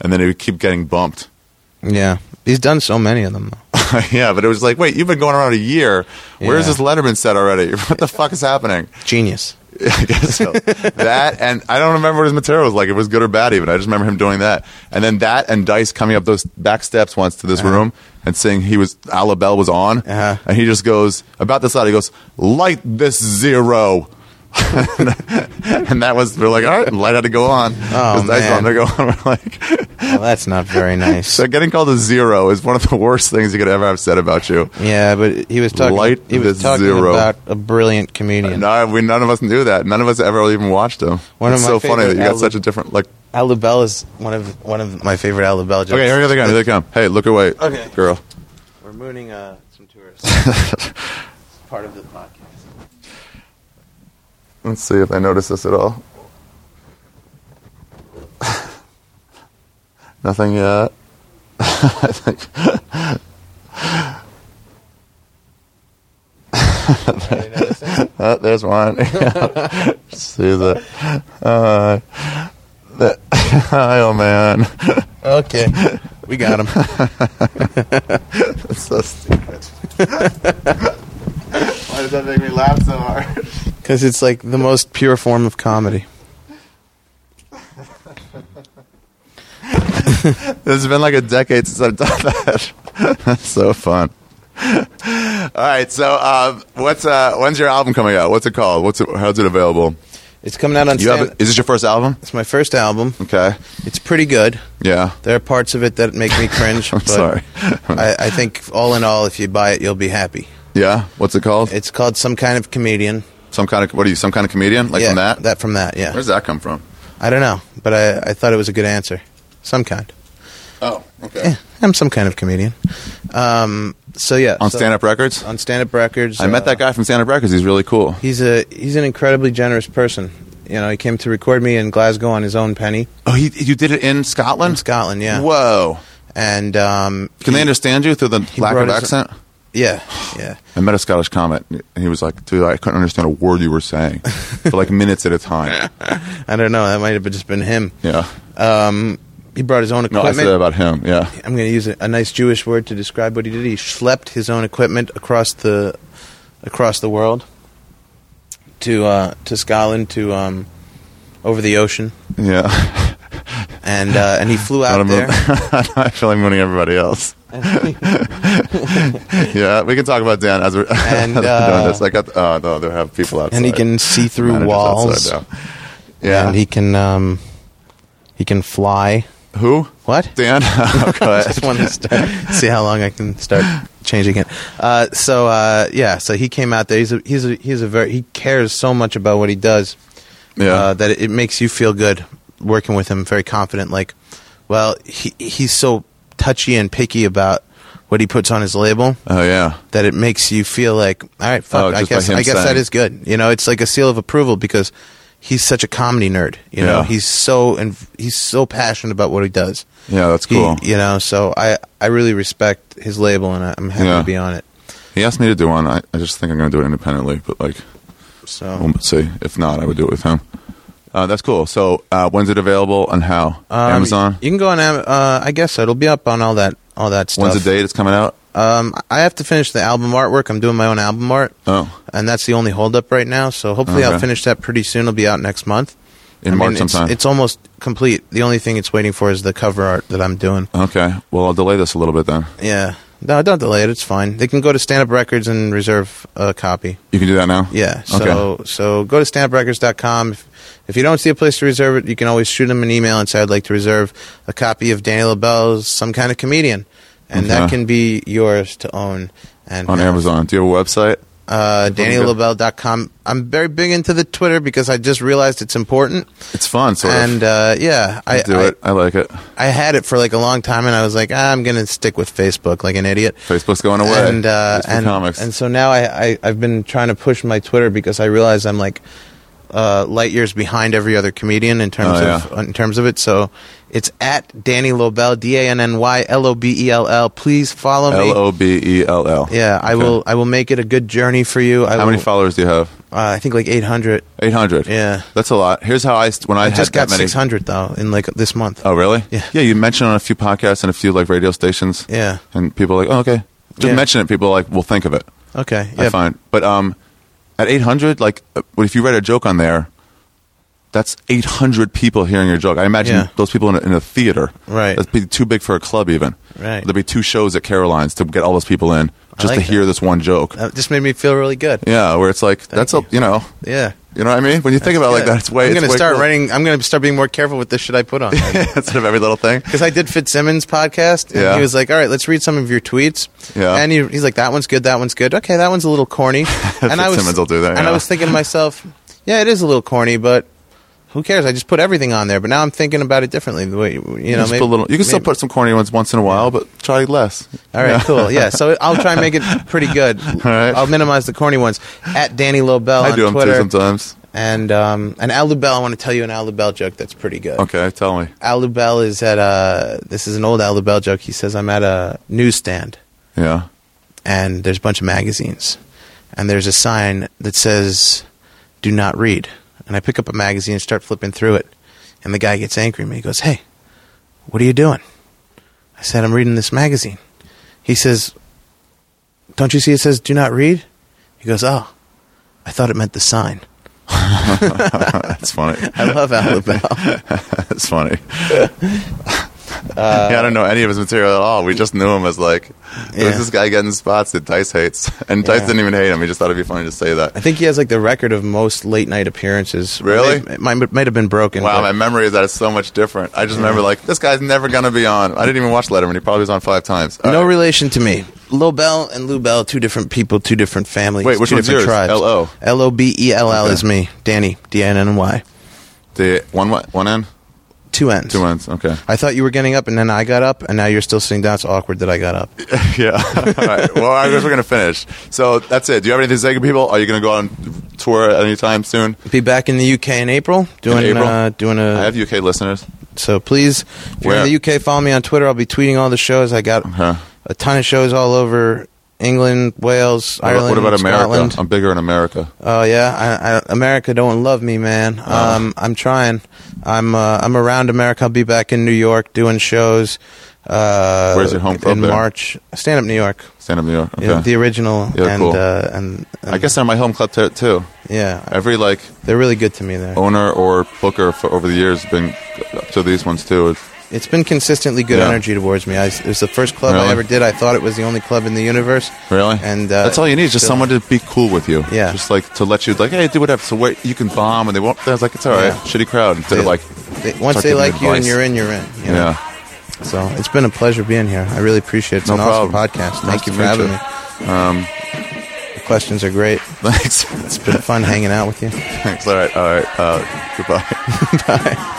Speaker 1: and then he would keep getting bumped.
Speaker 3: yeah, he's done so many of them. Though.
Speaker 1: yeah, but it was like, wait, you've been going around a year. Where's
Speaker 3: Yeah.
Speaker 1: this Letterman set already? What the fuck is happening?
Speaker 3: Genius.
Speaker 1: I guess so. that and I don't remember what his material was like. If It was good or bad, even. I just remember him doing that, and then that and Dice coming up those back steps once to this room and saying he was Alabel was on,
Speaker 3: Uh-huh.
Speaker 1: and he just goes about this loud. He goes light this zero. and that was we're like all right light had to go on Because Dice
Speaker 3: Oh, man.
Speaker 1: on they're going we're like
Speaker 3: Well, that's not very nice.
Speaker 1: so getting called a zero is one of the worst things you could ever have said about you
Speaker 3: yeah, but he was talking.
Speaker 1: Light
Speaker 3: he was
Speaker 1: the
Speaker 3: talking
Speaker 1: zero.
Speaker 3: about a brilliant comedian.
Speaker 1: no we none of us knew that none of us ever even watched him
Speaker 3: One of
Speaker 1: it's
Speaker 3: my
Speaker 1: so funny that
Speaker 3: favorite
Speaker 1: you got
Speaker 3: Alab-
Speaker 1: such a different like
Speaker 3: Al LaBelle is one of one of my favorite Al LaBelle jokes.
Speaker 1: Okay, here they come. Here they come. Hey, look away,
Speaker 3: Okay.
Speaker 1: girl.
Speaker 3: We're mooning uh, some tourists. it's part of the podcast.
Speaker 1: Let's see if I notice this at all. Nothing yet. I think. Oh, there's one. see that? Uh, that. oh man,
Speaker 3: Okay, we got him.
Speaker 1: that's so stupid. Why does that make me laugh so hard?
Speaker 3: Because it's like the most pure form of comedy.
Speaker 1: It's been like a decade since I've done that. That's so fun. All right, so um, what's uh, when's your album coming out? What's it called? What's it, how's it available?
Speaker 3: It's coming out on.
Speaker 1: You have
Speaker 3: Stan-
Speaker 1: it, is this your first album?
Speaker 3: it's my first album.
Speaker 1: Okay,
Speaker 3: It's pretty good.
Speaker 1: yeah.
Speaker 3: There are parts of it that make me cringe.
Speaker 1: I'm
Speaker 3: but
Speaker 1: sorry.
Speaker 3: I, I think all in all, if you buy it, you'll be happy.
Speaker 1: yeah, what's it called?
Speaker 3: It's called some kind of comedian.
Speaker 1: some kind of what are you? Some kind of comedian? Like
Speaker 3: yeah,
Speaker 1: from that?
Speaker 3: That from that. Yeah.
Speaker 1: Where does that come from?
Speaker 3: I don't know, but I, I thought it was a good answer. Some kind.
Speaker 1: Oh, okay.
Speaker 3: Eh, I'm some kind of comedian. Um. So yeah.
Speaker 1: On
Speaker 3: so- Uh,
Speaker 1: Stand Up Records.
Speaker 3: On stand up records.
Speaker 1: I met
Speaker 3: uh,
Speaker 1: that guy from Stand Up Records. He's really cool.
Speaker 3: He's a he's an incredibly generous person. You know, he came to record me in Glasgow on his own penny
Speaker 1: Oh, he you did it in Scotland?
Speaker 3: in Scotland. Yeah.
Speaker 1: Whoa.
Speaker 3: And um.
Speaker 1: Can they understand you through the lack
Speaker 3: brought
Speaker 1: of
Speaker 3: his-
Speaker 1: accent?
Speaker 3: Yeah. Yeah.
Speaker 1: I met a Scottish comic, and he was like, "Dude, I couldn't understand a word you were saying for like minutes at a time."
Speaker 3: I don't know. That might have just been him.
Speaker 1: Yeah,
Speaker 3: Um, he brought his own
Speaker 1: no, I
Speaker 3: equipment.
Speaker 1: said that about him. Yeah,
Speaker 3: I'm going to use a, a nice Jewish word to describe what he did. He schlepped his own equipment across the across the world to uh, to Scotland to um, over the ocean,
Speaker 1: yeah.
Speaker 3: and uh, and he flew
Speaker 1: Not
Speaker 3: out
Speaker 1: a moon-
Speaker 3: there.
Speaker 1: I feel like mooning everybody else. yeah, we can talk about Dan as we're, as
Speaker 3: And,
Speaker 1: we're
Speaker 3: uh,
Speaker 1: doing this. I got oh no, they have people outside,
Speaker 3: And he can see through
Speaker 1: Managers
Speaker 3: walls.
Speaker 1: outside now. Yeah,
Speaker 3: And he can um, he can fly.
Speaker 1: who?
Speaker 3: What?
Speaker 1: Dan? oh, go
Speaker 3: I
Speaker 1: ahead.
Speaker 3: just want to start, see how long I can start changing it. Uh, so uh, yeah, so he came out there. He's a, he's a, he's a very he cares so much about what he does
Speaker 1: Yeah.
Speaker 3: uh, that it, it makes you feel good working with him. Very confident. Like, well, he he's so touchy and picky about what he puts on his label
Speaker 1: oh yeah,
Speaker 3: that it makes you feel like, all right, fuck,
Speaker 1: Oh,
Speaker 3: I
Speaker 1: just by
Speaker 3: guess
Speaker 1: him
Speaker 3: I guess that
Speaker 1: saying.
Speaker 3: is good. You know, it's like a seal of approval because he's such a comedy nerd. You know,
Speaker 1: Yeah.
Speaker 3: he's so and he's so passionate about what he does.
Speaker 1: yeah. That's
Speaker 3: He-
Speaker 1: cool.
Speaker 3: you know, so I I really respect his label and I- I'm happy
Speaker 1: Yeah.
Speaker 3: to be on it.
Speaker 1: He asked me to do one. I, I just think I'm going to do it independently, but like,
Speaker 3: So
Speaker 1: we'll see. If not, I would do it with him. Uh, that's cool. So, uh, when's it available and how?
Speaker 3: um,
Speaker 1: Amazon.
Speaker 3: You can go on. Am- Uh, I guess so. it'll be up on all that all that stuff.
Speaker 1: When's the date it's coming out?
Speaker 3: Um, I have to finish the album artwork. I'm doing my own album art,
Speaker 1: Oh,
Speaker 3: and that's the only holdup right now. So hopefully I'll
Speaker 1: Okay.
Speaker 3: finish that pretty soon. It'll be out next month.
Speaker 1: in
Speaker 3: I mean,
Speaker 1: March
Speaker 3: it's-
Speaker 1: sometime.
Speaker 3: It's, almost complete. The only thing it's waiting for is the cover art that I'm doing.
Speaker 1: okay. Well, I'll delay this a little bit then.
Speaker 3: Yeah. No, don't delay it. It's fine. They can go to Stand Up Records and reserve a copy.
Speaker 1: You can do that now.
Speaker 3: Yeah. So
Speaker 1: Okay.
Speaker 3: so go to standuprecords.com. If, if you don't see a place to reserve it, you can always shoot them an email and say, I'd like to reserve a copy of Danny LaBelle's Some Kind of Comedian. And that
Speaker 1: Okay.
Speaker 3: can be yours to own. And
Speaker 1: On Amazon. Do you have a website?
Speaker 3: Uh,
Speaker 1: good.
Speaker 3: DannyLaBelle.com. I'm very big into the Twitter because I just realized it's important.
Speaker 1: It's fun. Sort of.
Speaker 3: And uh, yeah, I,
Speaker 1: do
Speaker 3: I,
Speaker 1: it. I like it.
Speaker 3: I had it for like a long time, and I was like, ah, I'm gonna stick with Facebook, like an idiot.
Speaker 1: Facebook's going away.
Speaker 3: And uh,
Speaker 1: It's for
Speaker 3: and
Speaker 1: comics.
Speaker 3: and so now I, I I've been trying to push my Twitter because I realize I'm like uh, light years behind every other comedian in terms
Speaker 1: Oh,
Speaker 3: of in terms of it. So it's at Danny Lobel, D A N N Y L O B E L L. Please follow me.
Speaker 1: L O B E L L.
Speaker 3: yeah, I
Speaker 1: Okay.
Speaker 3: will. I will make it a good journey for you. I
Speaker 1: How
Speaker 3: will,
Speaker 1: many followers do you have?
Speaker 3: Uh, I think like eight hundred.
Speaker 1: Eight hundred.
Speaker 3: Yeah.
Speaker 1: that's a lot. Here's how I st- when I,
Speaker 3: I
Speaker 1: had
Speaker 3: just got
Speaker 1: that many-
Speaker 3: six hundred though in like this month.
Speaker 1: Oh, really?
Speaker 3: Yeah.
Speaker 1: Yeah, you mentioned on a few podcasts and a few like radio stations.
Speaker 3: Yeah.
Speaker 1: And people are like, oh, okay, just
Speaker 3: Yeah.
Speaker 1: mention it. People are like will think of it.
Speaker 3: Okay.
Speaker 1: I find, but um, at eight hundred, like, uh, what if you read a joke on there, that's eight hundred people hearing your joke. I imagine
Speaker 3: Yeah.
Speaker 1: those people in a, in a theater,
Speaker 3: Right.
Speaker 1: That'd be too big for a club, even.
Speaker 3: Right.
Speaker 1: There'd be two shows at Caroline's to get all those people in just
Speaker 3: like
Speaker 1: to
Speaker 3: that.
Speaker 1: hear this one joke.
Speaker 3: That just made me feel really good.
Speaker 1: yeah, where it's like that's
Speaker 3: you.
Speaker 1: a you know.
Speaker 3: Yeah.
Speaker 1: You know what I mean? When you think about it like that, it's way.
Speaker 3: I'm
Speaker 1: it's
Speaker 3: gonna
Speaker 1: way
Speaker 3: start
Speaker 1: cool.
Speaker 3: writing. I'm gonna start being more careful with the shit I put on.
Speaker 1: instead of every little thing.
Speaker 3: Because I did Fitzsimmons podcast, and
Speaker 1: Yeah.
Speaker 3: he was like, "All right, let's read some of your tweets."
Speaker 1: Yeah.
Speaker 3: and he, he's like, "That one's good. That one's good. Okay, that one's a little corny." And I was,
Speaker 1: Fitzsimmons will do that,
Speaker 3: And
Speaker 1: yeah.
Speaker 3: I was thinking to myself, "Yeah, it is a little corny, but who cares? I just put everything on there." But now I'm thinking about it differently. The way you know,
Speaker 1: You, know,
Speaker 3: maybe-
Speaker 1: a little, you can still
Speaker 3: maybe-
Speaker 1: put some corny ones once in a while, but try less.
Speaker 3: All right, cool. Yeah, so I'll try and make it pretty good. All
Speaker 1: right.
Speaker 3: I'll minimize the corny ones. At Danny Lobel
Speaker 1: I
Speaker 3: on
Speaker 1: do them
Speaker 3: Twitter,
Speaker 1: too sometimes.
Speaker 3: and um, and Al Lubel. I want to tell you an Al Lubel joke that's pretty good.
Speaker 1: Okay, tell me.
Speaker 3: Al Lubel is at a. This is an old Al Lubel joke. He says, "I'm at a newsstand."
Speaker 1: Yeah.
Speaker 3: and there's a bunch of magazines. And there's a sign that says, Do not read. And I pick up a magazine and start flipping through it. And the guy gets angry at me. He goes, Hey, what are you doing? I said, I'm reading this magazine. He says, Don't you see it says, Do not read? He goes, Oh, I thought it meant the sign.
Speaker 1: That's funny.
Speaker 3: I love Al LaBelle.
Speaker 1: That's funny. yeah, I don't know any of his material at all. We just knew him as like, it
Speaker 3: Yeah.
Speaker 1: was this guy getting spots that Dice hates. And Dice
Speaker 3: Yeah.
Speaker 1: didn't even hate him. He just thought it'd be funny to say
Speaker 3: I
Speaker 1: that.
Speaker 3: think he has like the record of most late night appearances.
Speaker 1: Really?
Speaker 3: It might, it might have been broken.
Speaker 1: Wow, my
Speaker 3: but-
Speaker 1: memory of that is so much different. I just remember like, this guy's never going to be on. I didn't even watch Letterman. He probably was on five times. All
Speaker 3: no
Speaker 1: right.
Speaker 3: relation to me. Lobel and Lubel, two different people, two different families.
Speaker 1: Wait, which
Speaker 3: two
Speaker 1: one's
Speaker 3: different
Speaker 1: yours?
Speaker 3: Tribes.
Speaker 1: LO.
Speaker 3: L O B E L L
Speaker 1: Okay.
Speaker 3: is me. Danny. D A N N Y.
Speaker 1: The one, one end?
Speaker 3: Two N's.
Speaker 1: Two ends. Okay.
Speaker 3: I thought you were getting up, and then I got up, and now you're still sitting down. It's awkward that I got up.
Speaker 1: Yeah. All right. Well, I guess we're gonna finish. So that's it. Do you have anything to say to people? Are you gonna go on tour anytime soon?
Speaker 3: Be back in the UK in April. Doing
Speaker 1: April?
Speaker 3: Uh, doing a.
Speaker 1: I have UK listeners.
Speaker 3: So please, if you're in
Speaker 1: Where? Uh-huh.
Speaker 3: the UK, follow me on Twitter. I'll be tweeting all the shows. I got
Speaker 1: Okay.
Speaker 3: a ton of shows all over England, Wales,
Speaker 1: What about-
Speaker 3: Ireland,
Speaker 1: what about America?
Speaker 3: Scotland.
Speaker 1: I'm bigger in America.
Speaker 3: Oh yeah, I, I, America don't love me, man.
Speaker 1: Oh.
Speaker 3: Um, I'm trying. I'm uh, I'm around America. I'll be back in New York doing shows. Uh,
Speaker 1: Where's your home club
Speaker 3: In
Speaker 1: there?
Speaker 3: March, stand up New York,
Speaker 1: Stand up New York. Okay.
Speaker 3: Yeah, the original,
Speaker 1: Yeah,
Speaker 3: and,
Speaker 1: cool.
Speaker 3: uh, and and
Speaker 1: I guess they're my home club t- too.
Speaker 3: yeah,
Speaker 1: Every like
Speaker 3: they're really good to me there.
Speaker 1: owner or booker for over the years has been up to these ones too.
Speaker 3: It's been consistently good
Speaker 1: Yeah.
Speaker 3: energy towards me. I, it was the first club
Speaker 1: Really?
Speaker 3: I ever did. I thought it was the only club in the universe.
Speaker 1: Really?
Speaker 3: And uh,
Speaker 1: that's all you need is just
Speaker 3: still-
Speaker 1: someone to be cool with you.
Speaker 3: Yeah.
Speaker 1: Just like to let you like, hey, do whatever. So wait, you can bomb and they won't. I was like, it's all right.
Speaker 3: Yeah.
Speaker 1: Shitty crowd. Instead of
Speaker 3: They-
Speaker 1: like,
Speaker 3: they- once
Speaker 1: start
Speaker 3: they
Speaker 1: giving
Speaker 3: like you and
Speaker 1: advice.
Speaker 3: you're in, you're in. you know?
Speaker 1: yeah.
Speaker 3: So it's been a pleasure being here. I really appreciate it. It's
Speaker 1: No
Speaker 3: an awesome
Speaker 1: problem.
Speaker 3: podcast.
Speaker 1: Nice
Speaker 3: Thank you
Speaker 1: to
Speaker 3: for
Speaker 1: meet
Speaker 3: having
Speaker 1: you. Um,
Speaker 3: me. the questions are great.
Speaker 1: Thanks.
Speaker 3: It's been fun hanging out with you.
Speaker 1: Thanks. All right. All right. Uh, goodbye.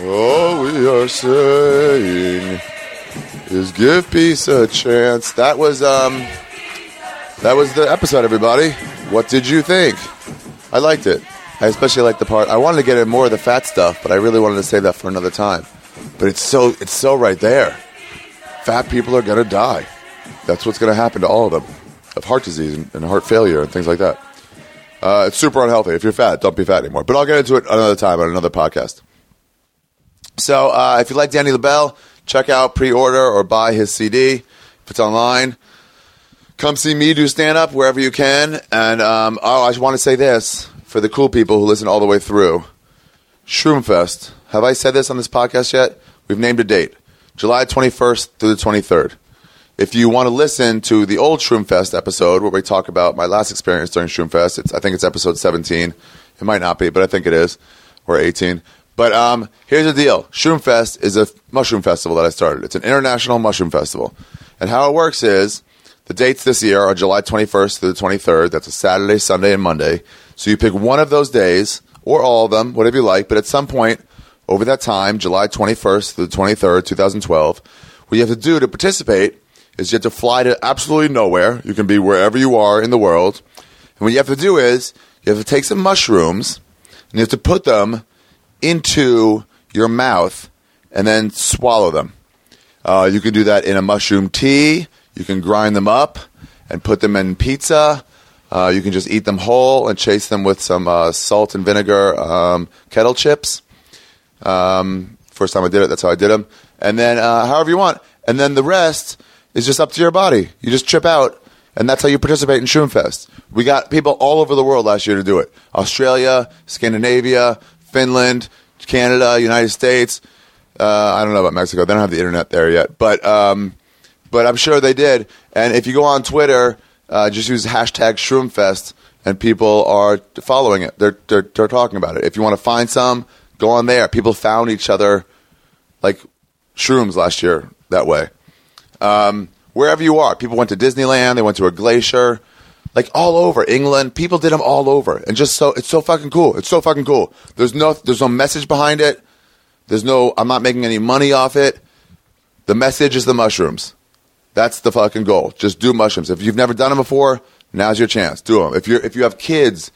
Speaker 1: All we are saying is give peace a chance. That was um that was the episode, everybody. What did you think? I liked it. I especially liked the part I wanted to get in more of the fat stuff, but I really wanted to save that for another time. But it's so it's so right there. Fat people are gonna die. That's what's gonna happen to all of them. Of heart disease and, and heart failure and things like that. Uh, it's super unhealthy. If you're fat, don't be fat anymore. But I'll get into it another time on another podcast. So uh, if you like Danny LaBelle, check out, pre-order, or buy his CD if it's online. Come see me do stand-up wherever you can. And um, oh, I just want to say this for the cool people who listen all the way through. Shroomfest. Have I said this on this podcast yet? We've named a date. July 21st through the 23rd. If you want to listen to the old Shroomfest episode where we talk about my last experience during Shroomfest, it's, I think it's episode 17. It might not be, but I think it is, or 18. But um, here's the deal: Shroom Fest is a f- mushroom festival that I started. It's an international mushroom festival, and how it works is the dates this year are July 21st through the 23rd. That's a Saturday, Sunday, and Monday. So you pick one of those days or all of them, whatever you like. But at some point over that time, July 21st through the 23rd, 2012, what you have to do to participate is you have to fly to absolutely nowhere. You can be wherever you are in the world, and what you have to do is you have to take some mushrooms and you have to put them into your mouth and then swallow them. Uh, you can do that in a mushroom tea. You can grind them up and put them in pizza. Uh, you can just eat them whole and chase them with some uh, salt and vinegar um, kettle chips. Um, first time I did it, that's how I did them. And then uh, however you want. And then the rest is just up to your body. You just trip out, and that's how you participate in Shroomfest. We got people all over the world last year to do it Australia, Scandinavia, Finland, Canada, United States. Uh, I don't know about Mexico. They don't have the internet there yet. But. Um, but I'm sure they did. And if you go on Twitter, uh, just use hashtag Shroomfest, and people are following it. They're, they're they're talking about it. If you want to find some, go on there. People found each other like shrooms last year that way. Um, wherever you are, people went to Disneyland. They went to a glacier, like all over England. People did them all over, and just so it's so fucking cool. It's so fucking cool. There's no there's no message behind it. There's no I'm not making any money off it. The message is the mushrooms. That's the fucking goal. Just do mushrooms. If you've never done them before, now's your chance. Do them. If you're if you have kids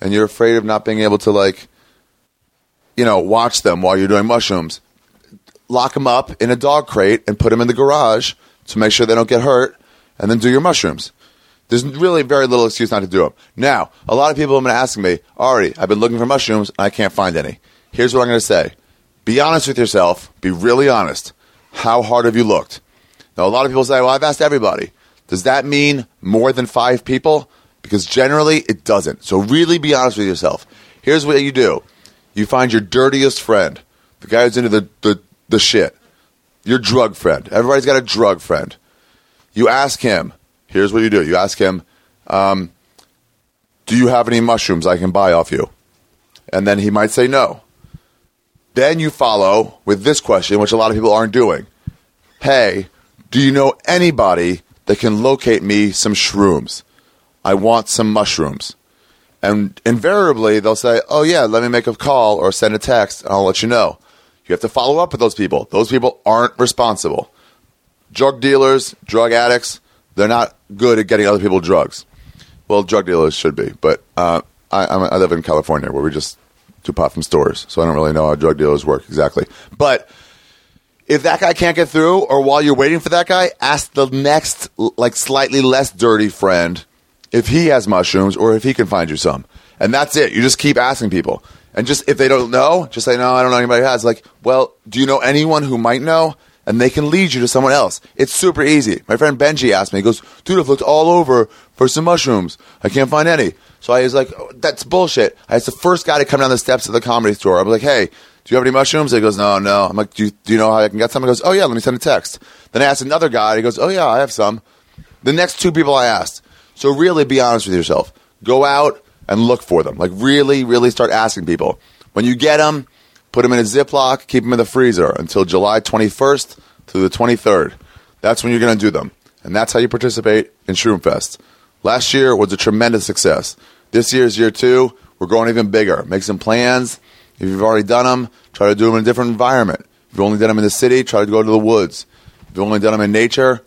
Speaker 1: and you're afraid of not being able to like, you know, watch them while you're doing mushrooms, lock them up in a dog crate and put them in the garage to make sure they don't get hurt, and then do your mushrooms. There's really very little excuse not to do them. Now, a lot of people have been asking me, Ari, I've been looking for mushrooms and I can't find any. Here's what I'm going to say Be honest with yourself. Be really honest. How hard have you looked? Now, a lot of people say, well, I've asked everybody. Does that mean more than five people? Because generally it doesn't. So really be honest with yourself. Here's what you do you find your dirtiest friend, the guy who's into the, the, the shit, your drug friend. Everybody's got a drug friend. You ask him, here's what you do you ask him, um, do you have any mushrooms I can buy off you? And then he might say no. Then you follow with this question, which a lot of people aren't doing hey, do you know anybody that can locate me some shrooms? I want some mushrooms. And invariably, they'll say, oh, yeah, let me make a call or send a text, and I'll let you know. You have to follow up with those people. Those people aren't responsible. Drug dealers, drug addicts, they're not good at getting other people drugs. Well, drug dealers should be, but uh, I, I'm, I live in California where we just do pot from stores, so I don't really know how drug dealers work exactly. But if that guy can't get through, or while you're waiting for that guy, ask the next, like, slightly less dirty friend if he has mushrooms or if he can find you some. And that's it. You just keep asking people. And just if they don't know, just say, no, I don't know anybody who has. Like, well, do you know anyone who might know? And they can lead you to someone else. It's super easy. My friend Benji asked me, he goes, dude, I've looked all over for some mushrooms. I can't find any. So I was like, oh, that's bullshit. I was the first guy to come down the steps of the comedy store. I was like, hey, do you have any mushrooms? He goes, no, no. I'm like, do you, do you know how I can get some? He goes, oh, yeah, let me send a text. Then I asked another guy. He goes, oh, yeah, I have some. The next two people I asked. So really be honest with yourself. Go out and look for them. Like, really, really start asking people. When you get them, put them in a Ziploc, keep them in the freezer until July 21st through the 23rd. That's when you're going to do them. And that's how you participate in Shroomfest. Last year was a tremendous success. This year's year two. We're going even bigger. Make some plans. If you've already done them, try to do them in a different environment. If you've only done them in the city, try to go to the woods. If you've only done them in nature,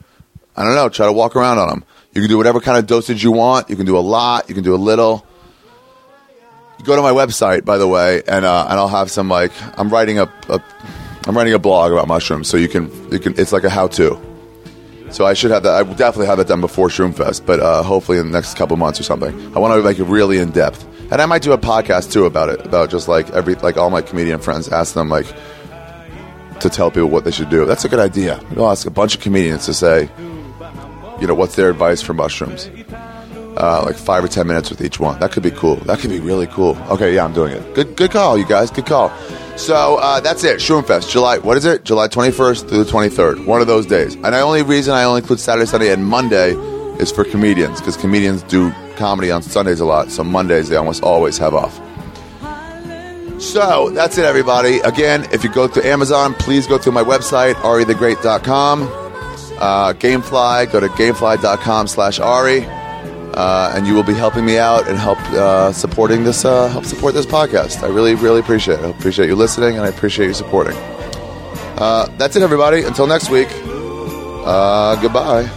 Speaker 1: I don't know, try to walk around on them. You can do whatever kind of dosage you want. You can do a lot. You can do a little go to my website by the way and uh, and I'll have some like I'm writing a, a I'm writing a blog about mushrooms so you can you can it's like a how to so I should have that I will definitely have that done before Shroomfest but uh, hopefully in the next couple months or something I want to make it really in depth and I might do a podcast too about it about just like every like all my comedian friends ask them like to tell people what they should do that's a good idea I'll ask a bunch of comedians to say you know what's their advice for mushrooms uh, like five or ten minutes with each one. That could be cool. That could be really cool. Okay, yeah, I'm doing it. Good, good call, you guys. Good call. So uh, that's it. Shroomfest, July. What is it? July 21st through the 23rd. One of those days. And the only reason I only include Saturday, Sunday, and Monday is for comedians because comedians do comedy on Sundays a lot. So Mondays they almost always have off. So that's it, everybody. Again, if you go to Amazon, please go to my website, arithegreat.com. Uh, Gamefly, go to gamefly.com slash Ari, uh, and you will be helping me out and help uh, supporting this, uh, help support this podcast. I really, really appreciate it. I appreciate you listening, and I appreciate you supporting. Uh, that's it, everybody. Until next week, uh, goodbye.